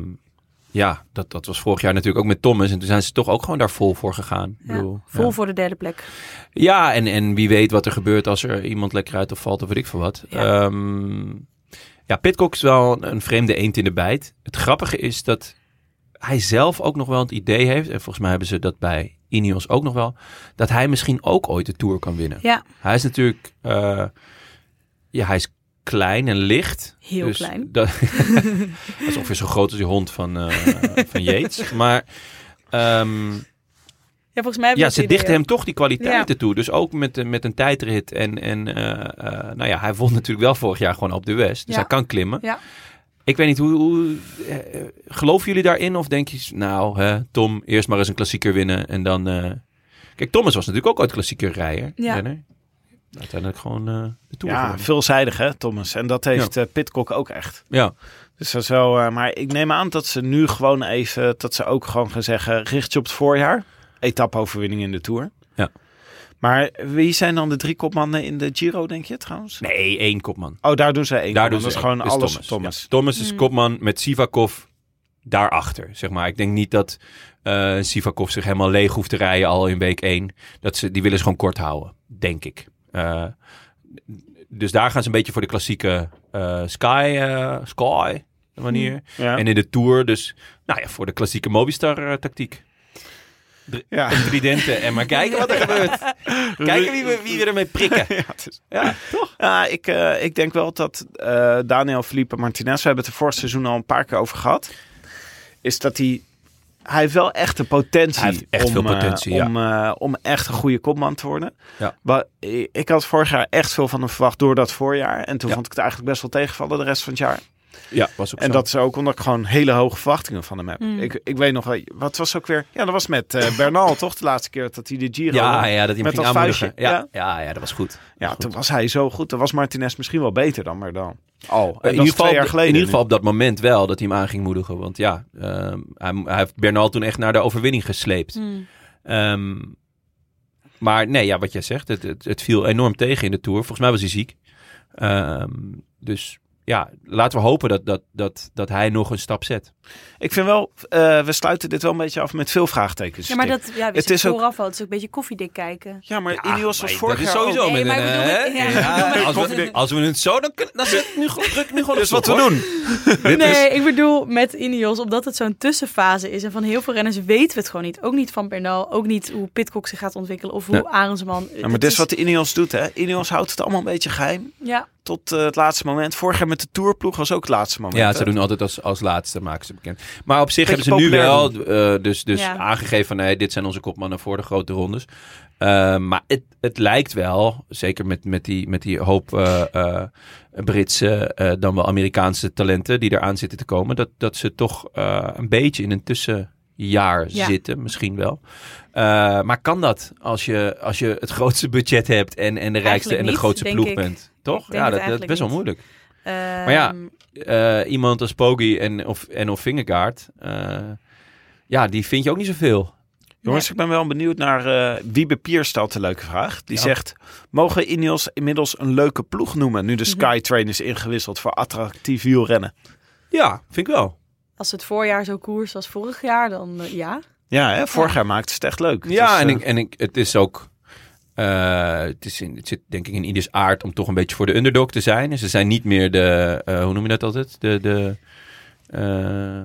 S4: ja, dat, dat was vorig jaar natuurlijk ook met Thomas. En toen zijn ze toch ook gewoon daar vol voor gegaan. Ik
S5: Ja,
S4: bedoel,
S5: vol
S4: ja.
S5: voor de derde plek.
S4: Ja, en, en wie weet wat er gebeurt als er iemand lekker uit of valt of weet ik veel wat.
S5: Ja.
S4: Ja, ja Pitcock is wel een, een vreemde eend in de bijt. Het grappige is dat hij zelf ook nog wel het idee heeft, en volgens mij hebben ze dat bij Ineos ook nog wel, dat hij misschien ook ooit de Tour kan winnen.
S5: Ja,
S4: Hij is natuurlijk, eh, ja, hij is klein en licht.
S5: heel
S4: Dus
S5: klein.
S4: Dat, *laughs* dat is ongeveer zo groot als die hond van, eh,
S5: *laughs*
S4: van Yates. Maar ehm,
S5: Ja, volgens mij
S4: ja, ze dichten
S5: dicht
S4: hem toch die kwaliteiten toe. Dus ook met, eh, met een tijdrit. En, en eh, eh, nou ja, hij won *laughs* natuurlijk wel vorig jaar gewoon op de West. Dus
S5: Ja.
S4: hij kan klimmen.
S5: Ja.
S4: Ik weet niet, hoe, hoe eh, eh, geloven jullie daarin? Of denk je, nou, hè, Tom, eerst maar eens een klassieker winnen. En dan... eh, Kijk, Thomas was natuurlijk ook ooit klassieker rijder.
S5: Ja.
S4: renner. Uiteindelijk gewoon eh, de Tour
S3: Ja,
S4: gewonnen.
S3: veelzijdig hè, Thomas. En dat heeft eh Pitcock ook echt.
S4: Ja,
S3: Dus dat is wel, eh, maar ik neem aan dat ze nu gewoon even, dat ze ook gewoon gaan zeggen, richt je op het voorjaar. Etappe-overwinning in de Tour.
S4: Ja.
S3: Maar wie zijn dan de drie kopmannen in de Giro, denk je trouwens?
S4: nee, één kopman.
S3: Oh, daar doen ze één. kopman.
S4: Daar
S3: dat
S4: doen ze
S3: is
S4: één.
S3: gewoon
S4: Dat is
S3: alles
S4: Thomas.
S3: Thomas. Thomas.
S4: Ja, Thomas is
S5: Mm.
S4: kopman met Sivakov daarachter, zeg maar. Ik denk niet dat eh Sivakov zich helemaal leeg hoeft te rijden al in week 1. Dat ze, die willen ze gewoon kort houden, denk ik. Eh, dus daar gaan ze een beetje voor de klassieke eh, Sky, eh, Sky manier.
S3: Ja.
S4: En in de Tour dus, nou ja, voor de klassieke Mobistar-tactiek.
S3: ja.
S4: Tridenten en maar kijken wat er gebeurt. *laughs* Kijken wie we, wie we ermee prikken.
S3: *laughs* Ja, het is-
S4: Ja, toch?
S3: Ja, ik, eh, ik denk wel dat eh, Daniel Felipe Martinez, we hebben het er vorig seizoen al een paar keer over gehad, is dat hij, hij heeft wel echt de potentie,
S4: Hij heeft echt
S3: om,
S4: veel
S3: eh,
S4: potentie, ja.
S3: om, eh, om echt een goede kopman te worden.
S4: Ja.
S3: Maar ik- ik had vorig jaar echt veel van hem verwacht door dat voorjaar en toen
S4: Ja.
S3: vond ik het eigenlijk best wel tegenvallen de rest van het jaar.
S4: Ja, was ook
S3: En
S4: zo.
S3: dat is ook omdat ik gewoon hele hoge verwachtingen van hem heb.
S5: Mm.
S3: Ik, ik weet nog, wel, wat was ook weer, ja dat was met eh, Bernal *laughs* toch de laatste keer dat hij de Giro
S4: ja,
S3: won.
S4: ja, dat hij hem
S3: Met
S4: ging
S3: dat
S4: aanmoedigen.
S3: vuistje,
S4: Ja,
S3: ja.
S4: ja. Ja, dat was goed.
S3: Ja,
S4: Goed.
S3: toen was hij zo goed. Toen was Martinez misschien wel beter dan Merdal. Al. En
S4: Eh, In
S3: dat
S4: ieder,
S3: is
S4: geval,
S3: twee jaar
S4: in
S3: geleden.
S4: ieder
S3: nu.
S4: geval op dat moment wel dat hij hem aan ging moedigen. Want ja, ehm, hij, hij heeft Bernal toen echt naar de overwinning gesleept.
S5: Hmm.
S4: Ehm, maar nee, ja, wat jij zegt, het, het, het viel enorm tegen in de Tour. Volgens mij was hij ziek. Ehm, dus ja, laten we hopen dat, dat, dat, dat hij nog een stap zet.
S3: Ik vind wel, eh, we sluiten dit wel een beetje af met veel vraagtekens.
S5: Ja, maar dat ja,
S3: Het
S5: het is
S3: is ook-
S5: vooraf al. Het is ook een beetje koffiedik kijken.
S3: ja, maar
S4: Ja,
S3: Ineos was
S4: maar
S3: vorig
S4: dat
S3: jaar
S4: is sowieso
S3: ook.
S5: Nee,
S4: met
S5: maar ik
S4: een,
S5: bedoel
S4: hè?
S5: met- ja.
S4: Ja,
S5: Ik
S4: als,
S3: bedoel
S4: we,
S3: met-
S4: als we het zo, dan, kun- dan zit het nu, gewoon- druk nu gewoon
S3: Dus wat we
S4: doen. *laughs*
S3: doen.
S5: Nee, ik bedoel met Ineos, omdat het zo'n tussenfase is. En van heel veel renners weten we het gewoon niet. Ook niet van Bernal, ook niet hoe Pitcock zich gaat ontwikkelen of hoe
S4: Nee.
S5: Arendsman.
S3: Ja, maar dit is wat de Ineos doet, hè. Ineos houdt het allemaal een beetje geheim.
S5: Ja,
S3: Tot eh, het laatste moment. Vorig jaar met de Tourploeg was ook het laatste moment.
S4: Ja,
S3: hè.
S4: ze doen altijd als, als laatste maken ze bekend. Maar op zich
S3: Beetje
S4: hebben ze nu wel
S3: populair
S4: eh, dus, dus
S5: Ja.
S4: aangegeven van nee, dit zijn onze kopmannen voor de grote rondes. Eh, maar het, het lijkt wel, zeker met, met, die, met die hoop eh, eh, Britse, eh, dan wel Amerikaanse talenten die eraan zitten te komen, dat, dat ze toch eh, een beetje in een tussenjaar
S5: Ja.
S4: zitten, misschien wel. Eh, maar kan dat als je, als je het grootste budget hebt en, en de rijkste en de
S5: niet,
S4: grootste
S5: denk
S4: ploeg
S5: ik.
S4: bent? Toch?
S5: denk
S4: Ja, dat,
S5: het
S4: dat is
S5: eigenlijk
S4: best wel
S5: niet.
S4: moeilijk
S5: maar
S4: ja, eh, iemand als Poggi en of, en of Vingegaard, eh, ja, die vind je ook niet zoveel.
S3: Jongens, ik ben wel benieuwd naar... eh Wiebe Pier stelt een leuke vraag. Die
S4: Ja.
S3: zegt, mogen Ineos inmiddels een leuke ploeg noemen... nu de Skytrain is ingewisseld voor attractief wielrennen?
S4: Ja, vind ik wel.
S5: als het voorjaar zo koers als vorig jaar, dan eh, ja.
S3: Ja, hè, vorig jaar maakte ze het echt leuk.
S4: ja,
S3: Dus,
S4: en,
S3: eh,
S4: ik, en ik, het is ook, eh, het, is in, het zit denk ik in ieders aard om toch een beetje voor de underdog te zijn. En ze zijn niet meer de, eh, hoe noem je dat altijd? De, de, eh,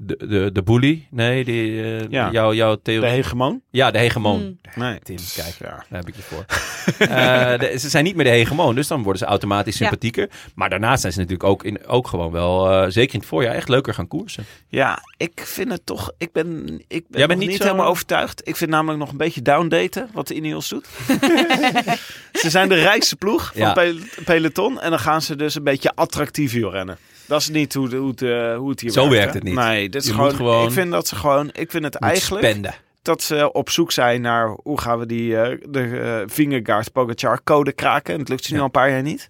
S4: de, de, de bully. Nee, die, eh,
S3: Ja.
S4: jouw, jouw
S3: de
S4: theorie.
S3: hegemoon?
S4: ja, de hegemon.
S5: Mm.
S3: Nee.
S4: Tim,
S3: Dus,
S4: kijk.
S3: ja.
S4: Daar heb ik je voor. *laughs* Eh, de- ze zijn niet meer de hegemoon, dus dan worden ze automatisch
S5: Ja.
S4: sympathieker. Maar daarnaast zijn ze natuurlijk ook, in, ook gewoon wel, eh, zeker in het voorjaar, echt leuker gaan koersen.
S3: Ja, ik vind het toch. Ik ben, ik ben
S4: bent
S3: nog
S4: niet
S3: niet,
S4: zo-
S3: helemaal overtuigd. Ik vind namelijk nog een beetje downdaten wat de Ineos
S4: *laughs*
S3: doet. ze zijn de rijkste ploeg van
S4: Ja.
S3: pel- peloton. En dan gaan ze dus een beetje attractief wielrennen. Dat is niet hoe, de- hoe, het, eh, hoe het hier
S4: Zo
S3: werkt
S4: werkt
S3: hè.
S4: het niet.
S3: Nee, dit is
S4: Je
S3: gewoon,
S4: moet gewoon-
S3: Ik vind dat ze gewoon. Ik vind het
S4: Moet
S3: eigenlijk
S4: spenden.
S3: dat ze op zoek zijn naar hoe gaan we die eh, de eh, Vingegaard Pogacar code kraken. En het lukt ze nu
S4: Ja.
S3: al een paar jaar niet.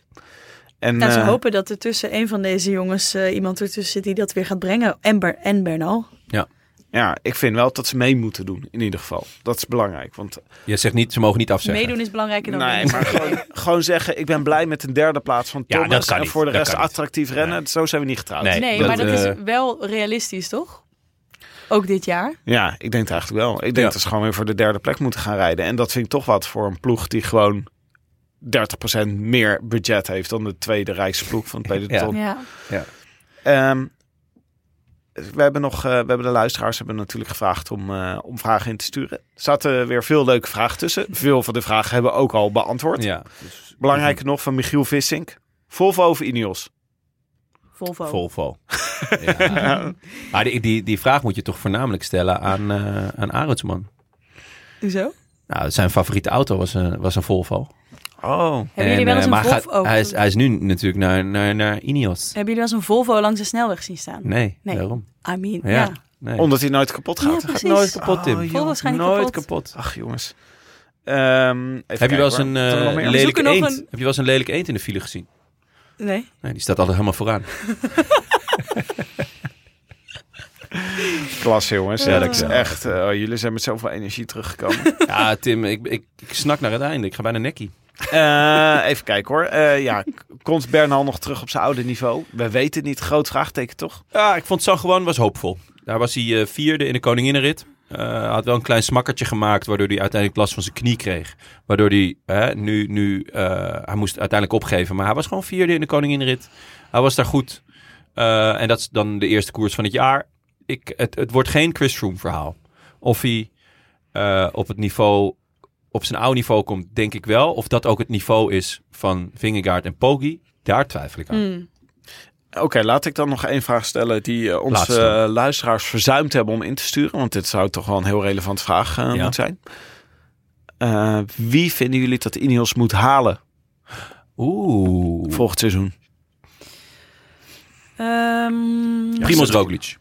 S3: En,
S5: En ze
S3: eh,
S5: hopen dat er tussen een van deze jongens eh, iemand ertussen zit die dat weer gaat brengen. En, Ber- en Bernal.
S3: ja, ik vind wel dat ze mee moeten doen in ieder geval. Dat is belangrijk, want
S4: Je zegt niet, ze mogen niet afzeggen.
S5: Meedoen is belangrijker dan
S3: Nee,
S5: winnen.
S3: maar
S4: *laughs*
S3: gewoon, gewoon zeggen, ik ben blij met een derde plaats van
S4: Ja,
S3: Thomas.
S4: dat kan
S3: en
S4: niet.
S3: voor de
S4: Dat
S3: rest
S4: kan niet.
S3: attractief rennen. Zo zijn we niet getrouwd.
S4: Nee.
S5: Nee,
S4: dat,
S5: maar dat
S4: eh,
S5: is wel realistisch, toch? Ook dit jaar.
S3: Ja, ik denk het eigenlijk wel. Ik denk
S4: Ja.
S3: dat ze gewoon weer voor de derde plek moeten gaan rijden. En dat vind ik toch wat voor een ploeg die gewoon 30% meer budget heeft dan de tweede rijkste ploeg van
S4: *laughs*
S3: het peloton.
S5: Ja.
S3: Ehm, we hebben nog, eh, we hebben de luisteraars hebben natuurlijk gevraagd om, eh, om vragen in te sturen. Er zaten weer veel leuke vragen tussen. Veel van de vragen hebben we ook al beantwoord.
S4: Ja,
S3: Belangrijker nog van Michiel Vissink. Volvo over Ineos.
S5: Volvo.
S4: Volvo. *laughs* ja. Maar die, die, die vraag moet je toch voornamelijk stellen aan, eh aan Arendsman.
S5: Hoezo?
S4: Nou, zijn favoriete auto was een, was een Volvo.
S3: Oh.
S5: Hebben jullie wel eens
S4: eh,
S5: een
S4: maar hij gaat-
S5: Volvo-
S4: hij, is, hij is nu natuurlijk naar, naar, naar Ineos.
S5: Hebben jullie wel eens een Volvo langs de snelweg zien staan?
S4: Nee,
S5: Nee.
S4: daarom.
S5: I mean,
S4: Ja,
S5: ja.
S4: Nee.
S3: Omdat hij nooit kapot gaat.
S5: Ja,
S3: Hij gaat
S5: precies.
S3: nooit kapot, Tim.
S4: Oh, joh.
S5: Volvo's gaan niet
S4: Nooit
S5: kapot.
S4: kapot.
S3: Ach, jongens. Ehm, even
S4: Heb je,
S3: kijken,
S4: wel eens
S3: hoor.
S4: een,
S3: Wat hebben we nog
S4: eh
S3: meer?
S5: le-
S4: lelijke
S5: zoeken nog
S4: eend?
S5: een-
S4: Heb je wel eens een lelijke eend in de file gezien?
S5: Nee.
S4: Nee, die staat altijd helemaal
S3: *laughs*
S4: vooraan.
S3: Klasse, jongens.
S4: Ja,
S3: Ja,
S4: dat
S3: dat is
S4: kan.
S3: echt... eh, oh, jullie zijn met zoveel energie teruggekomen. *laughs*
S4: ja, Tim, ik, ik, ik snak naar het einde. Ik ga bijna nekkie.
S3: Eh, even kijken, hoor. Eh, ja, k- komt Bernal nog terug op zijn oude niveau? We weten het niet. Groot vraagteken, toch?
S4: Ja, ik vond San Juan was hoopvol. Daar was hij eh, vierde in de koninginnenrit. eh, had wel een klein smakkertje gemaakt, waardoor hij uiteindelijk last van zijn knie kreeg. Waardoor hij hè, nu, nu eh, hij moest uiteindelijk opgeven. Maar hij was gewoon vierde in de koninginrit. Hij was daar goed. Eh, en dat is dan de eerste koers van het jaar. Ik, het, het wordt geen Chris Froome verhaal. Of hij eh, op het niveau, op zijn oude niveau komt, denk ik wel. Of dat ook het niveau is van Vingegaard en Poggi, daar twijfel ik aan.
S5: Mm.
S3: Oké, laat ik dan nog één vraag stellen die eh, onze
S4: Laatste.
S3: eh, luisteraars verzuimd hebben om in te sturen. Want dit zou toch wel een heel relevant vraag eh,
S4: Ja.
S3: moeten zijn. Eh, wie vinden jullie dat Ineos moet halen
S4: Oeh.
S3: volgend seizoen?
S5: Ehm, ja.
S4: Primoz Roglic.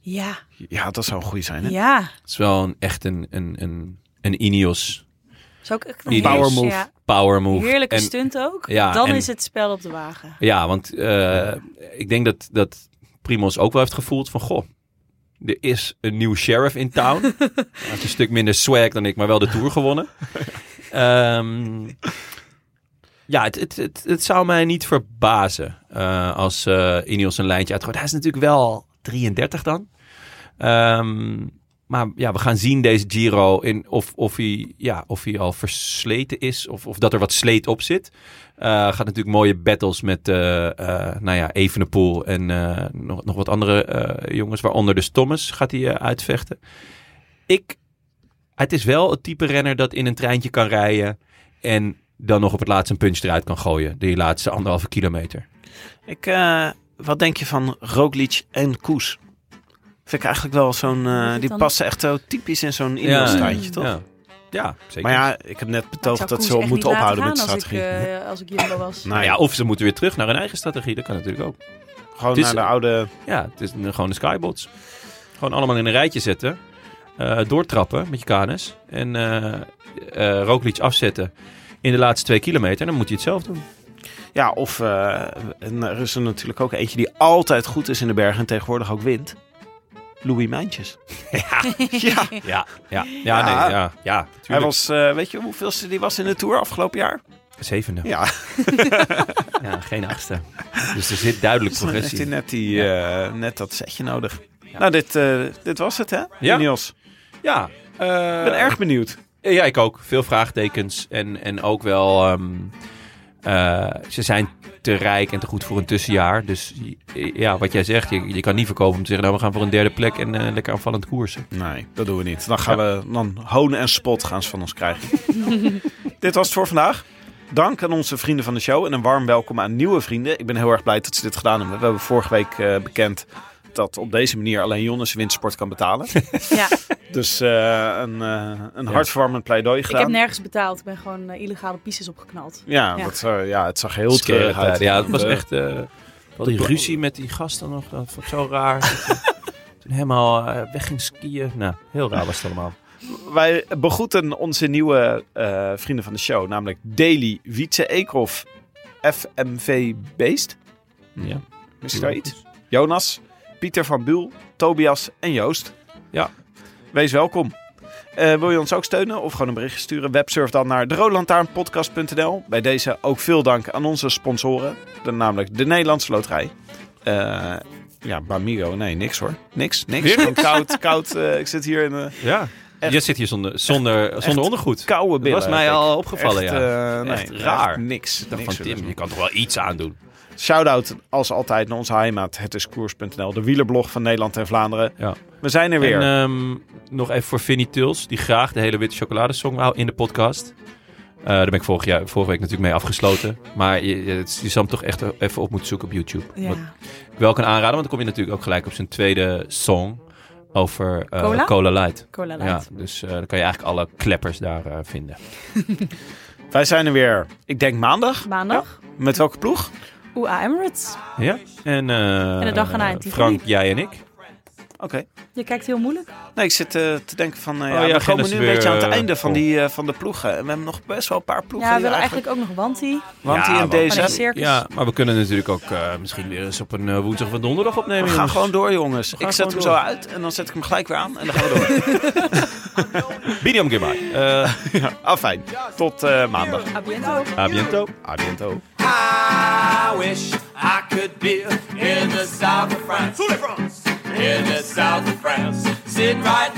S5: Ja.
S3: Ja, dat zou een goeie zijn. Hè?
S4: Het is wel een, echt een, een, een, een Ineos
S5: Zou ik echt
S4: Die
S5: een
S4: power
S5: heerlijke-
S3: move.
S5: ja,
S4: power move.
S5: heerlijke
S4: En-
S5: stunt ook.
S4: Ja,
S5: Dan
S4: en-
S5: is het spel op de wagen.
S4: Ja, want eh, ik denk dat, dat Primoz ook wel heeft gevoeld van... Goh, er is een nieuw sheriff in town. Hij heeft een stuk minder swag dan ik, maar wel de Tour gewonnen. Ehm, ja, het, het, het, het zou mij niet verbazen eh, als eh Ineos een lijntje uitgooit. Hij is natuurlijk wel 33 dan. Ehm, maar ja, we gaan zien deze Giro in of, of, hij, ja, of hij al versleten is of, of dat er wat sleet op zit. Eh, gaat natuurlijk mooie battles met eh eh nou ja, Evenepoel en eh, nog, nog wat andere eh, jongens, waaronder dus Thomas gaat hij eh, uitvechten. Ik, het is wel het type renner dat in een treintje kan rijden en dan nog op het laatst een punch eruit kan gooien. Die laatste anderhalve kilometer.
S3: Ik, eh, wat denk je van Roglic en Koes? Vind ik eigenlijk wel zo'n... eh,
S5: Is het
S3: die
S5: dan-
S3: passen echt zo typisch in zo'n
S4: Ja.
S3: Ineos-lijntje, toch?
S4: Ja, ja zeker.
S3: Maar ja, ik heb net
S5: Ik zou
S3: betoogd dat
S5: Koens
S3: ze
S5: echt
S3: moeten
S5: niet laten
S3: ophouden met
S5: gaan
S3: strategie.
S5: Als ik, eh, als ik Jumbo was.
S3: nou
S4: Nou ja,
S3: ja,
S4: of ze moeten weer terug naar hun eigen strategie. Dat kan natuurlijk ook.
S3: gewoon
S4: het is-
S3: naar de oude...
S4: Ja, het is een, gewoon een skybots. Gewoon allemaal in een rijtje zetten. eh, doortrappen met je kanis. En eh eh, Roglic afzetten in de laatste twee kilometer. Dan moet hij het zelf doen.
S3: Ja, of eh, en er is er natuurlijk ook eentje die altijd goed is in de bergen en tegenwoordig ook wint. Louis Mijntjes. ja,
S4: Ja, ja, ja,
S3: Ja.
S4: nee, ja, ja
S3: hij
S4: natuurlijk.
S3: was, eh, weet je hoeveelste die was in de Tour afgelopen jaar?
S4: zevende. Ja.
S3: *laughs* Ja,
S4: geen achtste. Dus er zit duidelijk
S3: dan heeft hij
S4: progressie.
S3: net, die, eh, net dat setje nodig. Nou, dit, eh, dit was het hè,
S4: Ja.
S3: Ineos.
S4: Ja,
S3: Ik ben erg benieuwd.
S4: Eh, Ja, ik ook. Veel vraagtekens. En, en ook wel. ehm, eh, ze zijn te rijk en te goed voor een tussenjaar. Dus ja, wat jij zegt, je, je kan niet verkopen om te zeggen: nou, we gaan voor een derde plek en eh, lekker aanvallend koersen.
S3: Nee, dat doen we niet. Dan gaan we dan hoon en spot gaan ze van ons krijgen. *laughs* Dit was het voor vandaag. Dank aan onze vrienden van de show en een warm welkom aan nieuwe vrienden. Ik ben heel erg blij dat ze dit gedaan hebben. We hebben vorige week eh, bekend dat op deze manier alleen Jonnes wintersport kan betalen.
S4: *laughs*
S5: Ja.
S3: dus eh, een, eh een hartverwarmend pleidooi
S5: Ik heb
S3: gedaan.
S5: nergens betaald. Ik ben gewoon eh, illegale pistes opgeknald.
S3: ja,
S5: Ja.
S3: Dat, zou- ja, het zag heel
S4: Scare
S3: treurig uit.
S4: tijden. Ja, het was
S3: Eh,
S4: echt. eh wat die ruzie met die gasten nog. Dat was zo raar. *laughs* Dat je Toen helemaal eh, weg ging skiën. Nou, heel raar was het allemaal.
S3: Wij begroeten onze nieuwe eh, vrienden van de show, namelijk Daily Wietse Eekhoff, FMV Beest.
S4: Ja.
S3: Misschien daar iets? Jonas, Pieter van Buul, Tobias en Joost.
S4: Ja.
S3: Wees welkom. Eh, wil je ons ook steunen of gewoon een berichtje sturen? Websurf dan naar deroodlantaarnpodcast.nl. Bij deze ook veel dank aan onze sponsoren, de, namelijk de Nederlandse Loterij. Eh, ja, Bamigo, nee, niks hoor. Niks, niks. Gewoon koud, koud. eh, ik zit hier in een
S4: Ja.
S3: Echt.
S4: Je zit hier zonder, zonder, zonder ondergoed.
S3: koude
S4: Dat
S3: billen.
S4: was mij al opgevallen,
S3: Echt,
S4: ja.
S3: eh, nee,
S4: Echt raar.
S3: echt niks.
S4: Ik dacht
S3: niks
S4: van
S3: willen
S4: Tim,
S3: ze.
S4: je kan toch wel iets aandoen.
S3: Shout-out als altijd naar onze heimaat, hetiskoers.nl. De wielerblog van Nederland en Vlaanderen.
S4: Ja.
S3: We zijn er weer.
S4: En ehm, nog even voor Vinnie Tuls, die graag de hele witte chocoladesong wou in de podcast. Eh, daar ben ik vorig jaar, vorige week natuurlijk mee afgesloten. Maar je, je, het- je zal hem toch echt even op moeten zoeken op YouTube.
S5: Ja.
S4: Wat ik wel kan aanraden, want dan kom je natuurlijk ook gelijk op zijn tweede song over eh,
S5: Cola?
S4: Cola? Light.
S5: Cola
S4: Ja,
S5: Light.
S4: dus eh, dan kan je eigenlijk alle kleppers daar eh, vinden.
S3: Wij zijn er weer, ik denk maandag.
S5: Maandag.
S3: Met welke ploeg?
S5: Oeh, Emirates.
S4: Ja. En, eh,
S5: En de dag erna in Tivoli.
S4: Frank, jij en ik.
S3: Oké.
S5: Je kijkt heel moeilijk.
S3: Nee, ik zit eh, te denken van... eh,
S4: Oh
S3: ja,
S4: ja,
S3: we
S4: agenda
S3: komen
S4: is
S3: nu een
S4: weer,
S3: beetje aan het
S4: eh,
S3: einde van,
S4: vol.
S3: die, eh, van de ploegen. En we hebben nog best wel een paar ploegen.
S5: Ja, we
S3: die
S5: willen eigenlijk ook nog Wanti.
S3: Want
S4: Ja,
S3: die en
S4: want-
S5: Van een
S3: deze...
S5: circus.
S4: Ja, maar we kunnen natuurlijk ook eh, misschien weer eens op een eh, woensdag of een donderdag opnemen.
S3: We gaan
S4: jongens.
S3: gewoon door, jongens.
S4: gaan
S3: Ik zet hem
S4: gewoon
S3: zo
S4: door.
S3: uit en dan zet ik hem gelijk weer aan. En dan gaan we door.
S4: Bidiam Gimbai.
S3: *laughs*
S4: Eh
S3: Afijn. Ah, Tot eh, maandag.
S5: A biento.
S4: a biento.
S3: Adiento.
S6: I wish I could be in the south of France. In the south of France. Sitting right